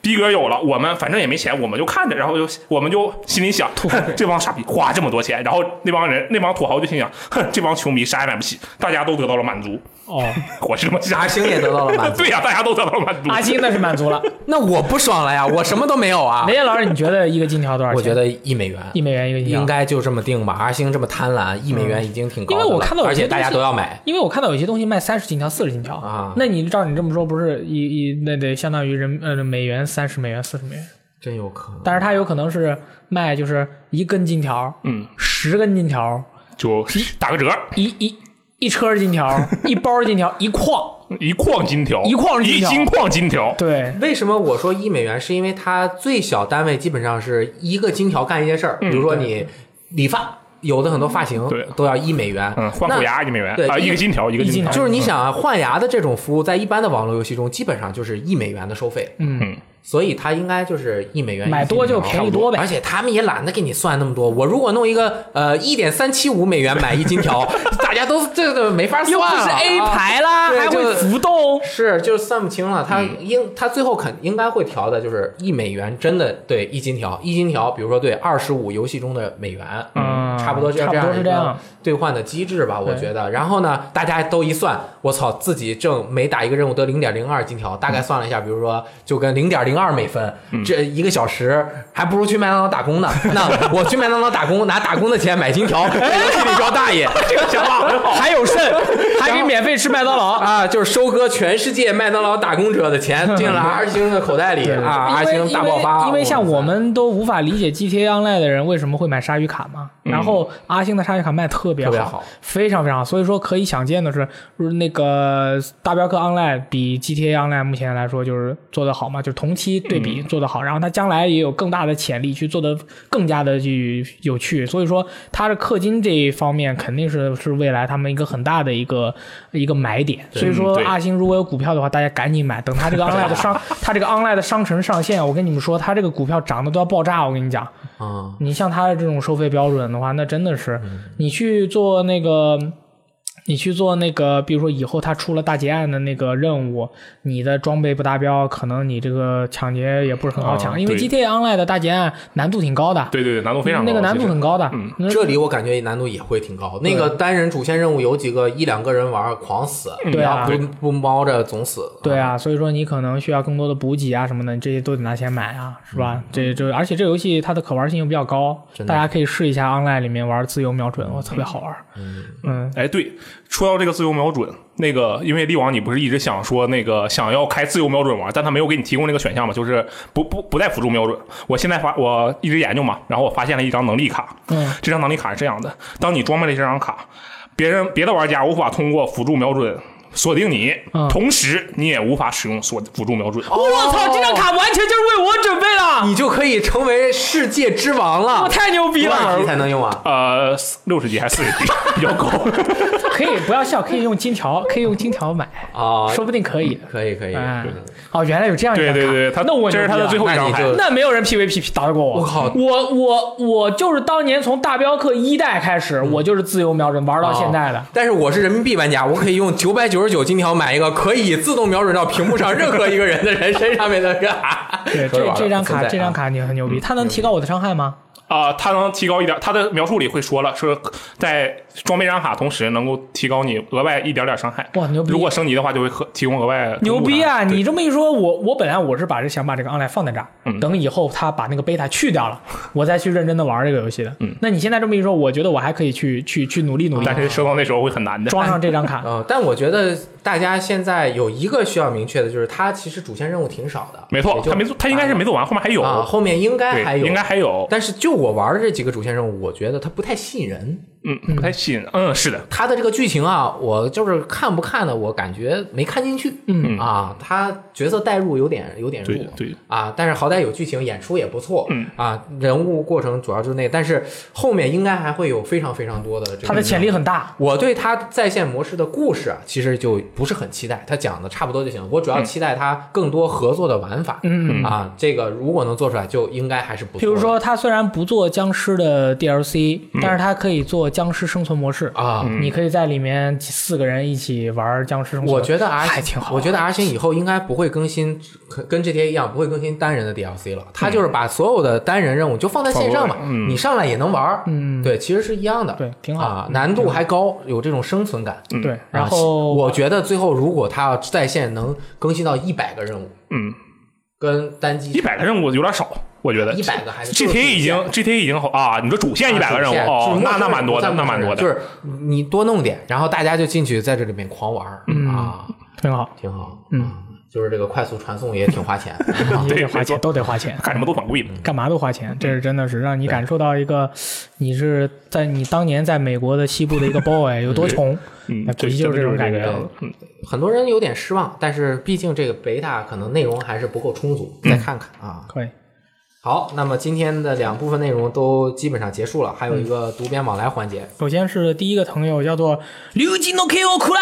逼格有了，我们反正也没钱，我们就看着，然后就我们就心里想，哼，这帮傻逼花这么多钱，然后那帮人那帮土豪就心想，哼，这帮穷逼啥也买不起，大家都得到了满足，
哦，
我是这么想
阿。星也得到了满足，
对呀、大家都得到了满足。
阿星那是满足了。
那我不爽了呀，我什么都没有啊
雷。燕老师，你觉得一个金条多少钱？
我觉得一美元
一美元一个金条
应。该就这么定吧。阿星这么贪婪，一美元已经挺高的了，
因为我看到有
而
些
且大家
东西
都要买。
因为我看到有些东西卖三十金条、四十金条
啊
那你照你这么说，不是一一那得相当于人呃美元三十美元、四十美元，
真有可能。
但是它有可能是卖就是一根金条，
嗯，
十根金条，
就打个折，
一一一车金条，一包金条，一矿，
一矿金条，
一矿金
一
条
金矿金条，
对，
为什么我说一美元？是因为它最小单位基本上是一个金条干一件事儿，比如说你理发，有的很多发型
对
都要一美元。
嗯，换
那
虎牙一美元
对
啊，一个金条一个
一金
金条，
就是你想啊，换牙的这种服务，在一般的网络游戏中，基本上就是一美元的收费，
嗯，
所以它应该就是一美元
买多就
一金条
便宜多呗
而且他们也懒得给你算那么多。我如果弄一个呃一点三七五美元买一金条， 大家都这个没法
又
算
不
了
是 A
啊
牌啦，
对
还
就
会浮动，
是，就是算不清了。他
嗯
应、他最后肯应该会调的，就是一美元真的对一金条，一金条，比如说对二十五游戏中的美元，
嗯
差不多就
差不多
样
是
一
这
个
样
兑换的机制吧，我
对
觉得。然后呢，大家都一算，我操，自己挣每打一个任务得零点零二金条，大
嗯
概算了一下，比如说就跟零点零二美分，这一个小时还不如去麦当劳打 工呢。那我去麦当劳打工，拿打工的钱买金条，给游戏里装大爷。
这个想法很好。
还有剩，还可以免费吃麦当劳。
啊，就是收割全世界麦当劳打工者 的钱进了阿星的口袋里啊，阿
因为
星大爆发。
因为因为像我
哇塞
们都无法理解 GTA Online 的人为什么会买鲨鱼卡嘛。然后阿星的鲨鱼卡卖得特别
嗯特别好
非常非常好。所以说可以想见的是，如那个大镖客 Online 比 GTA Online 目前来说就是做得好嘛，就是同期对比做
嗯
得好。然后它将来也有更大的潜力去做得更加的去有趣。所以说它的氪金这一方面肯定是是未来他们一个很大的一个一个买点。所以说
嗯对
阿星如果有股票的话，大家赶紧买，等它这个 Online 的 商，它这个 Online 的商城上线，我跟你们说，它这个股票涨得都要爆炸。我跟你讲，
啊，
嗯
你像它的这种收费标准的话，那真的是你去做那个。你去做那个，比如说以后他出了大劫案的那个任务，你的装备不达标，可能你这个抢劫也不是很好抢，
啊
因为
对
GTA Online 的大劫案难度挺高的，嗯
对对对，难度非常高，
那个难
其
度
实嗯
很高的。那
这里我感觉难度也会挺高。那个单人主线任务有几个一两个人玩儿狂死，
对啊
然后不不猫着总死。
对啊，所以说你可能需要更多的补给啊什么的，你这些都得拿钱买啊，是吧？这这而且这游戏它的可玩性又比较高，
嗯真的
大家可以试一下 Online 里面玩自由瞄准，我特别好玩。嗯，
哎，对，说到这个自由瞄准，那个因为力王你不是一直想说那个想要开自由瞄准嘛，但他没有给你提供这个选项嘛，就是不不不带辅助瞄准。我现在发我一直研究嘛，然后我发现了一张能力卡，
嗯，
这张能力卡是这样的：当你装备了这张卡，别人别的玩家无法通过辅助瞄准。锁定你，
嗯
同时你也无法使用锁辅助瞄准。
我操，这张卡完全就是为我准备的，
你就可以成为世界之王了。
我太牛逼
多少级才
了！
能用啊？
呃，六十级还是四十级， 比较高。
可以不要笑，可以用金条，可以用金条买，
啊，
说不定可以。
可以可以。
哎
嗯，
哦，原来有这样一张
对
卡，
对对，他
那我
这是他的
牛逼啊
最
了
后
啊
一张
那
牌
你。就
那没有人 PVP 打得过我。
我靠
我我我就是当年从大镖客一代开始，
嗯
我就是自由瞄准玩到现在的
哦。但是我是人民币玩家，我可以用九百九十九金条买一个可以自动瞄准到屏幕上任何一个人的人 身上面的卡。
对，
说着
这
玩儿
这张
不存
卡，
在啊
这张卡你很牛逼，它能提高我的伤害吗？
啊、它能提高一点，它的描述里会说了，说在装备这张卡同时能够提高你额外一点点伤害。
哇牛逼
如果升级的话，就会和提供额外
牛逼啊！
对
你这么一说，我我本来我是把这想把这个 online 放在这儿，
嗯
等以后他把那个 beta 去掉了，我再去认真的玩这个游戏的。
嗯
那你现在这么一说，我觉得我还可以去去去努力努力
啊
但，是升到那时候会很难的。
装上这张 卡。
嗯，但我觉得大家现在有一个需要明确的，就是它其实主线任务挺少的，
没错
也，就
他没做，他应该是没做完，后面还有，
啊，后面应该
对，
还有，
应该还有，
但是就我玩的这几个主线任务，我觉得它不太吸引人。
嗯，不太吸引。嗯，是的，
它的这个剧情啊，我就是看不看的，我感觉没看进去。嗯啊，它角色代入有点有点弱。
对对
啊，但是好歹有剧情，演出也不错。嗯啊，人物过程主要就是那个，但是后面应该还会有非常非常多的这个。
它的潜力很大，
我对它在线模式的故事啊，其实就不是很期待，它讲的差不多就行。我主要期待它更多合作的玩法。嗯啊，这个如果能做出来，就应该还是不错的。嗯
比如说，它虽然不做僵尸的 DLC，但是它可以做僵尸生存模式
啊，
你可以在里面四个人一起玩僵尸生存。
我觉得 R
还哎挺好。
我觉得 R 星以后应该不会更新，可跟 GTA 一样不会更新单人的 DLC
嗯
了。它就是把所有的单人任务就放在线上嘛，你上来也能玩儿。嗯，对，其实是一样的，
对挺好
啊，难度还高，有这种生存感。
得对，
啊
然后
我觉得最后如果它要在线能更新到一百个任务，
嗯，
跟单机
一百个任务有点少，我觉得
一百个还是
GTA 已经 GTA 已经好啊，你说主线一百个任务哦，那那蛮多的，那蛮多的。
就是你多弄点，然后大家就进去在这里面狂玩儿
嗯
啊，
挺好，
挺好。嗯，就是这个快速传送也挺花 钱。啊
也得
对
花钱，
没错
都得花钱。
干什么都挺贵的，
干嘛都花钱，这是真的是让你感受到一个，你是在你当年在美国的西部的一个 boy 有多穷，
嗯
那，估
对
计就是这种感觉。
真的就是这个嗯，，
很多人有点失望，但是毕竟这个贝塔可能内容还是不够充足，再看看啊。
可以，
好，那么今天的两部分内容都基本上结束了，还有一个读编往来环节。
首先是第一个朋友叫做刘金诺 K O 苦来，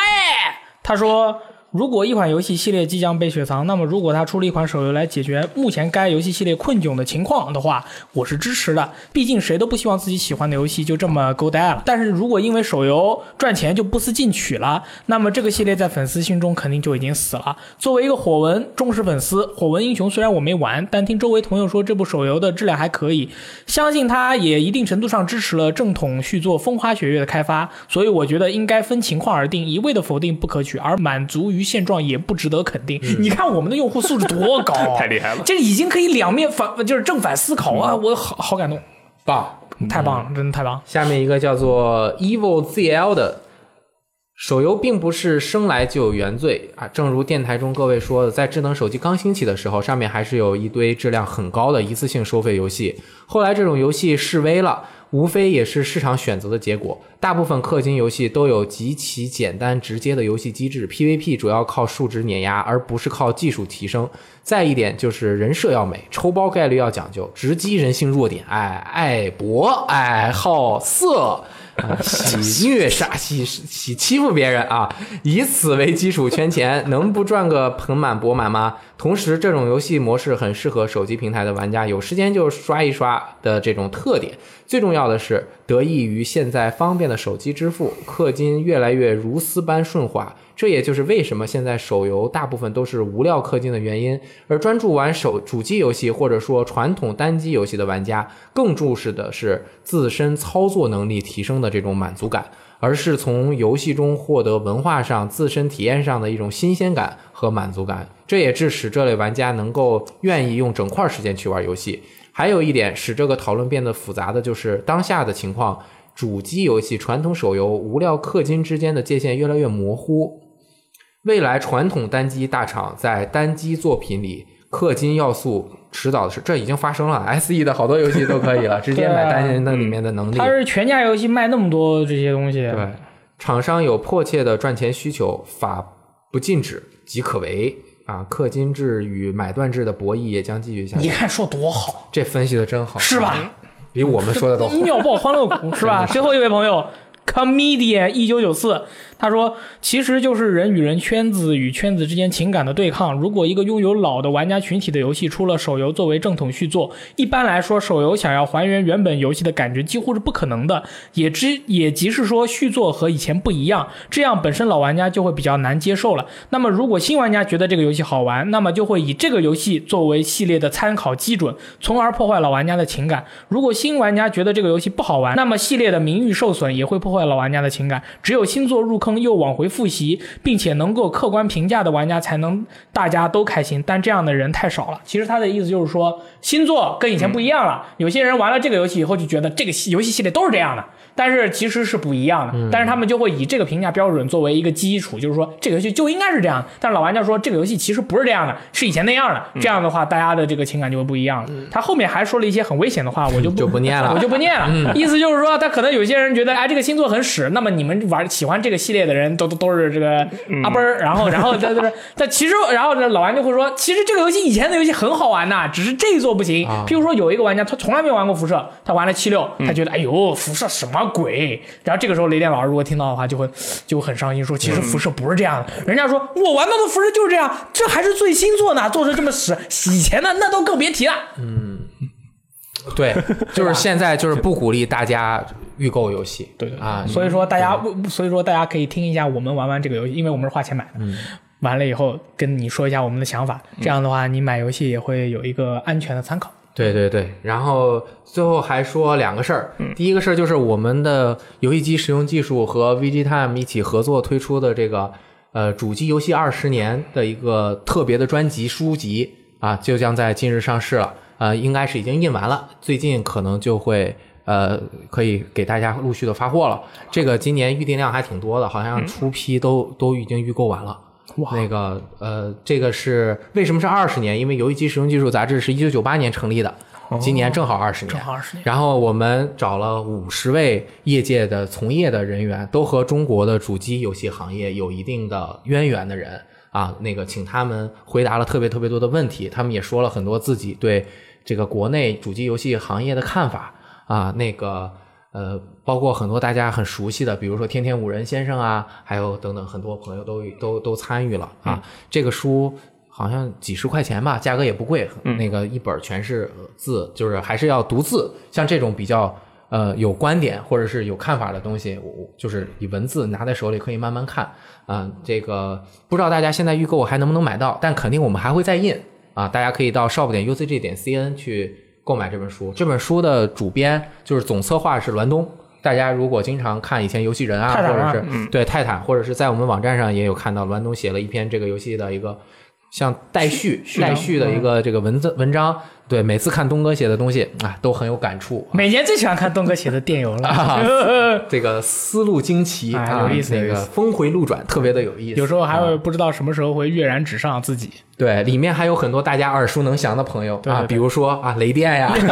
他说。如果一款游戏系列即将被雪藏，那么如果它出了一款手游来解决目前该游戏系列困窘的情况的话，我是支持的。毕竟谁都不希望自己喜欢的游戏就这么勾呆了。但是如果因为手游赚钱就不思进取了，那么这个系列在粉丝心中肯定就已经死了。作为一个火纹忠实粉丝，火纹英雄虽然我没玩，但听周围朋友说这部手游的质量还可以，相信它也一定程度上支持了正统续作《风花雪月》的开发，所以我觉得应该分情况而定，一味的否定不可取，而满足于现状也不值得肯定。你看我们的用户素质多高啊
太厉害了
这已经可以两面反，就是正反思考啊！我好好感动，
棒，
太棒了，真的太棒了！
下面一个叫做 Evil ZL 的手游并不是生来就有原罪啊，正如电台中各位说的，在智能手机刚兴起的时候，上面还是有一堆质量很高的一次性收费游戏。后来这种游戏式微了，无非也是市场选择的结果。大部分氪金游戏都有极其简单直接的游戏机制，PVP 主要靠数值碾压，而不是靠技术提升。再一点就是人设要美，抽包概率要讲究，直击人性弱点，哎，爱博，哎，好色。啊喜虐杀、喜喜欺负别人啊，以此为基础圈钱，能不赚个盆满钵满吗？同时，这种游戏模式很适合手机平台的玩家，有时间就刷一刷的这种特点。最重要的是，得益于现在方便的手机支付，氪金越来越如丝般顺滑。这也就是为什么现在手游大部分都是无料氪金的原因，而专注玩手主机游戏或者说传统单机游戏的玩家，更注视的是自身操作能力提升的这种满足感，而是从游戏中获得文化上、自身体验上的一种新鲜感和满足感。这也致使这类玩家能够愿意用整块时间去玩游戏。还有一点使这个讨论变得复杂的就是当下的情况。主机游戏、传统手游、无料氪金之间的界限越来越模糊，未来传统单机大厂在单机作品里氪金要素迟早的是，这已经发生了。S E 的好多游戏都可以 了，直接买单人那里面的能力。
它是全价游戏卖那么多这些东西，
对，厂商有迫切的赚钱需求，法不禁止即可为啊！氪金制与买断制的博弈也将继续下
你
去。
看说多好，
这分析的真好，
是吧？
比我们说的 都好。
妙爆欢乐谷是吧？最后一位朋友。comedian 一九九四，他说，其实就是人与人圈子与圈子之间情感的对抗。如果一个拥有老的玩家群体的游戏出了手游作为正统续作，一般来说，手游想要还原原本游戏的感觉几乎是不可能的。也之也即是说，续作和以前不一样，这样本身老玩家就会比较难接受了。那么，如果新玩家觉得这个游戏好玩，那么就会以这个游戏作为系列的参考基准，从而破坏老玩家的情感。如果新玩家觉得这个游戏不好玩，那么系列的名誉受损也会破坏老玩家的情感。只有新作入坑又往回复习，并且能够客观评价的玩家才能大家都开心，但这样的人太少了。其实他的意思就是说，新作跟以前不一样了。有些人玩了这个游戏以后就觉得这个系游戏系列都是这样的，但是其实是不一样的。但是他们就会以这个评价标准作为一个基础，就是说这个游戏就应该是这样的。但是老玩家说这个游戏其实不是这样的，是以前那样的。这样的话，大家的这个情感就会不一样了。他后面还说了一些很危险的话，我就不
就不念了嗯
我就不念了。意思就是说，他可能有些人觉得，哎，这个星座很屎，那么你们玩喜欢这个系列的人都都都是这个阿奔儿，然后然后他就是，但其实然后这老玩就会说，其实这个游戏以前的游戏很好玩呐，只是这一座不行。
啊
譬如说有一个玩家，他从来没玩过辐射，他玩了七六，他觉得哎呦辐射什么鬼？然后这个时候雷电老师如果听到的话，就会就会很伤心，说其实辐射不是这样的。人家说我玩到的辐射就是这样，这还是最新作呢，做成这么屎，以前的那都更别提了。
对，就是现在就是不鼓励大家预购游戏。
对对对
啊，
所以说大家，所以说大家可以听一下我们玩玩这个游戏，因为我们是花钱买的。
嗯
完了以后跟你说一下我们的想法，这样的话你买游戏也会有一个安全的参考。
对对对，然后最后还说两个事儿。第一个事儿就是我们的游戏机使用技术和 VG Time 一起合作推出的这个呃主机游戏二十年的一个特别的专辑书籍啊，就将在近日上市了。呃，应该是已经印完了，最近可能就会呃可以给大家陆续的发货了。这个今年预定量还挺多的，好像出批都、都已经预购完了。那个呃，这个是为什么是二十年？因为《游戏机使用技术》杂志是一九九八年成立的，今年正好二十
哦
年。
正好20年
然后我们找了五十位业界的从业的人员，都和中国的主机游戏行业有一定的渊源的人啊，那个请他们回答了特别特别多的问题，他们也说了很多自己对这个国内主机游戏行业的看法啊，那个。呃，包括很多大家很熟悉的，比如说天天五人先生啊，还有等等很多朋友都都都参与了啊。这个书好像几十块钱吧，价格也不贵，那个一本儿全是呃字，就是还是要读字。像这种比较呃有观点或者是有看法的东西，我我就是以文字拿在手里可以慢慢看。啊、这个不知道大家现在预购还能不能买到，但肯定我们还会再印啊，大家可以到 shop 点 ucg 点 cn 去购买这本书。这本书的主编就是总策划是栾东。大家如果经常看以前游戏人啊，
泰坦
或者
啊
是、对泰坦，或者是在我们网站上也有看到栾东写了一篇这个游戏的一个像待续
章嗯
待续的一个这个文字文章。对，每次看东哥写的东西啊，都很有 感触。
每年最喜欢看东哥写的电邮
啊
了，
这个思路惊奇
哎
啊，
有意思
那
有
个
意思
峰回路转，特别的有 意思。啊
有时候还会不知道什么时候会跃然纸上自 己。
对，里面还有很多大家耳熟能详的朋友
对对
啊，
对
比如说啊，雷电 呀，
说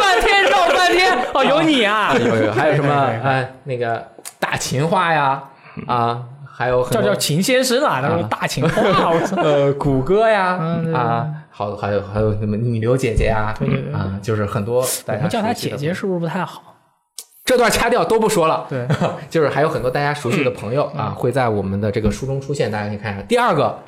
半天绕半天，哦，有你啊，
有有，还有什么
对对对
哎，那个大秦话呀，啊，还有 很
嗯叫
多
叫秦先生啊，他说大秦话，我 操。
呃谷歌呀
嗯对对
啊，好，还有还有什么逆流姐姐啊
对对对，对
啊，就是很多
我
大家
们叫她
熟悉
姐
的
姐是不是不太好？
这段掐掉都不说了，
对， 嗯
就是还有很多大家熟悉的朋友啊，会在我们的这个书中出现，大家可以看一下。第二个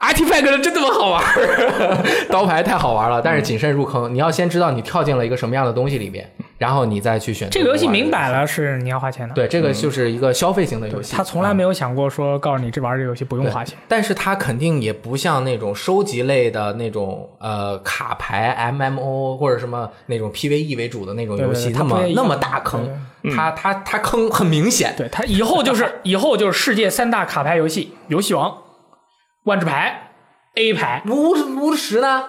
，artifact 真他妈好玩儿， 刀牌太好玩了，但是谨慎入坑，你要先知道你跳进了一个什么样的东西里边，然后你再去选择
这个游戏
玩的
明摆了是你要花钱的，，
对，这个就是一个消费型的游戏，
他嗯从来没有想过说告诉你这玩这游戏不用
对
花钱。
但是它肯定也不像那种收集类的那种呃卡牌 MMO 或者什么那种 PVE 为主的那种游戏
对对对
那
它不
么
也一
那
样
么大坑，
嗯
它它它坑很明显，
对他以后就是以后就是世界三大卡牌游戏：游戏王、万智牌、A 牌。
炉炉石呢？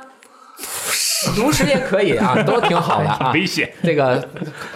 炉石也可以 啊，都挺好的啊。
危险。
这个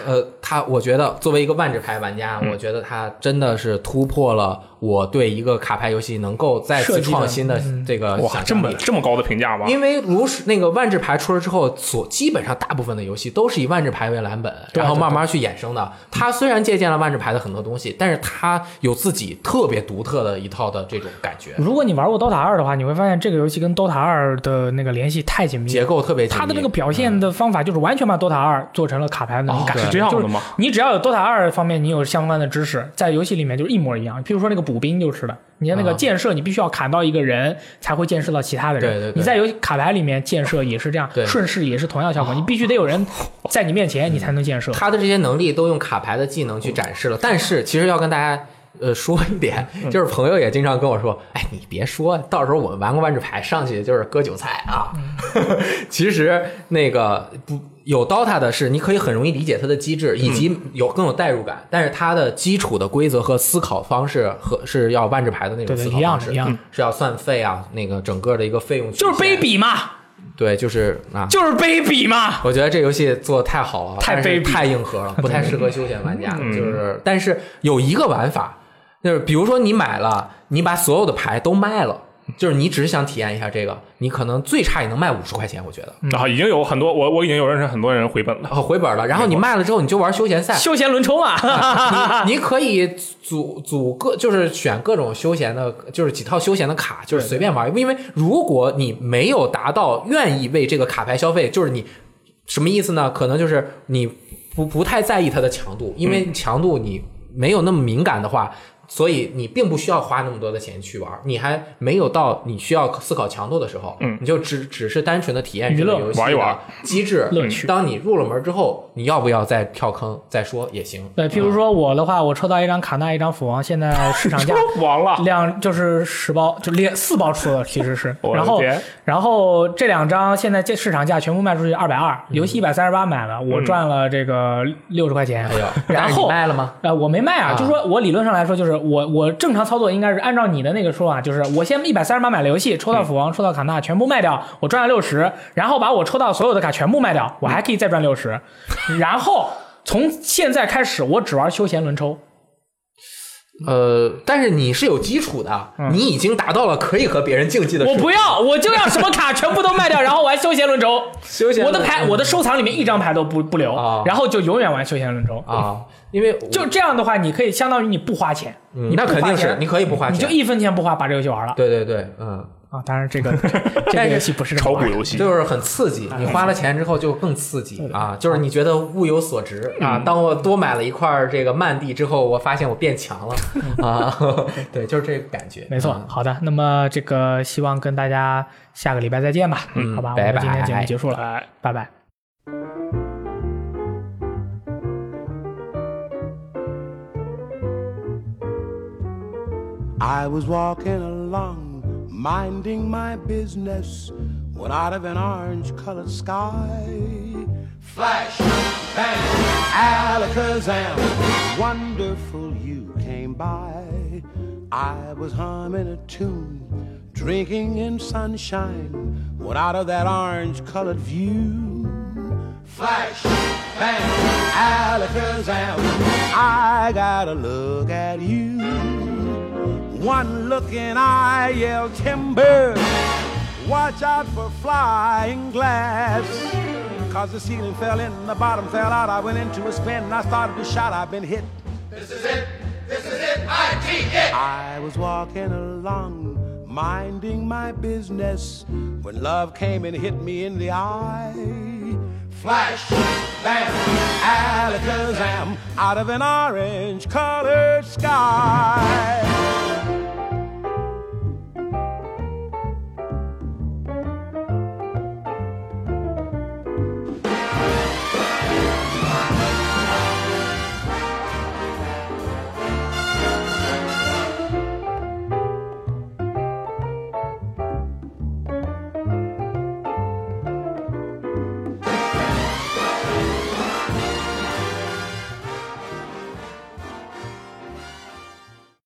呃，他我觉得作为一个万智牌玩家，
嗯
我觉得他真的是突破了我对一个卡牌游戏能够再
设
次
计的嗯
创新的这个
哇，
想
这
象
么
力。
这么高的评价吗？
因为炉石那个万智牌出了之后，所基本上大部分的游戏都是以万智牌为蓝本，
啊
然后慢慢去衍生的。它虽然借鉴了万智牌的很多东西，但是它有自己特别独特的一套的这种感觉，
如果你玩过《DOTA 二》的话，你会发现这个游戏跟《DOTA 二》的那个联系太紧密
结
了。
构特别紧密。嗯
它的那个表现的方法就是完全把《DOTA 二》做成了卡牌的那种感觉，
哦是这样的吗
就是你只要有《DOTA 二》方面你有相关的知识，在游戏里面就是一模一样。譬如说那个补兵就是的，你的那个
啊
建设，你必须要砍到一个人才会建设到其他的人。
对对对
你在游戏卡牌里面建设也是这样
对，
顺势也是同样效果，你必须得有人在你面前，你才能建设。
他的这些能力都用卡牌的技能去展
嗯
示了。但是其实要跟大家呃说一点，就是朋友也经常跟我说，哎，你别说，到时候我们玩个万智牌上去就是割韭菜啊。
嗯
其实那个不。有 DOTA 的是，你可以很容易理解它的机
嗯
制，以及有更有代入感。但是它的基础的规则和思考方式和是要万智牌的那种
对对
思考
一样
方
的
式，
一样的
嗯是要算费啊，那个整个的一个费用曲
就是卑
线。
鄙嘛，
对，就是啊，
就是卑鄙嘛。
我觉得这游戏做的太好了，
太
但是
卑鄙嗯
太硬核了，不太适合休闲玩家。就是，但是有一个玩法，就是比如说你买了，你把所有的牌都卖了，就是你只是想体验一下这个，你可能最差也能卖五十块钱，我觉得。
啊，已经有很多我我已经有认识很多人回本了。
哦，回本了，然后你卖了之后，你就玩休闲赛，
休闲轮抽嘛，
你你可以组组各，就是选各种休闲的，就是几套休闲的卡，就是随便玩。因为如果你没有达到愿意为这个卡牌消费，就是你什么意思呢？可能就是你不不太在意它的强度，因为强度你没有那么敏感的话。所以你并不需要花那么多的钱去玩，你还没有到你需要思考强度的时候，嗯，你就只只是单纯的体验这个
娱乐
游戏
玩一玩
的机制
乐趣
当你入了门之后，你要不要再跳坑再说也行。
对，譬如说我的话，我抽到一张卡纳，一张斧王，现在市 场价
完了，。
两就是十包，就连四包出了，其实是
我的
然后
天
然后这两张现在这市场价全部卖出去二百二，游戏一百三十八买了，我赚了这个六十块钱。
哎呦， 但
然
是你
后。
卖了吗？
呃，我没卖啊，
啊
就是说我理论上来说，就是我我正常操作应该是按照你的那个说法，就是我先一百三十八买了游戏，抽
嗯
到斧王，抽到卡纳，全部卖掉，我赚了六十，然后把我抽到所有的卡全部卖掉，我还可以再赚六 十，然后从现在开始我只玩休闲轮抽，
呃，但是你是有基础的，你已经达到了可以和别人竞技的
嗯我
水
不
平。
要，我就要什么卡全部都卖掉，然后玩休闲轮 抽，
休闲
我
轮
的牌我的收藏里面一张牌都不不留
啊，
然后就永远玩休闲轮抽。
啊，因为我
就这样的话，你可以相当于你不花钱，
嗯
你
那
不花
肯定是
钱
你可以不花
你就
钱，
一分钱不花把这游戏玩了。
对对对，嗯，
啊，当然这个这
但
个
是
游戏不是这么
炒股
玩的
游戏，
就是很刺激。
哎
你花了钱之后就更刺激啊，就是你觉得物有所值
嗯
啊。当我多买了一块这个曼地之后，我发现我变强了啊， 对，就是这个感觉。
嗯没错
啊，
好的，那么这个希望跟大家下个礼拜再见吧，好吧，
拜
我们今天节
拜
目结束了，
哎
拜拜。
I was walking along, minding my business, when out of an orange colored sky, flash, bang, alakazam, wonderful you came by. I was humming a tune, drinking in sunshine, when out of that orange colored view, flash, bang, alakazam, I gotta look at you. One look and I yell timber. Watch out for flying glass. Cause the ceiling fell in, the bottom fell out. I went into a spin and I started to shout, I've been hit. I was walking along, minding my business, when love came and hit me in the eye. Flash, bam, Alakazam, out of an orange colored sky.